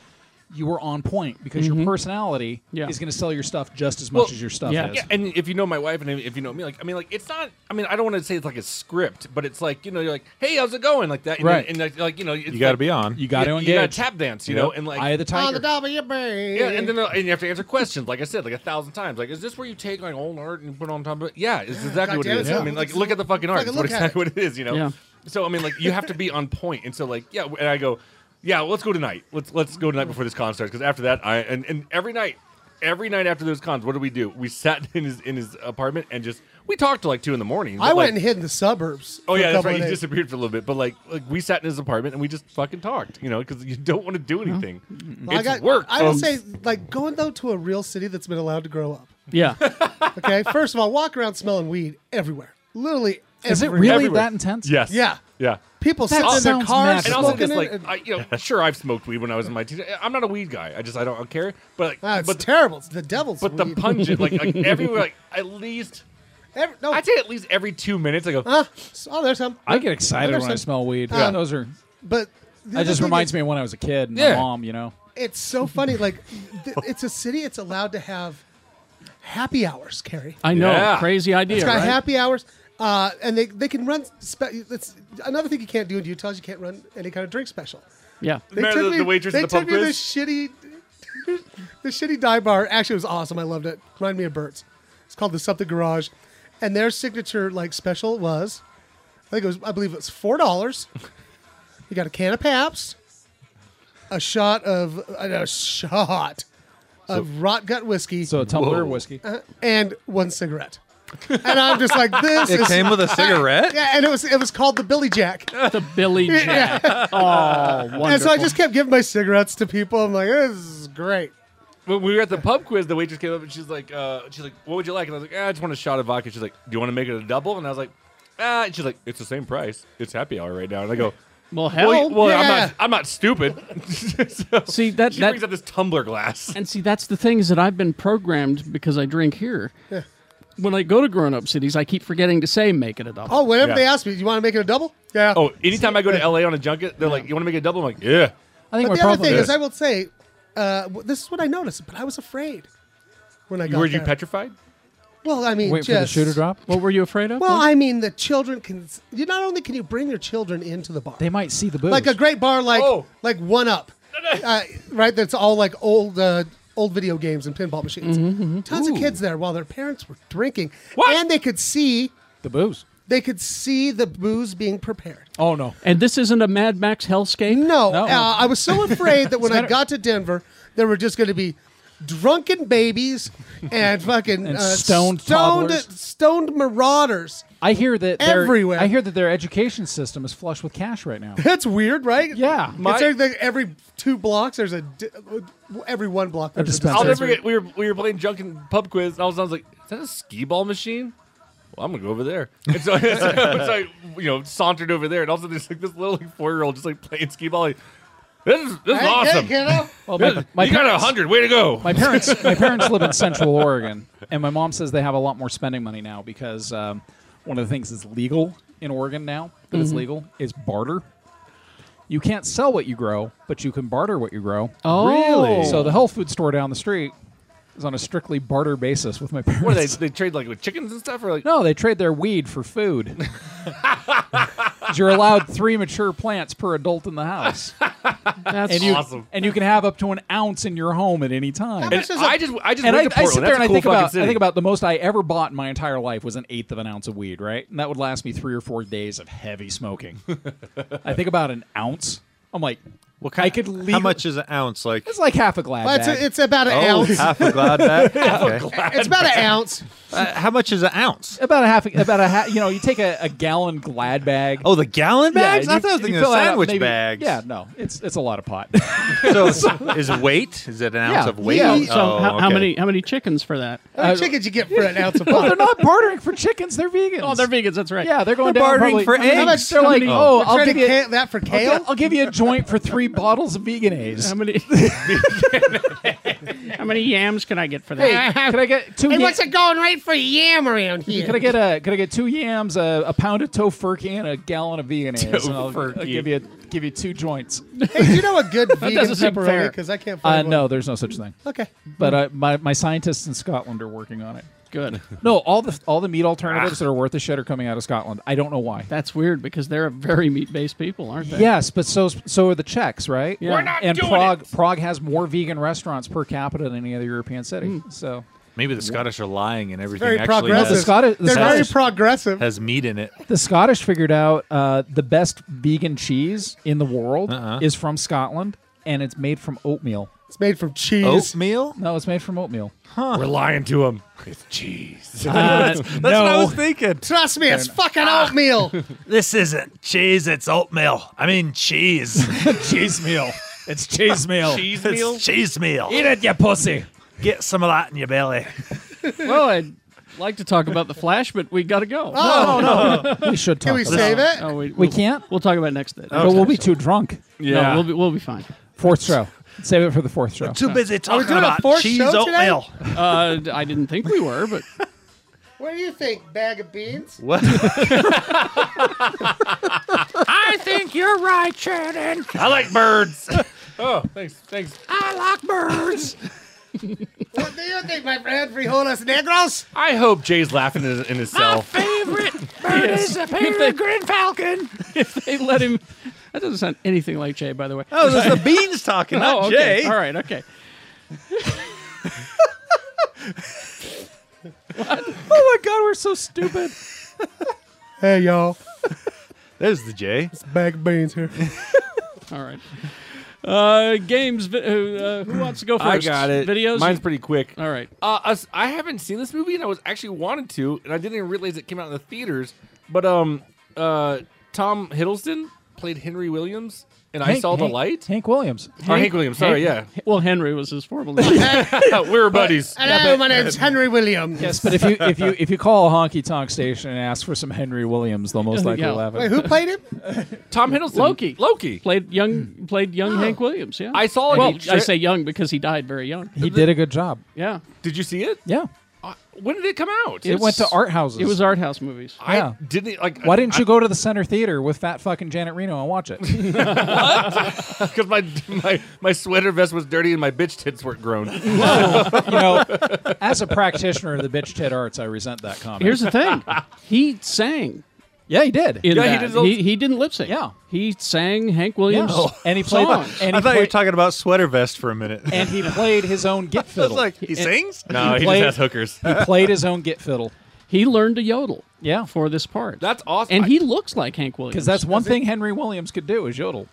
Speaker 10: You were on point because
Speaker 8: Mhm.
Speaker 10: your personality
Speaker 8: Yeah.
Speaker 10: is going to sell your stuff just as much
Speaker 8: Well,
Speaker 10: as your stuff is.
Speaker 8: and if you know my wife and if you know me, like I mean, like it's not. I mean, I don't want to say it's like a script, but it's like you know, you're like, hey, how's it going? Like that, and
Speaker 10: Right.
Speaker 8: And like, like, you know, it's
Speaker 9: You gotta
Speaker 8: like-
Speaker 9: be on.
Speaker 10: You gotta
Speaker 8: Yeah, You
Speaker 10: engage.
Speaker 8: gotta tap dance, you
Speaker 10: Yep.
Speaker 8: know, and like
Speaker 10: Eye of the tiger.
Speaker 6: On the WB.
Speaker 8: Yeah, and then uh, and you have to answer questions, like I said, like a thousand times. Like, is this where you take like old art and put it on top of it? Yeah, it's exactly what
Speaker 6: goddamn
Speaker 8: it is.
Speaker 6: it,
Speaker 8: I mean,
Speaker 6: yeah.
Speaker 8: like, look at the fucking art.
Speaker 6: Fucking
Speaker 8: It's what
Speaker 6: look at
Speaker 8: exactly what it is, you know.
Speaker 6: Yeah.
Speaker 8: So I mean, like, you have to be on point. And so, like, yeah, and I go, yeah, well, let's go tonight. Let's let's go tonight before this con starts because after that, I and, and every night, every night after those cons, what do we do? We sat in his in his apartment and just we talked till like two in the morning.
Speaker 6: I
Speaker 8: but,
Speaker 6: went
Speaker 8: like-
Speaker 6: and hid in the suburbs.
Speaker 8: Oh
Speaker 6: for a
Speaker 8: yeah, that's
Speaker 6: couple
Speaker 8: right.
Speaker 6: of
Speaker 8: He
Speaker 6: days.
Speaker 8: disappeared for a little bit, but like, like we sat in his apartment and we just fucking talked, you know, because you don't want to do anything.
Speaker 6: Well,
Speaker 8: It's
Speaker 6: I got,
Speaker 8: work.
Speaker 6: I would
Speaker 8: folks.
Speaker 6: say, like, going though to a real city that's been allowed to grow up.
Speaker 2: Yeah.
Speaker 6: Okay. First of all, walk around smelling weed everywhere. Literally.
Speaker 10: Is it
Speaker 6: everywhere.
Speaker 10: really Everywhere. that intense?
Speaker 8: Yes.
Speaker 6: Yeah.
Speaker 8: Yeah.
Speaker 6: People sit in their cars
Speaker 8: And also
Speaker 6: smoking
Speaker 8: just
Speaker 6: it.
Speaker 8: like,
Speaker 6: and-
Speaker 8: I, you know, sure, I've smoked weed when I was in my teens. I'm not a weed guy. I just, I don't care. But like,
Speaker 6: Ah, it's
Speaker 8: but
Speaker 6: terrible. It's the devil's.
Speaker 8: But the
Speaker 6: weed.
Speaker 8: pungent, like, like everywhere, like at least,
Speaker 6: Every, no.
Speaker 8: I'd say at least every two minutes, I go,
Speaker 6: Huh? oh, there's some.
Speaker 10: I get excited when I
Speaker 6: Understand.
Speaker 10: smell weed.
Speaker 6: Yeah.
Speaker 10: Those are.
Speaker 6: But the
Speaker 10: That
Speaker 6: other
Speaker 10: just
Speaker 6: thing
Speaker 10: reminds
Speaker 6: is-
Speaker 10: me of when I was a kid and my
Speaker 6: Yeah.
Speaker 10: mom. You know.
Speaker 6: It's so funny. Like, th- it's a city. It's allowed to have happy hours, Carrie.
Speaker 2: I know. Crazy idea.
Speaker 6: It's got
Speaker 2: right?
Speaker 6: happy hours, uh, and they they can run. Spe- that's another thing you can't do in Utah is you can't run any kind of drink special.
Speaker 2: Yeah.
Speaker 6: They
Speaker 8: Remember
Speaker 6: took
Speaker 8: the-
Speaker 6: me,
Speaker 8: the waitress
Speaker 6: They
Speaker 8: at the
Speaker 6: took
Speaker 8: pub
Speaker 6: me to
Speaker 8: quiz?
Speaker 6: this shitty, this shitty dive bar. Actually, it was awesome. I loved it. Reminded me of Burt's. It's called the Something Garage, and their signature like special was, I think it was, I believe it was four dollars. you got a can of Paps, a shot of a shot of rot gut whiskey. So
Speaker 10: a tumbler of Whoa. whiskey.
Speaker 6: and one cigarette. And I'm just like, this.
Speaker 9: It
Speaker 6: is-
Speaker 9: came with a cigarette? Oh,
Speaker 6: yeah, and it was it was called the Billy Jack.
Speaker 2: The Billy Jack. Oh, wonderful.
Speaker 6: And so I just kept giving my cigarettes to people. I'm like, this is great.
Speaker 8: When we were at the pub quiz, the waitress came up and she's like, uh, she's like, what would you like? And I was like, "Ah, I just want a shot of vodka. She's like, do you want to make it a double? And I was like, ah. And she's like, it's the same price. It's happy hour right now. And I go,
Speaker 2: well,
Speaker 6: Oh,
Speaker 8: hell, well, I'm
Speaker 2: yeah."
Speaker 8: not, I'm not stupid.
Speaker 2: See that
Speaker 8: she
Speaker 2: that
Speaker 8: brings out this tumbler glass.
Speaker 2: And see, that's the things that I've been programmed because I drink here.
Speaker 6: Yeah.
Speaker 2: When I go to grown up cities, I keep forgetting to say make it a double.
Speaker 6: Oh, whenever
Speaker 2: Yeah.
Speaker 6: they ask me, you want to make it a double? Yeah.
Speaker 8: Oh, anytime I go to LA on a junket, they're like, you want to make it a double? I'm like, yeah.
Speaker 10: I
Speaker 6: but the
Speaker 10: think my
Speaker 6: other
Speaker 10: problem
Speaker 6: thing
Speaker 10: is-
Speaker 6: is, I will say, uh, w- this is what I noticed, but I was afraid when I got
Speaker 8: Were you
Speaker 6: there.
Speaker 8: petrified?
Speaker 6: Well, I mean,
Speaker 10: Wait
Speaker 6: just,
Speaker 10: for the shooter drop.
Speaker 2: What were you afraid of?
Speaker 6: Well, I mean, the children can. You not only can you bring your children into the bar,
Speaker 10: they might see the booze.
Speaker 6: like a great bar, like like One Up, uh, right? That's all like old uh, old video games and pinball machines.
Speaker 10: Mm-hmm,
Speaker 6: Tons of kids there while their parents were drinking, and they could see
Speaker 10: the booze.
Speaker 6: They could see the booze being prepared.
Speaker 10: Oh no!
Speaker 2: And this isn't a Mad Max hellscape.
Speaker 6: No, Uh, I was so afraid that when I got to Denver, there were just going to be drunken babies and fucking
Speaker 10: And
Speaker 6: uh,
Speaker 10: stoned
Speaker 6: stoned,
Speaker 10: toddlers.
Speaker 6: stoned marauders.
Speaker 10: I hear that their-
Speaker 6: everywhere.
Speaker 10: I hear that their education system is flush with cash right now.
Speaker 6: That's weird, right?
Speaker 10: Yeah. My-
Speaker 6: Considering that every two blocks, there's a di- every one block. There's
Speaker 10: dispensary.
Speaker 8: I'll never forget. We were we were playing Junkin pub quiz, and all of a sudden I was like, "Is that a skee ball machine?" Well, I'm gonna go over there. And so, so, I, you know, sauntered over there, and also there's like this little like, four year old just like playing skee ball. Like, this is this is
Speaker 6: Hey, hey,
Speaker 8: awesome.
Speaker 6: kiddo.
Speaker 10: Well, my-
Speaker 8: This-
Speaker 10: my
Speaker 8: you got a
Speaker 10: parents-
Speaker 8: hundred. Way to go.
Speaker 10: My parents, my parents live in Central Oregon, and my mom says they have a lot more spending money now because um, one of the things that's legal in Oregon now that it's
Speaker 8: Mm-hmm.
Speaker 2: Mhm.
Speaker 10: legal is barter. You can't sell what you grow, but you can barter what you grow.
Speaker 2: Oh. Really?
Speaker 10: So the health food store down the street is on a strictly barter basis with my parents.
Speaker 8: What do they they trade like with chickens and stuff, or like
Speaker 10: No, they trade their weed for food. 'Cause you're allowed three mature plants per adult in the house.
Speaker 2: That's
Speaker 10: and you,
Speaker 8: awesome.
Speaker 10: And you can have up to an ounce in your home at any time.
Speaker 8: And I just I just
Speaker 10: and I,
Speaker 8: went to
Speaker 10: I
Speaker 8: Portland.
Speaker 10: sit there
Speaker 8: That's
Speaker 10: and
Speaker 8: a
Speaker 10: I
Speaker 8: cool
Speaker 10: think
Speaker 8: fucking
Speaker 10: about I
Speaker 8: city.
Speaker 10: think about the most I ever bought in my entire life was an eighth of an ounce of weed, right? And that would last me three or four days of heavy smoking. I think about an ounce. I'm like, what kind? I could leave.
Speaker 9: How much is an ounce? Like
Speaker 10: It's like half a glad
Speaker 6: Well, it's,
Speaker 10: bag.
Speaker 6: it's about an
Speaker 9: oh,
Speaker 6: ounce.
Speaker 9: half a glad bag. Okay.
Speaker 6: it's about an ounce.
Speaker 9: Uh, how much is an ounce?
Speaker 10: about a half. About a half. You know, you take a, a gallon glad bag.
Speaker 9: Oh, the gallon bags? I thought I was thinking of
Speaker 10: fill that up,
Speaker 9: sandwich
Speaker 10: maybe-
Speaker 9: bags.
Speaker 10: Yeah, no, it's it's a lot of pot.
Speaker 9: So is weight? Is it an ounce
Speaker 10: Yeah.
Speaker 9: of weight?
Speaker 10: Yeah.
Speaker 2: So how, how
Speaker 9: Oh, okay.
Speaker 2: many how many chickens for that?
Speaker 6: How many chickens you get for an ounce of
Speaker 10: Well, they're
Speaker 6: pot?
Speaker 10: not bartering for chickens. They're vegans.
Speaker 2: Oh, they're vegans. That's right.
Speaker 10: Yeah, they're going
Speaker 9: They're
Speaker 10: down
Speaker 9: bartering
Speaker 10: probably-
Speaker 9: for
Speaker 10: I mean, how
Speaker 9: eggs.
Speaker 10: much- They're like, oh,
Speaker 6: We're
Speaker 10: I'll
Speaker 6: trading
Speaker 10: give you
Speaker 6: ca- that for kale.
Speaker 10: I'll, gi- I'll give you a joint for three bottles of vegan A's.
Speaker 2: How many? how many yams can I get for that? Ah,
Speaker 10: Hey, can I get two?
Speaker 6: Hey,
Speaker 10: ya-
Speaker 6: what's it going right for yam around here?
Speaker 10: Can I get a? Can I get two yams, a, a pound of tofurkey, and a gallon of vegan A's? And I'll, I'll
Speaker 8: Tofurkey.
Speaker 10: give you give you two joints.
Speaker 6: Hey, do you know a good vegan
Speaker 2: doesn't seem
Speaker 6: pepperoni?
Speaker 2: fair.
Speaker 6: Because I can't find
Speaker 10: Uh,
Speaker 6: one.
Speaker 10: no, there's no such thing.
Speaker 6: Okay.
Speaker 10: But uh, my my scientists in Scotland are working on it.
Speaker 2: Good.
Speaker 10: No, all the all the meat alternatives that are worth a shit are coming out of Scotland. I don't know why.
Speaker 2: That's weird because they're a very meat based people, aren't they?
Speaker 10: Yes, but so so are the Czechs, right?
Speaker 2: Yeah. We're not
Speaker 10: and
Speaker 8: doing
Speaker 10: Prague Prague has more vegan restaurants per capita than any other European city. So
Speaker 9: Maybe the Scottish are lying and everything
Speaker 6: Very
Speaker 9: actually
Speaker 6: progressive.
Speaker 10: the
Speaker 9: has,
Speaker 10: Scottish- the
Speaker 6: They're very
Speaker 10: Scottish-
Speaker 6: progressive.
Speaker 9: has meat in it.
Speaker 10: the Scottish figured out uh, the best vegan cheese in the world
Speaker 8: Uh-huh.
Speaker 9: Uh-uh.
Speaker 10: is from Scotland, and it's made from oatmeal.
Speaker 6: It's made from cheese.
Speaker 9: Oatmeal?
Speaker 10: No, it's made from oatmeal.
Speaker 8: We're lying to him. It's cheese.
Speaker 9: That's what I was thinking.
Speaker 6: Trust me, it's fucking oatmeal.
Speaker 9: This isn't cheese, it's oatmeal. I mean cheese.
Speaker 10: cheese meal. It's cheese meal.
Speaker 8: cheese meal.
Speaker 9: cheese meal.
Speaker 10: it, you pussy.
Speaker 9: Get some of that in your belly.
Speaker 2: Well, I'd like to talk about the Flash, but we got to go.
Speaker 6: Oh,
Speaker 10: We should talk.
Speaker 6: can we
Speaker 10: about
Speaker 6: save
Speaker 2: No,
Speaker 6: it?
Speaker 2: no, we,
Speaker 10: We can't?
Speaker 2: We'll talk about it next day.
Speaker 10: But we'll be too drunk.
Speaker 2: No, we'll be we'll be fine.
Speaker 10: Fourth show. Save it for the fourth show.
Speaker 9: Too busy talking
Speaker 6: doing a
Speaker 9: about
Speaker 6: fourth
Speaker 9: cheese
Speaker 6: show today?
Speaker 9: oatmeal.
Speaker 2: Uh, d- I didn't think we were, but
Speaker 6: What do you think, bag of beans?
Speaker 4: I think you're right, Shannon.
Speaker 8: I like birds. oh, thanks, thanks.
Speaker 4: I like birds.
Speaker 6: What do you think, my friend? Frijoles negros?
Speaker 8: I hope Jay's laughing in, in his
Speaker 4: My
Speaker 8: cell.
Speaker 4: favorite bird is the peregrine falcon.
Speaker 2: they let him. That doesn't sound anything like Jay, by the way.
Speaker 9: Oh, this is the beans talking, not
Speaker 2: Oh, okay.
Speaker 9: Jay.
Speaker 2: All right, okay.
Speaker 10: Oh my god, we're so stupid.
Speaker 6: Hey, y'all.
Speaker 9: There's the Jay.
Speaker 6: Bag of beans here.
Speaker 2: All right. Uh, games. vi- Uh, who wants to go first?
Speaker 8: I got it.
Speaker 2: Videos.
Speaker 8: Mine's pretty quick.
Speaker 2: All right.
Speaker 8: Uh, us, I haven't seen this movie, and I was actually wanted to, and I didn't even realize it came out in the theaters. But um, uh, Tom Hiddleston played Henry Williams, and I
Speaker 10: Hank-
Speaker 8: saw the
Speaker 10: Hank-
Speaker 8: light.
Speaker 10: Hank Williams.
Speaker 8: Oh, Hank, Williams. Sorry,
Speaker 2: Hank-
Speaker 8: yeah.
Speaker 2: Well, Henry was his formal name.
Speaker 8: we were buddies.
Speaker 6: Hello, my name's Henry Williams.
Speaker 10: Yes, but if you if you if you call a honky tonk station and ask for some Henry Williams, they'll most likely
Speaker 2: Yeah.
Speaker 10: laugh at
Speaker 6: Wait, who played him?
Speaker 8: Tom Hiddleston.
Speaker 2: Loki.
Speaker 8: Loki.
Speaker 2: played young played young Hank Williams. Yeah,
Speaker 8: Hmm. Oh. I saw it.
Speaker 2: Well,
Speaker 8: He-
Speaker 2: I say young because he died very young.
Speaker 10: He did a good job.
Speaker 2: Yeah,
Speaker 8: Did you see it?
Speaker 10: Yeah.
Speaker 8: Uh, when did it come out?
Speaker 10: It went to art houses.
Speaker 2: it was art house movies.
Speaker 8: I
Speaker 10: yeah.
Speaker 8: didn't like.
Speaker 10: Why didn't you go to the center theater with fat fucking Janet Reno and watch it?
Speaker 8: Because my, my my sweater vest was dirty and my bitch tits weren't grown.
Speaker 10: you know, as a practitioner of the bitch tit arts, I resent that comment.
Speaker 2: Here's the thing. He sang.
Speaker 10: yeah, he did.
Speaker 2: In
Speaker 8: Yeah, he
Speaker 2: that.
Speaker 8: did
Speaker 2: he,
Speaker 8: those-
Speaker 2: he, didn't lip sync.
Speaker 10: Yeah.
Speaker 2: he sang Hank Williams.
Speaker 10: Yeah. And he played.
Speaker 2: songs.
Speaker 10: And
Speaker 9: I
Speaker 10: he
Speaker 9: thought you were
Speaker 10: played,
Speaker 9: talking about sweater vest for a minute.
Speaker 10: and he played his own git
Speaker 9: I was
Speaker 10: fiddle.
Speaker 9: like, he sings?
Speaker 8: no, he
Speaker 10: played-
Speaker 8: just has hookers.
Speaker 10: he played his own git fiddle.
Speaker 2: He learned to yodel.
Speaker 10: Yeah.
Speaker 2: for this part.
Speaker 8: That's awesome.
Speaker 2: and
Speaker 8: I-
Speaker 2: he looks like Hank Williams.
Speaker 10: Because that's one thing Henry Williams could do is yodel.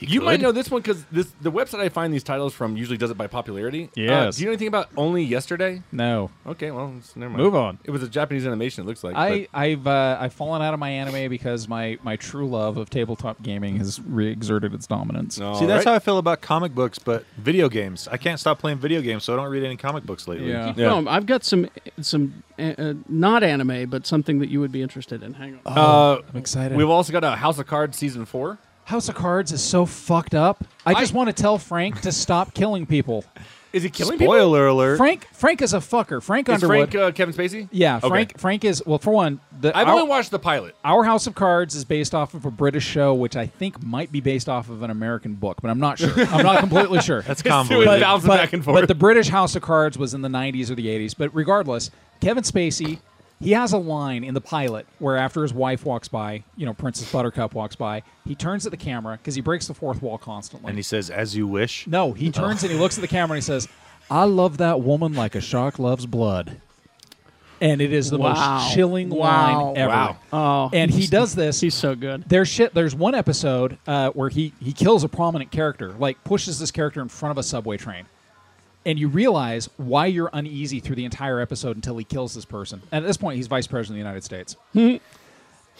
Speaker 8: You might know this one because this the website I find these titles from usually does it by popularity.
Speaker 10: Yes.
Speaker 8: Uh, do you know anything about Only Yesterday?
Speaker 10: No,
Speaker 8: Okay, well, it's- never mind.
Speaker 10: Move on.
Speaker 8: It was a Japanese animation. It looks like.
Speaker 10: I, I've uh, I've fallen out of my anime because my, my true love of tabletop gaming has re-exerted its dominance.
Speaker 8: but-
Speaker 9: See,
Speaker 8: Alright.
Speaker 9: that's how I feel about comic books, but video games. I can't stop playing video games, so I don't read any comic books lately.
Speaker 10: Yeah.
Speaker 2: Keep going. I've got some some uh, uh, not anime, but something that you would be interested in. Hang on.
Speaker 8: Uh,
Speaker 9: Oh,
Speaker 10: I'm excited.
Speaker 8: we've also got a House of Cards season four.
Speaker 10: House of Cards is so fucked up. I, just want to tell Frank to stop killing people.
Speaker 8: Is he killing people?
Speaker 9: Spoiler alert.
Speaker 10: Frank Frank is a fucker. Frank
Speaker 8: Is
Speaker 10: Underwood.
Speaker 8: Frank uh, Kevin Spacey?
Speaker 10: yeah,
Speaker 8: Okay.
Speaker 10: Frank Frank is well for one. The,
Speaker 8: I've
Speaker 10: our,
Speaker 8: only watched the pilot.
Speaker 10: our House of Cards is based off of a British show, which I think might be based off of an American book, but I'm not sure. I'm not completely sure.
Speaker 9: That's
Speaker 8: It's doing
Speaker 9: convoluted.
Speaker 8: bouncing back and forth.
Speaker 10: but the British House of Cards was in the 90s or the 80s. But regardless, Kevin Spacey, he has a line in the pilot where after his wife walks by, you know, Princess Buttercup walks by, he turns at the camera because he breaks the fourth wall constantly.
Speaker 9: And he Oh. says, as you wish.
Speaker 10: no, he turns and he looks at the camera and he says, I love that woman like a shark loves blood. And it is the
Speaker 2: Wow.
Speaker 10: most chilling
Speaker 2: Wow.
Speaker 10: line ever.
Speaker 8: Wow.
Speaker 2: oh,
Speaker 10: And he
Speaker 2: he's-
Speaker 10: does this.
Speaker 2: He's so good.
Speaker 10: There's shit. There's one episode uh, where he he kills a prominent character, like pushes this character in front of a subway train, and you realize why you're uneasy through the entire episode until he kills this person. And at this point, he's vice president of the United States.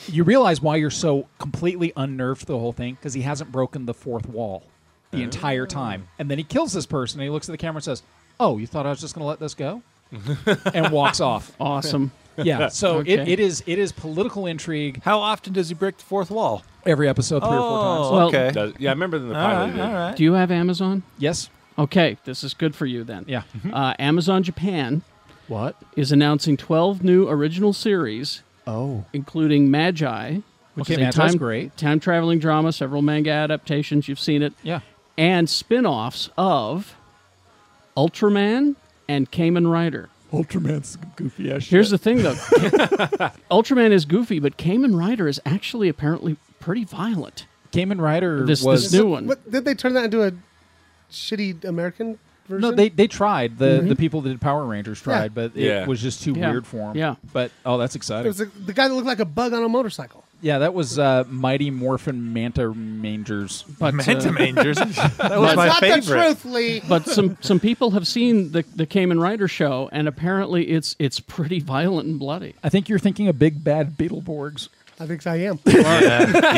Speaker 10: you realize why you're so completely unnerved for the whole thing because he hasn't broken the fourth wall the
Speaker 2: Oh.
Speaker 10: entire time, and then he kills this person. and He looks at the camera and says, "Oh, you thought I was just going to let this go?" and walks off.
Speaker 2: Awesome.
Speaker 10: Yeah, so it,
Speaker 2: Okay.
Speaker 10: it is it is political intrigue
Speaker 9: How often does he break the fourth wall?
Speaker 10: every episode three or four times.
Speaker 2: Well-
Speaker 9: okay.
Speaker 8: Does- yeah, I remember in the
Speaker 9: all
Speaker 8: pilot.
Speaker 9: right,
Speaker 8: it did.
Speaker 9: all right.
Speaker 2: Do you have Amazon?
Speaker 10: Yes.
Speaker 2: Okay, this is good for you then.
Speaker 10: Yeah. Mm-hmm.
Speaker 2: Uh, Amazon Japan
Speaker 10: What?
Speaker 2: is announcing 12 new original series,
Speaker 10: Oh.
Speaker 2: including Magi, which
Speaker 10: Okay,
Speaker 2: is a
Speaker 10: Magi's
Speaker 2: time,
Speaker 10: great.
Speaker 2: time traveling drama, several manga adaptations. You've seen it.
Speaker 10: Yeah.
Speaker 2: And spin offs of Ultraman and Kamen Rider.
Speaker 10: Ultraman's goofy ass
Speaker 2: Here's the thing, though Ultraman is goofy, but Kamen Rider is actually apparently pretty violent.
Speaker 10: Kamen Rider
Speaker 2: This-
Speaker 10: was
Speaker 2: this new one.
Speaker 6: What, did they turn that into a shitty American version?
Speaker 10: No, they they tried. The
Speaker 2: Mm-hmm.
Speaker 10: the people that did Power Rangers tried,
Speaker 6: Yeah.
Speaker 10: but it
Speaker 8: Yeah.
Speaker 10: was just too
Speaker 2: Yeah.
Speaker 10: weird for them.
Speaker 2: Yeah.
Speaker 10: But oh, that's
Speaker 6: It
Speaker 10: exciting.
Speaker 6: was the- the guy that looked like a bug on a motorcycle.
Speaker 10: yeah, that was uh, Mighty Morphin Manta Mangers.
Speaker 2: But,
Speaker 9: Manta
Speaker 2: uh,
Speaker 9: Mangers. That was my
Speaker 6: Not the
Speaker 9: favorite.
Speaker 6: truth, Lee.
Speaker 2: but some, some people have seen the, the Kamen Rider show, and apparently it's, it's pretty violent and bloody.
Speaker 10: I think you're thinking of Big Bad Beetleborgs.
Speaker 6: I think I am.
Speaker 9: Yeah,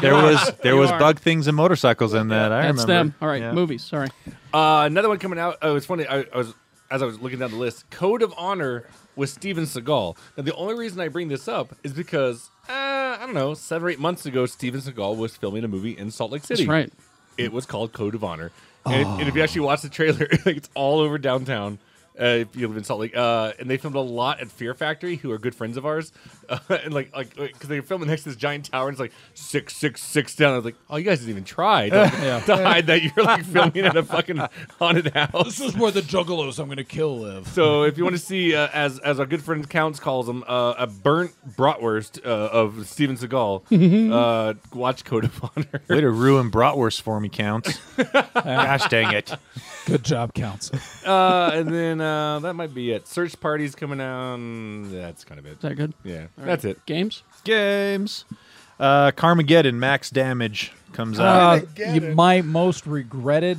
Speaker 9: There was there was
Speaker 2: are.
Speaker 9: bug things and motorcycles in that. I
Speaker 2: That's
Speaker 9: remember.
Speaker 2: them. All right,
Speaker 9: Yeah.
Speaker 2: movies. Sorry.
Speaker 8: Uh, another one coming out. Oh, it's funny. I, I was as I was looking down the list. Code of Honor with Steven Seagal. Now, the only reason I bring this up is because uh, I don't know, seven or eight months ago, Steven Seagal was filming a movie in Salt Lake City.
Speaker 2: That's right.
Speaker 8: It was called Code of Honor, and, and if you actually watch the trailer, it's all over downtown. Uh, if you live in Salt Lake, uh, and they filmed a lot at Fear Factory, who are good friends of ours, uh, and like, like, because they were filming next to this giant tower, and it's like six, six, six down. I was like, oh, you guys didn't even try to, to hide that you're like filming at a fucking haunted house.
Speaker 10: is where the Juggalos I'm going to kill live.
Speaker 8: So if you want to see, uh, as as our good friend Counts calls them, uh, a burnt bratwurst uh, of Steven Seagal, uh, watch Code of Honor.
Speaker 9: Way to ruin bratwurst for me, counts. Gosh dang it!
Speaker 10: Good job, Council.
Speaker 8: Uh, and then uh, that might be it. Search Party's coming out. mm, That's kind of it.
Speaker 2: Is that good?
Speaker 8: Yeah,
Speaker 2: All right.
Speaker 8: that's it.
Speaker 2: Games?
Speaker 9: Games. Uh, Carmageddon max damage comes
Speaker 10: Uh,
Speaker 9: out.
Speaker 10: you- my most regretted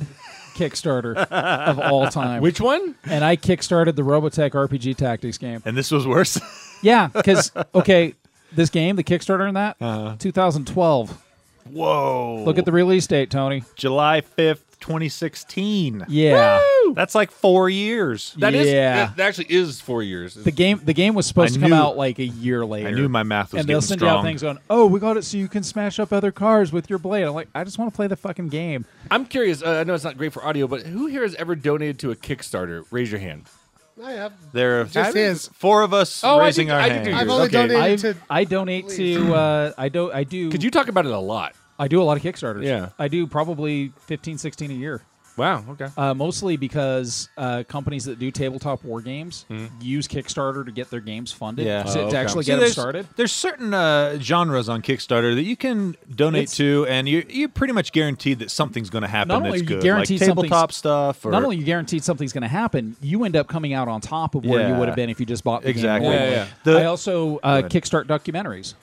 Speaker 10: Kickstarter of all time.
Speaker 9: Which one?
Speaker 10: And I kickstarted the Robotech RPG Tactics game.
Speaker 9: And this was worse.
Speaker 10: yeah, because okay, this game, the Kickstarter and that,
Speaker 9: Uh-huh.
Speaker 10: 2012.
Speaker 9: Whoa!
Speaker 10: Look at the release date, Tony.
Speaker 9: July fifth, twenty sixteen.
Speaker 10: Yeah.
Speaker 9: that's like four years.
Speaker 10: That is- Yeah. that-
Speaker 8: actually is four years.
Speaker 10: The game, the game was supposed
Speaker 9: I
Speaker 10: to come
Speaker 9: knew-
Speaker 10: out like a year later.
Speaker 9: knew my math was
Speaker 10: And they'll
Speaker 9: getting
Speaker 10: send you out
Speaker 9: strong.
Speaker 10: things going, "Oh, we got it, so you can smash up other cars with your blade." I'm like, I just want to play the fucking game.
Speaker 8: I'm curious. Uh, I know it's not great for audio, but who here has ever donated to a Kickstarter? Raise your hand.
Speaker 6: I have
Speaker 9: There are
Speaker 6: Just his.
Speaker 9: four of us
Speaker 8: Oh, I
Speaker 9: raising
Speaker 8: did-
Speaker 9: our
Speaker 8: I did
Speaker 9: hands.
Speaker 8: do I've yours. only Okay. donated
Speaker 10: I,
Speaker 8: to-
Speaker 10: I donate to. Uh, I do. I do. Because
Speaker 8: you talk about it a lot.
Speaker 10: I do a lot of Kickstarters.
Speaker 8: Yeah.
Speaker 10: I do probably 15, 16 a year.
Speaker 8: Wow. Okay.
Speaker 10: Uh, mostly because uh, companies that do tabletop war games use Kickstarter to get their games funded.
Speaker 9: Hmm. Yeah. Oh,
Speaker 10: to, to actually
Speaker 9: See,
Speaker 10: get them
Speaker 9: there's-
Speaker 10: started.
Speaker 9: There's certain uh, genres on Kickstarter that you can donate
Speaker 10: It's-
Speaker 9: to, and you you pretty much guaranteed that something's going to happen.
Speaker 10: Not only
Speaker 9: that's
Speaker 10: you
Speaker 9: good,
Speaker 10: guaranteed
Speaker 9: like
Speaker 10: something's-
Speaker 9: tabletop stuff. Or,
Speaker 10: Not only you guaranteed something's going to happen, you end up coming out on top of where you
Speaker 9: Yeah.
Speaker 10: would have been if you just bought the
Speaker 9: Exactly.
Speaker 10: Game
Speaker 9: Yeah,
Speaker 10: originally.
Speaker 9: yeah, yeah. The-
Speaker 10: I also uh,
Speaker 9: Go ahead.
Speaker 10: kickstart documentaries.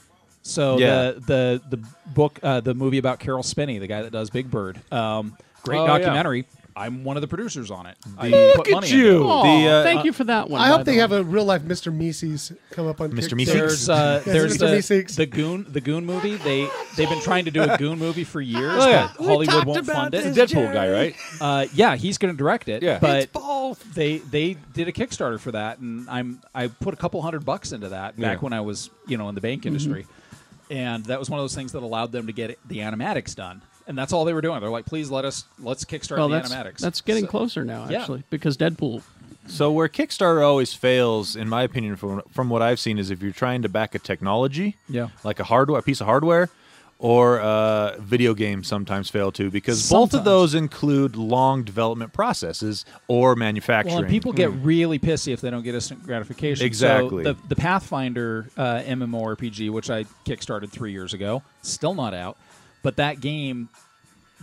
Speaker 10: So
Speaker 9: Yeah.
Speaker 10: the the the book, uh, the movie about Carol Spinney, the guy that does Big Bird, um, great
Speaker 2: Oh, yeah.
Speaker 10: documentary. I'm one of the producers on it. I
Speaker 9: The-
Speaker 10: put
Speaker 9: Look
Speaker 10: money
Speaker 9: at
Speaker 10: into it.
Speaker 9: you. The, uh,
Speaker 2: thank you for that one.
Speaker 6: I
Speaker 2: by
Speaker 6: hope they
Speaker 2: the
Speaker 6: have a real life Mr. Mises come up on
Speaker 9: Mr.
Speaker 6: Kickstarter.
Speaker 9: Mises?
Speaker 10: There's uh,
Speaker 6: Yes,
Speaker 10: there's
Speaker 6: Mr. Mises.
Speaker 10: the, the goon the goon movie. They they've been trying to do a goon movie for years,
Speaker 8: Oh, yeah.
Speaker 10: but
Speaker 8: We
Speaker 10: Hollywood
Speaker 8: talked
Speaker 10: won't
Speaker 8: about
Speaker 10: fund it.
Speaker 8: this, It's Deadpool guy, Jerry. right?
Speaker 10: Uh, yeah, he's going to direct it.
Speaker 8: Yeah.
Speaker 10: but
Speaker 8: It's both.
Speaker 10: they they did a Kickstarter for that, and I'm I put a couple hundred bucks into that back
Speaker 8: Yeah.
Speaker 10: when I was you know in the bank industry, and that was one of those things that allowed them to get the animatics done, and that's all they were doing. They're like, please let us let's kickstart
Speaker 2: Well,
Speaker 10: the
Speaker 2: that's,
Speaker 10: animatics.
Speaker 2: that's getting
Speaker 10: So-
Speaker 2: closer now,
Speaker 10: Yeah.
Speaker 2: actually, because Deadpool.
Speaker 9: So where Kickstarter always fails, in my opinion, from from what I've seen, is if you're trying to back a technology,
Speaker 10: Yeah.
Speaker 9: like a hardware, a piece of hardware, or uh, video games sometimes fail too, because both of
Speaker 10: Sometimes.
Speaker 9: those include long development processes or manufacturing.
Speaker 10: Well, and people get really pissy if they don't get instant gratification. So
Speaker 9: Hmm. Exactly.
Speaker 10: the, the Pathfinder uh, MMORPG, which I kickstarted three years ago, still not out. But that game,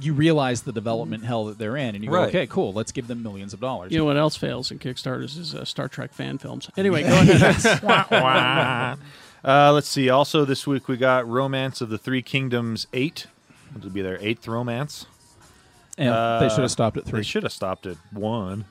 Speaker 10: you realize the development hell that they're in, and you go,
Speaker 2: Right.
Speaker 10: okay, cool, let's give them millions of dollars.
Speaker 2: You know what else fails in Kickstarters is uh, Star Trek fan films. Anyway, go ahead.
Speaker 9: Uh, let's see. Also, this week we got Romance of the Three Kingdoms 8. This will be their eighth romance.
Speaker 10: Yeah, they should have stopped at three.
Speaker 9: Uh, They should have stopped at one.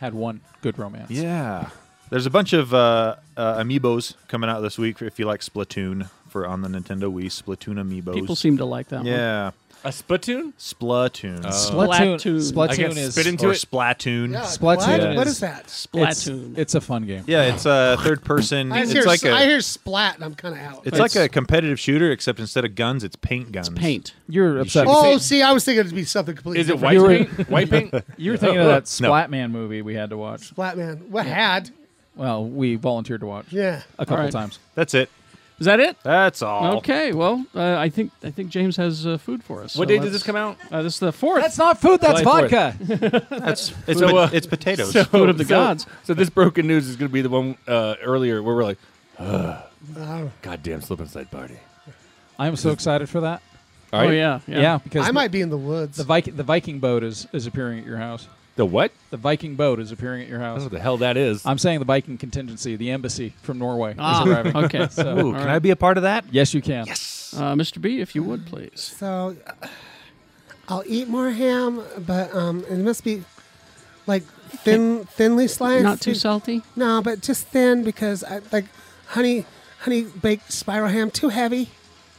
Speaker 10: Had one good romance.
Speaker 9: Yeah. There's a bunch of uh, uh, amiibos coming out this week if you like Splatoon for on the Nintendo Wii. Splatoon amiibos.
Speaker 2: People seem to like that one.
Speaker 9: Yeah. Oh.
Speaker 8: A Splatoon?
Speaker 9: Splatoon.
Speaker 10: Splatoon.
Speaker 2: Splatoon.
Speaker 10: Splatoon
Speaker 2: I guess
Speaker 10: is
Speaker 2: spit into
Speaker 9: or
Speaker 2: it.
Speaker 9: Splatoon.
Speaker 2: Yeah,
Speaker 10: Splatoon.
Speaker 2: what- what
Speaker 10: is-
Speaker 2: is that?
Speaker 10: it's-
Speaker 2: Splatoon.
Speaker 10: It's, a fun game.
Speaker 9: Yeah, it's a third person.
Speaker 6: I,
Speaker 9: it's
Speaker 6: hear,
Speaker 9: like a
Speaker 6: I hear splat and I'm kind of out.
Speaker 9: it's, like a competitive shooter except instead of guns, it's paint guns.
Speaker 2: paint.
Speaker 10: You're
Speaker 9: upset.
Speaker 6: Oh, see, I was thinking it'd be something completely.
Speaker 9: Is it
Speaker 6: different.
Speaker 9: white You were- paint? White paint?
Speaker 10: You were thinking of that
Speaker 9: No.
Speaker 10: Splatman movie we had to watch.
Speaker 6: Splatman. What had?
Speaker 10: Well, we volunteered to watch.
Speaker 6: Yeah.
Speaker 10: A couple
Speaker 2: All right.
Speaker 10: times.
Speaker 9: That's it.
Speaker 2: Is that it?
Speaker 9: That's
Speaker 12: Oh.
Speaker 9: all.
Speaker 2: Okay, well, uh, I think I think James has uh, food for us.
Speaker 8: What day does this come out?
Speaker 2: Uh, this is the fourth.
Speaker 10: That's not food. That's
Speaker 8: July
Speaker 10: vodka.
Speaker 9: that's
Speaker 8: It's so, uh, so-
Speaker 2: Food of the
Speaker 8: so-
Speaker 2: gods.
Speaker 8: So this broken news is going to be the one uh, earlier where we're like, Ugh,
Speaker 6: Uh,
Speaker 8: goddamn slip and slide party.
Speaker 10: I'm so excited for that.
Speaker 8: All right. Oh, yeah,
Speaker 10: yeah,
Speaker 8: yeah.
Speaker 10: because
Speaker 6: I might be in the woods.
Speaker 10: the Viking the Viking boat is is appearing at your house.
Speaker 8: The what?
Speaker 10: The Viking boat is appearing at your
Speaker 8: I
Speaker 10: house.
Speaker 8: don't know what the hell that is.
Speaker 2: Uh,
Speaker 10: I'm saying the Viking contingency, the embassy from Norway
Speaker 2: Ah,
Speaker 10: is arriving.
Speaker 2: okay.
Speaker 10: So,
Speaker 2: Ooh, can All right. I be
Speaker 9: a part of that?
Speaker 10: Yes, you can.
Speaker 9: Yes.
Speaker 2: Uh, Mr. B, if you would please.
Speaker 6: So uh, I'll eat more ham, but um, it must be like thin, thinly sliced.
Speaker 2: Not too salty.
Speaker 6: No, but just thin because I like honey, honey baked spiral ham too heavy.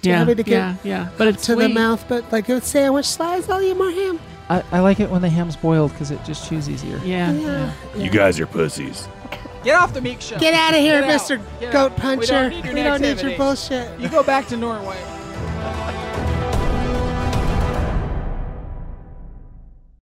Speaker 6: Too
Speaker 2: Yeah,
Speaker 6: heavy to get
Speaker 2: yeah, yeah. But it's
Speaker 6: to the
Speaker 2: sweet.
Speaker 6: mouth. But like a sandwich slice, I'll eat more ham.
Speaker 12: I, I like it when the ham's boiled because it just chews easier.
Speaker 2: Yeah.
Speaker 6: yeah.
Speaker 8: You guys are pussies.
Speaker 12: Get off the meat show.
Speaker 6: Get out of here,
Speaker 12: Get out.
Speaker 6: Mr.
Speaker 12: Get
Speaker 6: Goat
Speaker 12: out.
Speaker 6: Puncher.
Speaker 12: We don't need your
Speaker 6: We don't need your
Speaker 12: negativity.
Speaker 6: bullshit.
Speaker 12: You go back to Norway.